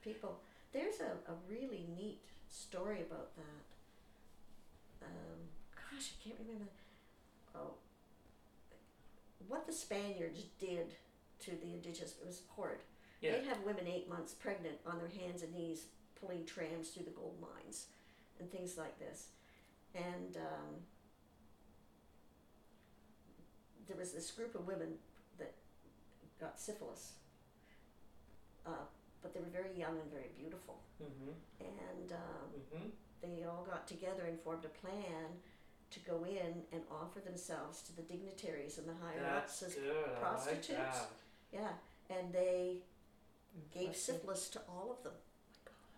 Speaker 4: people. There's a, a really neat story about that. Um, gosh, I can't remember. Oh, what the Spaniards did to the indigenous it was horrid.
Speaker 1: Yeah.
Speaker 4: They'd have women eight months pregnant on their hands and knees pulling trams through the gold mines and things like this. And um, there was this group of women that got syphilis, uh, but they were very young and very beautiful.
Speaker 1: Mm-hmm.
Speaker 4: And um,
Speaker 1: Mm-hmm.
Speaker 4: they all got together and formed a plan to go in and offer themselves to the dignitaries and the higher ups
Speaker 1: That's
Speaker 4: as
Speaker 1: good. I like
Speaker 4: prostitutes.
Speaker 1: that.
Speaker 4: yeah, and they gave syphilis to all of them,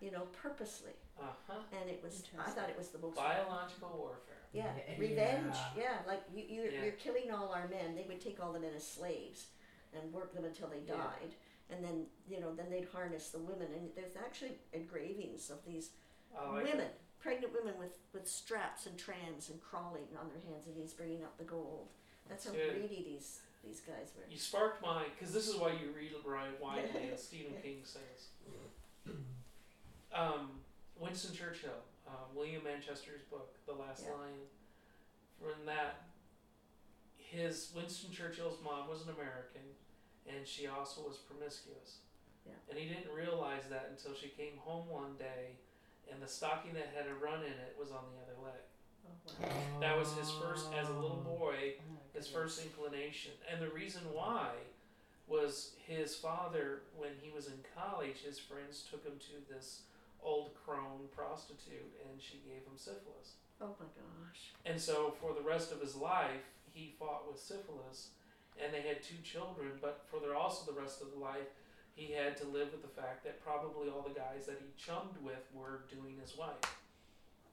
Speaker 4: you know, purposely.
Speaker 1: Uh-huh.
Speaker 4: And it was, I thought it was the most.
Speaker 1: Biological warfare.
Speaker 4: Yeah,
Speaker 7: Yeah.
Speaker 4: revenge. Yeah, like you, you,
Speaker 1: Yeah.
Speaker 4: you're killing all our men. They would take all the men as slaves and work them until they
Speaker 1: Yeah.
Speaker 4: died. And then, you know, then they'd harness the women. And there's actually engravings of these
Speaker 1: Oh, I like
Speaker 4: women, pregnant women with, with straps and trams and crawling on their hands and knees, bringing up the gold. That's how
Speaker 1: That's good.
Speaker 4: greedy these, these guys were.
Speaker 1: You sparked my, because this is why you read Ryan widely,
Speaker 4: (laughs)
Speaker 1: as Stephen
Speaker 4: Yeah.
Speaker 1: King says. Um, Winston Churchill, um, William Manchester's book, The Last
Speaker 4: Yeah.
Speaker 1: Lion, from that, his Winston Churchill's mom was an American, and she also was promiscuous.
Speaker 4: Yeah.
Speaker 1: And he didn't realize that until she came home one day, and the stocking that had a run in it was on the other leg.
Speaker 4: Oh, wow.
Speaker 1: That was his first, as a little boy,
Speaker 5: Oh my
Speaker 1: his
Speaker 5: goodness.
Speaker 1: first inclination. And the reason why was his father, when he was in college, his friends took him to this old crone prostitute and she gave him syphilis.
Speaker 4: Oh my gosh.
Speaker 1: And so for the rest of his life, he fought with syphilis and they had two children, but for the, also the rest of the life, he had to live with the fact that probably all the guys that he chummed with were doing his wife.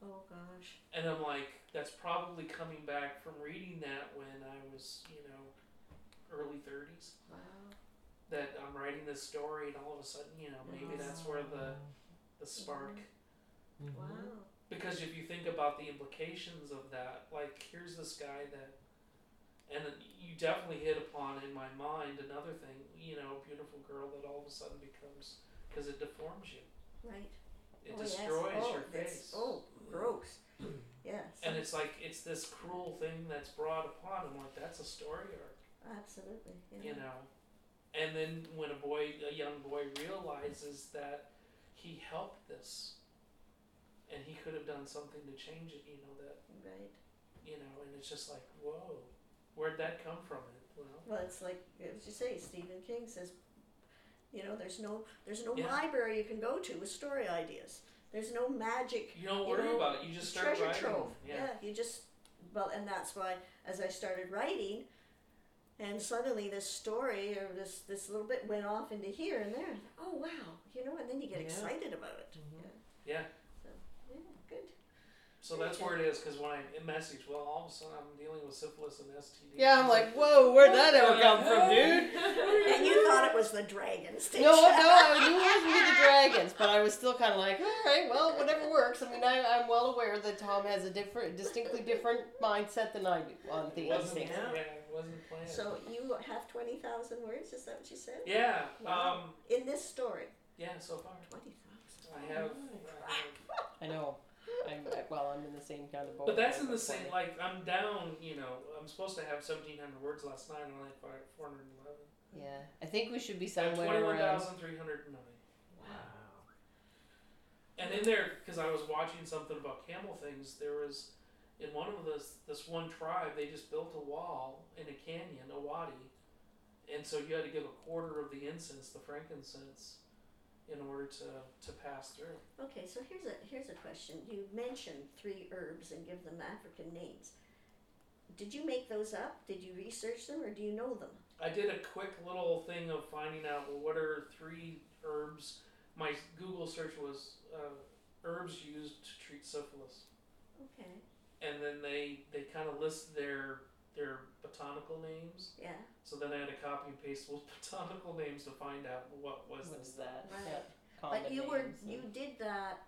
Speaker 4: Oh gosh.
Speaker 1: And I'm like, that's probably coming back from reading that when I was, you know, early 30s.
Speaker 4: Wow.
Speaker 1: That I'm writing this story, and all of a sudden, you
Speaker 7: Oh.
Speaker 1: know, maybe that's where the, the spark.
Speaker 7: Mhm.
Speaker 1: Mm-hmm.
Speaker 4: Wow.
Speaker 1: Because if you think about the implications of that, like, here's this guy that. And you definitely hit upon in my mind another thing, you know, a beautiful girl that all of a sudden becomes. Because it deforms you,
Speaker 4: Right.
Speaker 1: it
Speaker 4: Oh, yes.
Speaker 1: destroys
Speaker 4: Oh,
Speaker 1: your
Speaker 4: that's-
Speaker 1: face.
Speaker 4: Oh,
Speaker 1: (clears throat)
Speaker 4: gross. yes.
Speaker 1: And it's like, it's this cruel thing that's brought upon him. Like, that's a story arc.
Speaker 4: Absolutely. Yeah.
Speaker 1: you know and then when a boy a young boy realizes that he helped this and he could have done something to change it you know that
Speaker 4: Right.
Speaker 1: you know and it's just like whoa where'd that come from it well
Speaker 4: Well, it's like as you say, Stephen King says, you know, there's no there's no
Speaker 1: Yeah.
Speaker 4: library you can go to with story ideas. There's no magic
Speaker 1: you don't
Speaker 4: You
Speaker 1: worry
Speaker 4: know,
Speaker 1: about it you just start
Speaker 4: treasure
Speaker 1: writing
Speaker 4: trove.
Speaker 1: Yeah.
Speaker 4: You just well, and that's why as I started writing, and suddenly this story or this this little bit went off into here and there. and Oh wow, you know, and then you get
Speaker 1: Yeah. Mm-hmm.
Speaker 4: excited about it. Yeah.
Speaker 1: Yeah.
Speaker 4: So yeah, good.
Speaker 8: (laughs)
Speaker 1: so that's where it is because when i message well all of a sudden i'm dealing with syphilis and std
Speaker 8: Yeah, I'm like, whoa, where'd that ever come from, dude?
Speaker 1: (laughs)
Speaker 4: And you thought it was the dragons.
Speaker 8: No,
Speaker 4: didn't
Speaker 8: no,
Speaker 4: you?
Speaker 8: I knew it wasn't with the dragons, but I was still kind of like, all right, well, whatever works. I mean, I, I'm well aware that Tom has a different, distinctly different mindset than I do on
Speaker 1: it
Speaker 8: the on
Speaker 1: wasn't,
Speaker 8: things.
Speaker 1: yeah, it wasn't planned
Speaker 4: So you have twenty thousand words. Is that what you said?
Speaker 1: yeah um
Speaker 4: Wow. In this story,
Speaker 1: yeah so far
Speaker 4: twenty thousand.
Speaker 1: i have, I have
Speaker 8: I know.
Speaker 5: I'm, well, I'm in the same kind of boat.
Speaker 1: But that's
Speaker 5: at
Speaker 1: in the
Speaker 5: this
Speaker 1: same.
Speaker 5: point.
Speaker 1: Like I'm down. You know, I'm supposed to have 1,700 words last night, and I had fi- 411.
Speaker 5: Yeah, I think we should be
Speaker 1: I'm
Speaker 5: somewhere around.
Speaker 1: 21,309.
Speaker 2: Wow.
Speaker 1: And in there, because I was watching something about camel things, there was in one of this this one tribe they just built a wall in a canyon, a wadi, and so you had to give a quarter of the incense, the frankincense, in order to to pass through.
Speaker 4: Okay, so here's a here's a question. You mentioned three herbs and give them African names. Did you make those up? Did you research them, or do you know them?
Speaker 1: I did a quick little thing of finding out well, what are three herbs. My Google search was uh, herbs used to treat syphilis.
Speaker 4: Okay.
Speaker 1: and then they they kind of list their their botanical names.
Speaker 4: Yeah.
Speaker 1: So then I had to copy and paste those (laughs) botanical names to find out what was
Speaker 5: What's that?
Speaker 4: Right.
Speaker 5: Yeah,
Speaker 4: But
Speaker 5: common
Speaker 4: you were
Speaker 5: names and-
Speaker 4: you did that.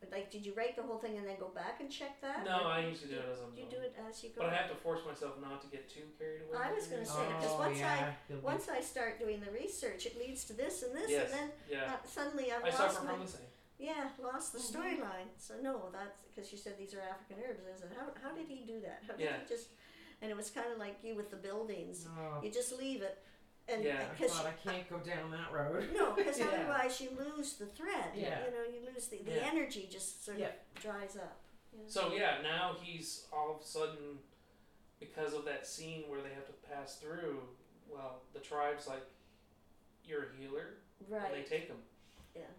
Speaker 4: but, Like, did you write the whole thing and then go back and check that?
Speaker 1: No,
Speaker 4: or
Speaker 1: I usually do it as I'm
Speaker 4: You
Speaker 1: going.
Speaker 4: do it as you go.
Speaker 1: But I have to force myself not to get too carried away.
Speaker 4: I
Speaker 1: with
Speaker 4: was
Speaker 1: the
Speaker 4: gonna
Speaker 1: names.
Speaker 4: say, because
Speaker 2: Oh,
Speaker 4: once I-
Speaker 2: yeah, you'll be-
Speaker 4: Once I start doing the research, it leads to this and this,
Speaker 1: Yes.
Speaker 4: and then
Speaker 1: yeah.
Speaker 4: uh, suddenly I've
Speaker 1: I
Speaker 4: lost
Speaker 1: suffer
Speaker 4: my
Speaker 1: from the same.
Speaker 4: yeah lost the storyline. So no, that's because you said these are African herbs. I said, how how did he do that? How did
Speaker 1: Yeah.
Speaker 4: he just? And it was kind of like you with the buildings.
Speaker 2: Oh,
Speaker 4: You just leave it, and
Speaker 1: Yeah.
Speaker 2: I
Speaker 4: because
Speaker 2: thought I can't go down that
Speaker 4: (laughs)
Speaker 2: road.
Speaker 4: no, because
Speaker 2: Yeah.
Speaker 4: otherwise you lose the thread.
Speaker 2: Yeah.
Speaker 4: You know, you lose the the
Speaker 1: Yeah.
Speaker 4: energy just sort
Speaker 2: Yeah.
Speaker 4: of dries up.
Speaker 1: So yeah, now he's all of a sudden because of that scene where they have to pass through. Well, the tribe's like, "You're a healer," and they
Speaker 4: Right.
Speaker 1: take him.
Speaker 4: Yeah.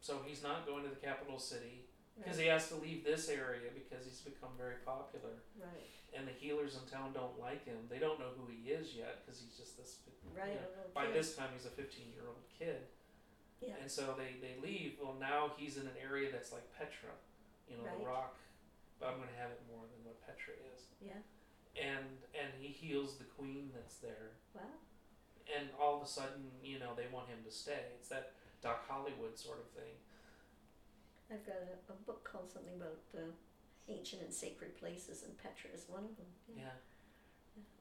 Speaker 1: So he's not going to the capital city because
Speaker 4: Right.
Speaker 1: he has to leave this area because he's become very popular.
Speaker 4: Right.
Speaker 1: and the healers in town don't like him. They don't know who he is yet because he's just this.
Speaker 4: Right.
Speaker 1: You
Speaker 4: a
Speaker 1: know,
Speaker 4: little
Speaker 1: by
Speaker 4: kid.
Speaker 1: this time, he's a 15 year old kid.
Speaker 4: Yeah.
Speaker 1: And so they, they leave. Well, now he's in an area that's like Petra, you know, the
Speaker 4: Right.
Speaker 1: rock. But I'm going to have it more than what Petra is.
Speaker 4: Yeah.
Speaker 1: And and he heals the queen that's there.
Speaker 4: Wow.
Speaker 1: And all of a sudden, you know, they want him to stay. It's that Doc Hollywood sort of thing.
Speaker 4: I've got a, a book called something about uh, ancient and sacred places, and Petra is one of them.
Speaker 1: Yeah.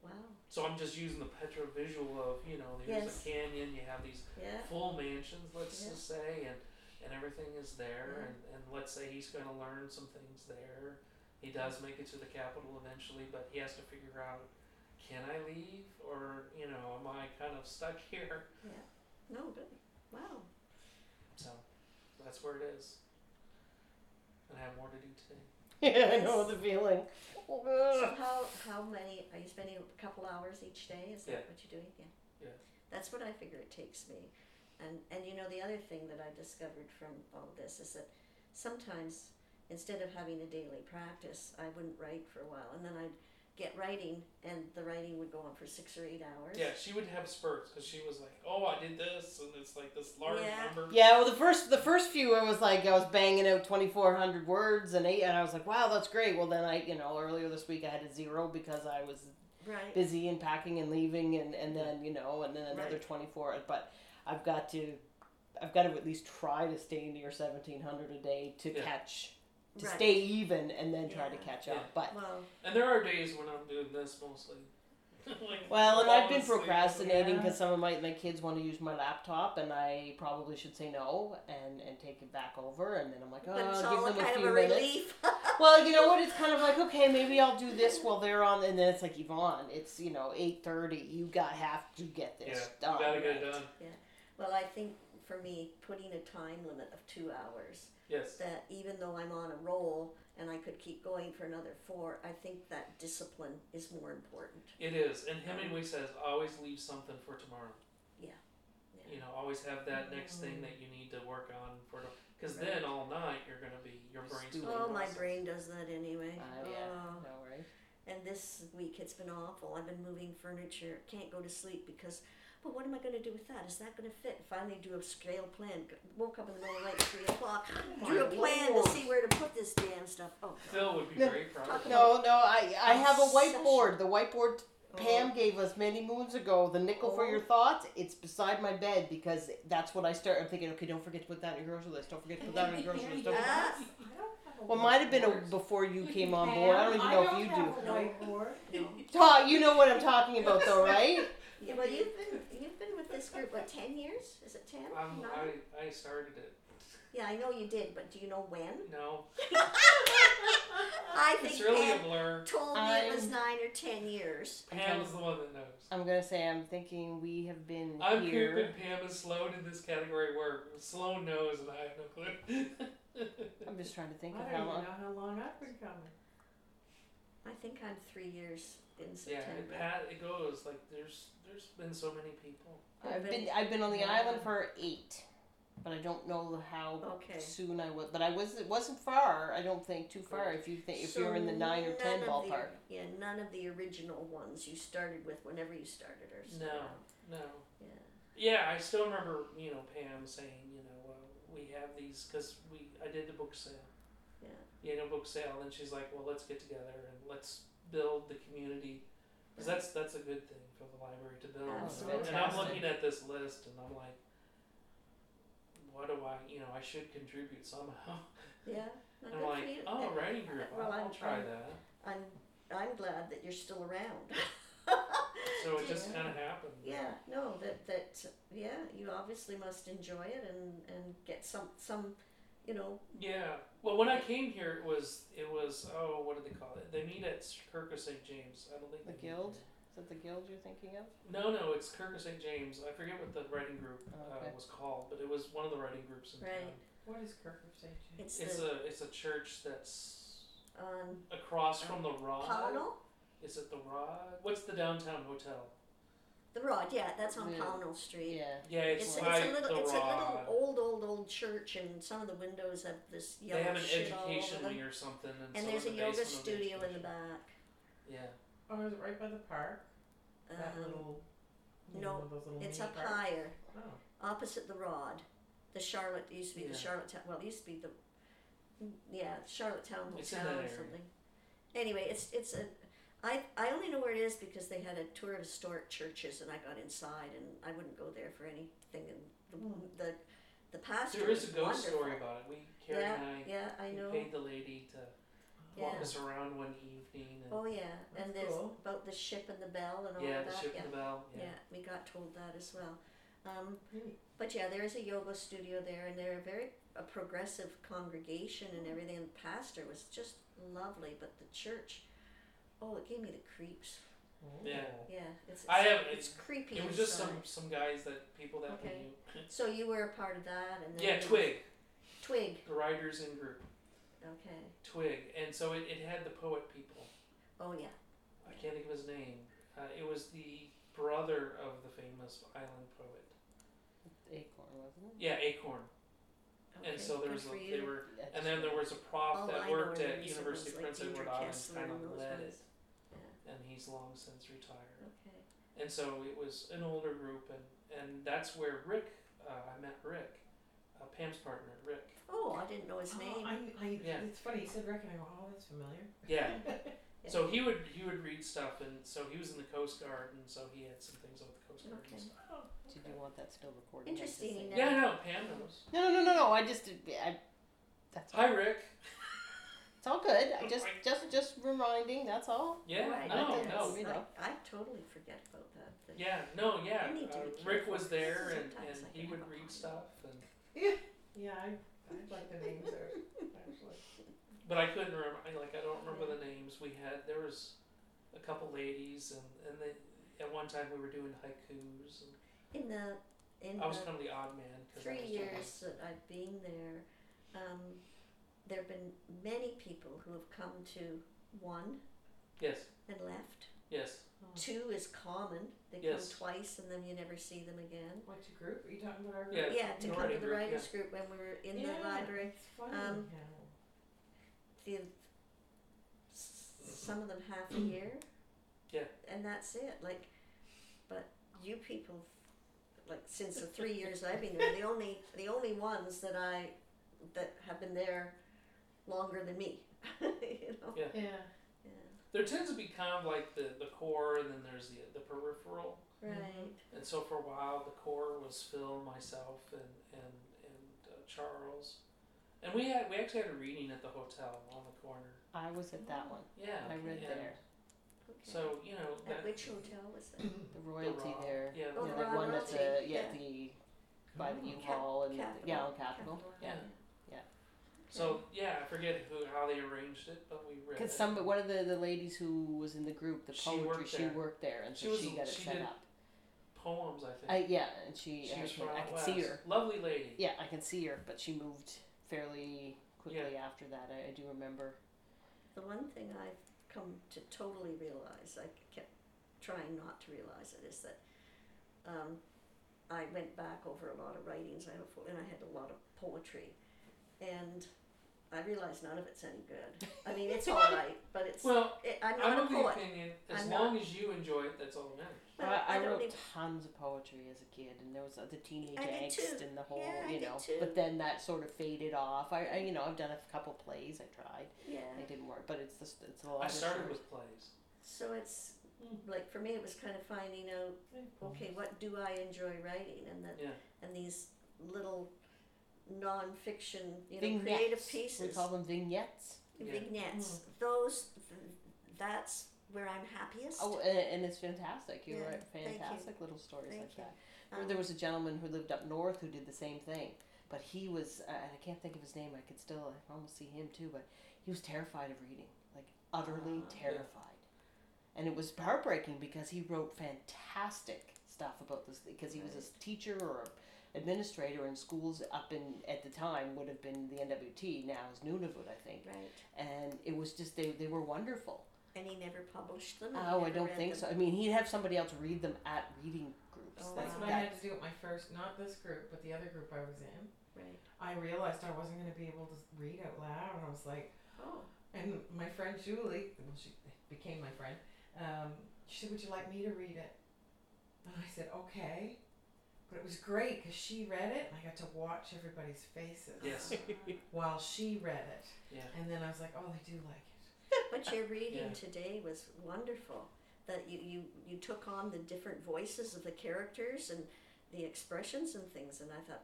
Speaker 4: Wow.
Speaker 1: So I'm just using the Petra visual of, you know, there's
Speaker 4: Yes.
Speaker 1: a canyon, you have these
Speaker 4: Yeah.
Speaker 1: full mansions, let's
Speaker 4: Yeah.
Speaker 1: just say, and and everything is there,
Speaker 4: Yeah.
Speaker 1: and, and let's say he's going to learn some things there. He does make it to the capital eventually, but he has to figure out, can I leave, or you know, am I kind of stuck (laughs) here?
Speaker 4: No good. Wow.
Speaker 1: So that's where it is, and I have more to do today.
Speaker 5: (laughs) Yeah, I know the feeling.
Speaker 4: So
Speaker 1: (laughs)
Speaker 5: Ugh.
Speaker 4: how how many are you spending a couple hours each day? Is that
Speaker 1: Yeah.
Speaker 4: what you're doing? Yeah.
Speaker 1: Yeah.
Speaker 4: That's what I figure it takes me. And and you know the other thing that I discovered from all this is that sometimes instead of having a daily practice, I wouldn't write for a while and then I'd get writing and the writing would go on for six or eight hours.
Speaker 1: Yeah, she would have spurts because she was like, oh, I did this, and it's like this large
Speaker 4: Yeah.
Speaker 1: number.
Speaker 5: Yeah, well, the first the first few, I was like, I was banging out twenty four hundred words and eight, and I was like, wow, that's great. Well, then I, you know, earlier this week I had a zero because I was
Speaker 4: Right.
Speaker 5: busy and packing and leaving, and and then you know, and then another
Speaker 4: Right.
Speaker 5: twenty four. But I've got to, I've got to at least try to stay near seventeen hundred a day to
Speaker 1: Yeah.
Speaker 5: catch, to
Speaker 4: Right.
Speaker 5: stay even, and then try to
Speaker 4: Yeah.
Speaker 5: catch
Speaker 1: Yeah.
Speaker 5: up. But
Speaker 4: Well,
Speaker 1: And there are days when I'm doing this mostly. (laughs) like,
Speaker 5: Well, and I've been
Speaker 1: honestly,
Speaker 5: procrastinating
Speaker 2: yeah.
Speaker 5: because some of my, my kids want to use my laptop, and I probably should say no and, and take it back over. And then I'm like, oh,
Speaker 4: but it's
Speaker 5: I'll
Speaker 4: all
Speaker 5: give them a
Speaker 4: kind of
Speaker 5: few
Speaker 4: a
Speaker 5: minutes.
Speaker 4: relief. (laughs)
Speaker 5: Well, you know what? It's kind of like, okay, maybe I'll do this while they're on, and then it's like, Yvonne, it's you know eight thirty. You got have to get
Speaker 1: Yeah,
Speaker 5: this
Speaker 1: you
Speaker 5: done.
Speaker 1: gotta get it
Speaker 5: right?
Speaker 1: done.
Speaker 4: Well, I think for me, putting a time limit of two hours
Speaker 1: Yes.
Speaker 4: that even though I'm on a roll and I could keep going for another four, I think that discipline is more important.
Speaker 1: It is, and Hemingway says always leave something for tomorrow.
Speaker 4: Yeah. Yeah.
Speaker 1: You know, always have
Speaker 4: Mm-hmm.
Speaker 1: that next thing that you need to work on for, because then all night you're gonna be your
Speaker 5: Just
Speaker 1: brain's.
Speaker 5: do
Speaker 1: gonna
Speaker 5: it.
Speaker 4: Oh,
Speaker 1: be
Speaker 4: my
Speaker 1: buzzing.
Speaker 4: brain does that anyway.
Speaker 5: Uh, yeah,
Speaker 4: Oh.
Speaker 5: no right.
Speaker 4: And this week it's been awful. I've been moving furniture, can't go to sleep because, but what am I going to do with that? Is that going to fit? Finally, do a scale plan. G- Woke up in the middle of the night, three o'clock, (gasps)
Speaker 5: Oh
Speaker 4: drew a plan to see where to put this damn stuff. Oh,
Speaker 1: Phil would be
Speaker 5: No,
Speaker 1: very proud. of
Speaker 4: talk
Speaker 1: you.
Speaker 5: No, no, I I have a
Speaker 4: Obsession.
Speaker 5: whiteboard. The whiteboard Pam
Speaker 4: Oh.
Speaker 5: gave us many moons ago. The nickel for your thoughts. It's beside my bed because that's what I start. I'm thinking, okay, don't forget to put that in your grocery list. Don't forget to put that in your grocery list. Don't forget-
Speaker 4: (laughs) Ah,
Speaker 5: Well, might have been a, before you came on board. I don't even know if you do.
Speaker 4: Oh, no.
Speaker 5: (laughs) Ta, you know what I'm talking about, though, right?
Speaker 4: Yeah, well, you've been you've been with this this group what ten years? Is it ten?
Speaker 1: Um,
Speaker 4: Nine?
Speaker 1: I, I started it.
Speaker 4: Yeah, I know you did, but do you know when?
Speaker 1: No,
Speaker 4: I (laughs) think
Speaker 1: it's really a
Speaker 4: Pam
Speaker 1: blur.
Speaker 4: told me it was
Speaker 8: I'm-
Speaker 4: nine or ten years.
Speaker 1: Pam is the one that knows.
Speaker 8: I'm gonna say I'm thinking we have been
Speaker 1: I'm
Speaker 8: here.
Speaker 1: Coop and Pam and Sloan in this category where Sloan knows and I have no clue. (laughs)
Speaker 8: I'm just trying to think
Speaker 7: I
Speaker 8: of
Speaker 7: don't
Speaker 8: how
Speaker 7: even
Speaker 8: long.
Speaker 7: know how long I've been coming.
Speaker 4: I think I'm three years in
Speaker 1: yeah,
Speaker 4: September.
Speaker 1: it, pat, it goes like there's there's been so many people.
Speaker 8: I've been I've been on the
Speaker 7: Yeah.
Speaker 8: island for eight, but I don't know how
Speaker 4: Okay.
Speaker 8: soon I was. But I was it wasn't far. I don't think too far. If you think if
Speaker 4: So
Speaker 8: you're in the nine or ten
Speaker 4: none of the-
Speaker 8: ballpark,
Speaker 4: yeah, none of the original ones you started with whenever you started or
Speaker 1: No,
Speaker 4: something.
Speaker 1: no.
Speaker 4: Yeah.
Speaker 1: Yeah, I still remember you know Pam saying you know uh, we have these because we I did the book sale.
Speaker 4: Yeah.
Speaker 1: You know, book sale, and she's like, well, let's get together and let's build the community. Because that's that's a good thing for the library to build.
Speaker 4: Absolutely.
Speaker 1: And I'm
Speaker 8: Fantastic.
Speaker 1: looking at this list, and I'm like, what do I? You know, I should contribute somehow.
Speaker 4: Yeah. Well,
Speaker 1: I'm
Speaker 4: good
Speaker 1: like,
Speaker 4: for you.
Speaker 1: oh,
Speaker 4: And
Speaker 1: writing group.
Speaker 4: Well,
Speaker 1: I'll, I'll
Speaker 4: I'm-
Speaker 1: try
Speaker 4: I'm-
Speaker 1: that.
Speaker 4: I'm I'm glad that you're still
Speaker 8: (laughs)
Speaker 4: around. (laughs)
Speaker 1: So it just kind of happened.
Speaker 4: Yeah, no, that that yeah, you obviously must enjoy it and and get some some, you know,
Speaker 1: Yeah. Well, when I came here, it was it was oh, what do they call it? They meet at Kirk of St. James. I don't think
Speaker 8: The
Speaker 1: they meet
Speaker 8: Guild? is that the guild you're thinking of?
Speaker 1: there. No, no, it's Kirk of St. James. I forget what the writing group
Speaker 8: Oh, Okay.
Speaker 1: uh, was called, but it was one of the writing groups in
Speaker 4: Right.
Speaker 1: town.
Speaker 7: What is Kirk of St. James?
Speaker 4: it's,
Speaker 1: It's
Speaker 4: the um,
Speaker 1: a it's a church that's
Speaker 4: on
Speaker 1: across from the Rod.
Speaker 4: Pownell,
Speaker 1: Is it the Rod? What's the downtown hotel?
Speaker 4: the rod. Yeah, that's on
Speaker 8: Yeah.
Speaker 4: Pownell Street.
Speaker 8: Yeah.
Speaker 1: Yeah, it's,
Speaker 4: It's, it's
Speaker 1: like
Speaker 4: a little
Speaker 1: the
Speaker 4: it's a
Speaker 1: Rod.
Speaker 4: little old old old church and some of the windows have this yellow
Speaker 1: they have an
Speaker 4: shit all
Speaker 1: education
Speaker 4: over them.
Speaker 1: wing or something, and,
Speaker 4: And
Speaker 1: so
Speaker 4: there's a
Speaker 1: in the
Speaker 4: yoga
Speaker 1: basement of
Speaker 4: studio in the
Speaker 1: education.
Speaker 4: back.
Speaker 1: Yeah,
Speaker 7: Oh, is it right by the park? That
Speaker 4: Um,
Speaker 7: little. you
Speaker 4: no,
Speaker 7: know, those little
Speaker 4: it's
Speaker 7: mini
Speaker 4: up
Speaker 7: parks?
Speaker 4: higher,
Speaker 7: Oh,
Speaker 4: opposite the rod. The Charlotte it used to be
Speaker 1: Yeah.
Speaker 4: the Charlotte Town. Well, it used to be the yeah Charlottetown
Speaker 1: It's in
Speaker 4: Hotel
Speaker 1: that
Speaker 4: or
Speaker 1: area.
Speaker 4: something. Anyway, it's it's a. I, I only know where it is because they had a tour of historic churches and I got inside and I wouldn't go there for anything and
Speaker 7: Hmm.
Speaker 4: the the, the pastor
Speaker 1: there is a
Speaker 4: was
Speaker 1: ghost
Speaker 4: wonderful.
Speaker 1: story about it. We Carrie
Speaker 4: yeah,
Speaker 1: and I
Speaker 4: yeah, I
Speaker 1: We
Speaker 4: know.
Speaker 1: paid the lady to walk
Speaker 4: Yeah.
Speaker 1: us around one evening. And,
Speaker 4: Oh yeah, and
Speaker 7: That's
Speaker 4: there's
Speaker 7: cool.
Speaker 4: about the ship and the bell and all
Speaker 1: yeah,
Speaker 4: of
Speaker 1: the
Speaker 4: that.
Speaker 1: ship
Speaker 4: yeah.
Speaker 1: and the bell.
Speaker 4: yeah. we got told that as well. Um,
Speaker 7: Really?
Speaker 4: but yeah, there is a yoga studio there, and they're a very a progressive congregation and
Speaker 1: Oh.
Speaker 4: everything. And the pastor was just lovely, but the church, oh, it gave me the creeps.
Speaker 1: Yeah.
Speaker 4: Yeah, it's, it's
Speaker 1: I have-
Speaker 4: it's creepy.
Speaker 1: It was just
Speaker 4: inside.
Speaker 1: some some guys that people that
Speaker 4: Okay.
Speaker 1: we knew.
Speaker 4: So you were a part of that, and then
Speaker 1: Yeah,
Speaker 4: there
Speaker 1: Twig,
Speaker 4: was- Twig.
Speaker 1: the writers in group,
Speaker 4: Okay.
Speaker 1: Twig, and so it, it had the poet people.
Speaker 4: Oh yeah.
Speaker 1: I can't think of his name. Uh, it was the brother of the famous island poet.
Speaker 8: Acorn, wasn't it?
Speaker 1: Yeah, Acorn.
Speaker 4: Okay.
Speaker 1: and so there
Speaker 4: good
Speaker 1: was a,
Speaker 4: for you.
Speaker 1: they were, and then there was a prof
Speaker 4: All I
Speaker 1: that
Speaker 4: know
Speaker 1: worked
Speaker 4: in
Speaker 1: at
Speaker 4: music
Speaker 1: University of
Speaker 4: was, like,
Speaker 1: Prince Edward
Speaker 4: Deidre
Speaker 1: Island,
Speaker 4: Kessler
Speaker 1: kind
Speaker 4: and
Speaker 1: of
Speaker 4: those
Speaker 1: led it,
Speaker 4: ones.
Speaker 1: and he's long since retired.
Speaker 4: Okay.
Speaker 1: And so it was an older group, and, and that's where Rick, uh, I met Rick, uh, Pam's partner, Rick.
Speaker 4: Oh, I didn't know his
Speaker 7: Oh,
Speaker 4: name.
Speaker 7: I, I,
Speaker 1: Yeah.
Speaker 7: It's funny. You said Rick, and I go, oh, that's familiar.
Speaker 1: Yeah. So he would he would read stuff, and so he was in the Coast Guard, and so he had some things over the Coast Guard.
Speaker 4: Okay.
Speaker 1: And stuff.
Speaker 8: Did you want that still recorded? That's the
Speaker 4: Interesting
Speaker 8: thing.
Speaker 1: Yeah, no, Pam knows.
Speaker 8: No, no, no, no, no. I just, I, that's
Speaker 1: Hi, Rick.
Speaker 8: It's all good. I just, just, just reminding. That's all.
Speaker 1: Yeah,
Speaker 4: Right,
Speaker 1: no,
Speaker 8: think
Speaker 1: no.
Speaker 8: that's- you know.
Speaker 4: I, I totally forget about that. thing.
Speaker 1: Yeah, no, yeah.
Speaker 4: I need to
Speaker 1: uh,
Speaker 4: be
Speaker 1: Rick
Speaker 4: careful
Speaker 1: was there, and,
Speaker 4: sometimes
Speaker 1: and
Speaker 4: I
Speaker 1: he
Speaker 4: can
Speaker 1: would
Speaker 4: have a
Speaker 1: read
Speaker 4: problem.
Speaker 1: stuff, and
Speaker 7: Yeah, I, I like the names there. Actually,
Speaker 4: (laughs)
Speaker 1: but I couldn't remember. I, like I don't remember the names we had. There was a couple ladies, and and they, at one time we were doing haikus, and
Speaker 4: In the in
Speaker 1: I was
Speaker 4: the
Speaker 1: kind of the odd man. 'cause I
Speaker 4: three
Speaker 1: was doing-
Speaker 4: years that I've been there, um, there have been many people who have come to one
Speaker 1: Yes,
Speaker 4: and left.
Speaker 1: yes.
Speaker 7: Oh.
Speaker 4: Two is common. They
Speaker 1: Mm. Yes.
Speaker 4: come twice and then you never see them again.
Speaker 7: what your group? Are you talking about our group?
Speaker 1: Yeah,
Speaker 4: Yeah, to
Speaker 1: the
Speaker 4: come to
Speaker 1: writing
Speaker 4: the
Speaker 1: group, yeah.
Speaker 4: writers group when we were in
Speaker 7: Yeah,
Speaker 4: the library.
Speaker 7: It's funny.
Speaker 4: Um,
Speaker 7: how-
Speaker 4: The, s- some of them half a year.
Speaker 1: Yeah.
Speaker 4: And that's it. Like, but you people, like since the three years I've been there, the only the only ones that I that have been there longer than me. you know.
Speaker 7: Yeah.
Speaker 4: Yeah.
Speaker 1: There tends to be kind of like the, the core, and then there's the the peripheral.
Speaker 4: Right.
Speaker 1: And so for a while, the core was Phil, myself, and and and uh, Charles, and we had we actually had a reading at the hotel on the corner.
Speaker 8: I was at that one.
Speaker 1: Yeah,
Speaker 8: I read
Speaker 1: and
Speaker 8: there.
Speaker 4: Okay.
Speaker 1: So you know
Speaker 4: At
Speaker 1: that
Speaker 4: which hotel was that?
Speaker 8: The
Speaker 1: the
Speaker 8: royalty
Speaker 1: Raw-
Speaker 8: there.
Speaker 1: Yeah,
Speaker 4: Oh,
Speaker 8: yeah,
Speaker 4: the
Speaker 8: that one at
Speaker 4: royalty.
Speaker 8: the yeah,
Speaker 5: by
Speaker 1: Mm.
Speaker 5: the U-Haul and
Speaker 4: Capital.
Speaker 5: yeah, on Capitol.
Speaker 1: Yeah.
Speaker 5: Yeah.
Speaker 1: So yeah, I forget who how they arranged it, but we read.
Speaker 5: Because
Speaker 1: it.
Speaker 5: some one of the, the ladies who was in the group, the
Speaker 1: She
Speaker 5: poetry,
Speaker 1: worked
Speaker 5: she
Speaker 1: there.
Speaker 5: worked there, and so
Speaker 1: She was-
Speaker 5: she got it
Speaker 1: she
Speaker 5: set
Speaker 1: did-
Speaker 5: up.
Speaker 1: poems, I think.
Speaker 5: I, yeah, and she,
Speaker 1: she
Speaker 5: I,
Speaker 1: was
Speaker 5: can,
Speaker 1: from
Speaker 5: I
Speaker 1: out
Speaker 5: can
Speaker 1: west.
Speaker 5: see her.
Speaker 1: Lovely lady.
Speaker 5: Yeah, I can see her, but she moved fairly quickly after that. I, I do remember.
Speaker 4: The one thing I've come to totally realize, I kept trying not to realize it, is that um, I went back over a lot of writings I have, and I had a lot of poetry, and I realized none of it's any good. I mean,
Speaker 5: (laughs)
Speaker 4: it's all right, but it's
Speaker 1: Well,
Speaker 4: it, I'm
Speaker 1: I'm
Speaker 4: not a
Speaker 1: of the
Speaker 4: poet.
Speaker 1: opinion as
Speaker 4: I'm
Speaker 1: long as you enjoy it, that's all that matters.
Speaker 4: But
Speaker 5: I, I,
Speaker 4: I don't
Speaker 5: wrote
Speaker 4: even-
Speaker 5: tons of poetry as a kid, and there was uh, the teenage
Speaker 4: I did too.
Speaker 5: angst and the whole,
Speaker 4: Yeah, I
Speaker 5: you
Speaker 4: did
Speaker 5: know.
Speaker 4: too.
Speaker 5: But then that sort of faded off. I, I, you know, I've done a couple plays. I tried.
Speaker 4: Yeah.
Speaker 5: They didn't work, but it's just it's a lot.
Speaker 1: I
Speaker 5: of
Speaker 1: started
Speaker 5: short-
Speaker 1: with plays.
Speaker 4: So it's
Speaker 5: Hmm.
Speaker 4: like for me, it was kind of finding out
Speaker 5: Mm-hmm.
Speaker 4: okay, what do I enjoy writing, and the,
Speaker 1: Yeah.
Speaker 4: and these little nonfiction, you know,
Speaker 5: vignettes.
Speaker 4: creative
Speaker 5: We
Speaker 4: pieces,
Speaker 5: call them vignettes.
Speaker 1: Yeah.
Speaker 4: vignettes.
Speaker 5: Hmm.
Speaker 4: Those, th- that's where I'm happiest.
Speaker 5: Oh, and, and it's fantastic. You
Speaker 4: Yeah,
Speaker 5: write
Speaker 4: thank you.
Speaker 5: fantastic little stories
Speaker 4: Thank
Speaker 5: like
Speaker 4: you.
Speaker 5: that.
Speaker 4: Um,
Speaker 5: there was a gentleman who lived up north who did the same thing, but he was, uh, and I can't think of his name. I could still I almost see him too, but he was terrified of reading, like utterly
Speaker 4: Ah.
Speaker 5: terrified, and it was heartbreaking because he wrote fantastic stuff about this because he was a teacher or a administrator in schools up in at the time would have been the NWT now is Nunavut I think,
Speaker 4: Um, right,
Speaker 5: and it was just they they were wonderful.
Speaker 4: and he never published them. and
Speaker 5: Oh, I
Speaker 4: never
Speaker 5: don't
Speaker 4: read
Speaker 5: think
Speaker 4: them.
Speaker 5: so. I mean, he'd have somebody else read them at reading groups.
Speaker 4: Oh,
Speaker 2: That's
Speaker 4: wow.
Speaker 2: what I had to do with my first, not this group, but the other group I was in.
Speaker 4: Right.
Speaker 2: I realized I wasn't going to be able to read out loud, and I was like,
Speaker 4: Oh,
Speaker 2: and my friend Julie, well, she became my friend. Um, she said, "Would you like me to read it?" And I said, "Okay." But it was great because she read it, and I got to watch everybody's faces
Speaker 1: Yes.
Speaker 4: Uh,
Speaker 2: while she read it.
Speaker 1: Yeah.
Speaker 2: And then I was like, "Oh, they do like it."
Speaker 4: what
Speaker 5: (laughs)
Speaker 4: you're reading
Speaker 1: Yeah.
Speaker 4: today was wonderful. That you, you you took on the different voices of the characters and the expressions and things, and I thought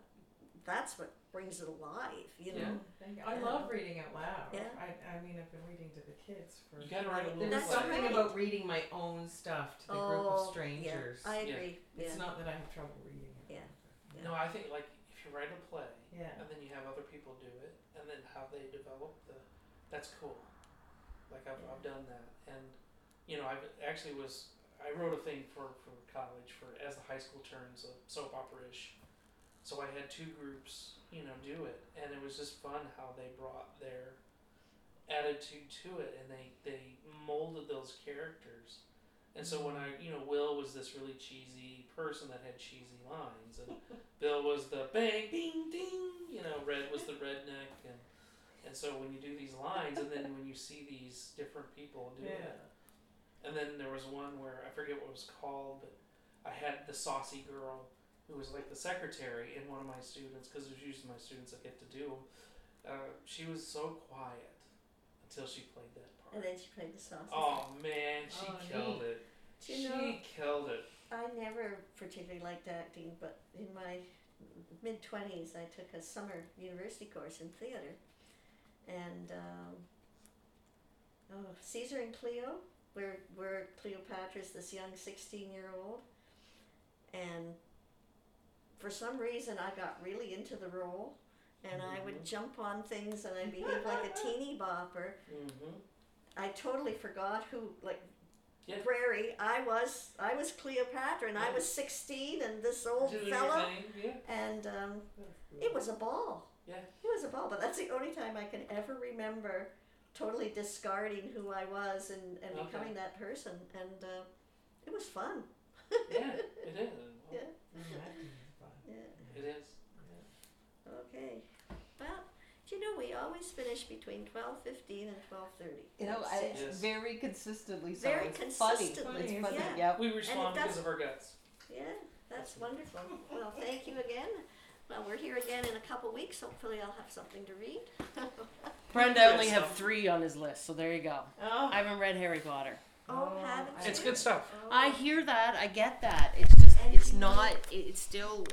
Speaker 4: that's what brings it alive. You know.
Speaker 1: Yeah.
Speaker 2: Thank you. I love reading out loud.
Speaker 4: Yeah.
Speaker 2: I, I mean, I've been reading to the kids for.
Speaker 1: You gotta write a
Speaker 2: There
Speaker 1: little
Speaker 2: was
Speaker 4: That's
Speaker 1: play.
Speaker 2: something
Speaker 4: right.
Speaker 2: about reading my own stuff to the group
Speaker 4: Oh,
Speaker 2: of strangers.
Speaker 4: Yeah, I
Speaker 1: Yeah.
Speaker 4: agree. Yeah.
Speaker 2: It's not that I have trouble reading. it.
Speaker 4: Yeah. Yeah.
Speaker 1: No, I think like if you write a play
Speaker 2: Yeah.
Speaker 1: and then you have other people do it and then how they develop the that's cool. Like I've, I've done that and you know I actually was I wrote a thing for for college for as the high school turns a soap opera ish. So I had two groups you know do it and it was just fun how they brought their attitude to it and they they molded those characters. And so when I, you know, Will was this really cheesy person that had cheesy lines, and Bill was the bang, ding, ding. You know, Red was the redneck, and and so when you do these lines, and then when you see these different people doing it, and then there was one where I forget what it was called, but I had the saucy girl who was like the secretary in one of my students because it was usually my students that get to do 'em. Uh, she was so quiet until she played that
Speaker 4: And
Speaker 1: part.
Speaker 4: then she played the sausage.
Speaker 1: Oh man, she
Speaker 2: Oh,
Speaker 1: killed it.
Speaker 4: Do
Speaker 1: She
Speaker 4: you know,
Speaker 1: killed it.
Speaker 4: I never particularly liked acting, but in my mid 20s, I took a summer university course in theater. And um, oh, Caesar and Cleo, where, where Cleopatra's this young 16 year old. And for some reason, I got really into the role. And I would jump on things and I behaved like a teeny bopper.
Speaker 1: Mm-hmm.
Speaker 4: I totally forgot who like
Speaker 1: Yeah.
Speaker 4: Prairie. I was I was Cleopatra and I was sixteen and this old
Speaker 1: Doing your
Speaker 4: fellow
Speaker 1: thing, yeah.
Speaker 4: and um,
Speaker 2: That's good.
Speaker 4: it was a ball.
Speaker 1: Yeah.
Speaker 4: It was a ball, but that's the only time I can ever remember totally discarding who I was and, and
Speaker 1: Okay.
Speaker 4: becoming that person and uh, it was fun.
Speaker 1: yeah, it is.
Speaker 4: Yeah.
Speaker 2: Mm, that thing is fun.
Speaker 4: (laughs) Yeah.
Speaker 1: It is.
Speaker 4: Okay. Well, do you know we always finish between twelve fifteen and twelve thirty.
Speaker 5: You know, I,
Speaker 1: Yes.
Speaker 5: it's very consistently so.
Speaker 4: Very
Speaker 5: it's
Speaker 4: consistently,
Speaker 5: Funny. It's funny.
Speaker 4: yeah.
Speaker 5: Yep.
Speaker 1: We respond because
Speaker 4: does-
Speaker 1: of our guts.
Speaker 4: Yeah, that's wonderful. Well, thank you again. Well, we're here again in a couple weeks. Hopefully, I'll have something to read.
Speaker 5: Brenda only
Speaker 1: Yes.
Speaker 5: have three on his list, so there you go.
Speaker 2: Oh,
Speaker 5: I haven't read Harry Potter.
Speaker 4: oh,
Speaker 2: Oh,
Speaker 4: haven't
Speaker 2: I-
Speaker 4: you?
Speaker 1: It's good stuff.
Speaker 4: Oh.
Speaker 5: I hear that. I get that. It's just,
Speaker 4: And
Speaker 5: it's
Speaker 4: you-
Speaker 5: not. It's still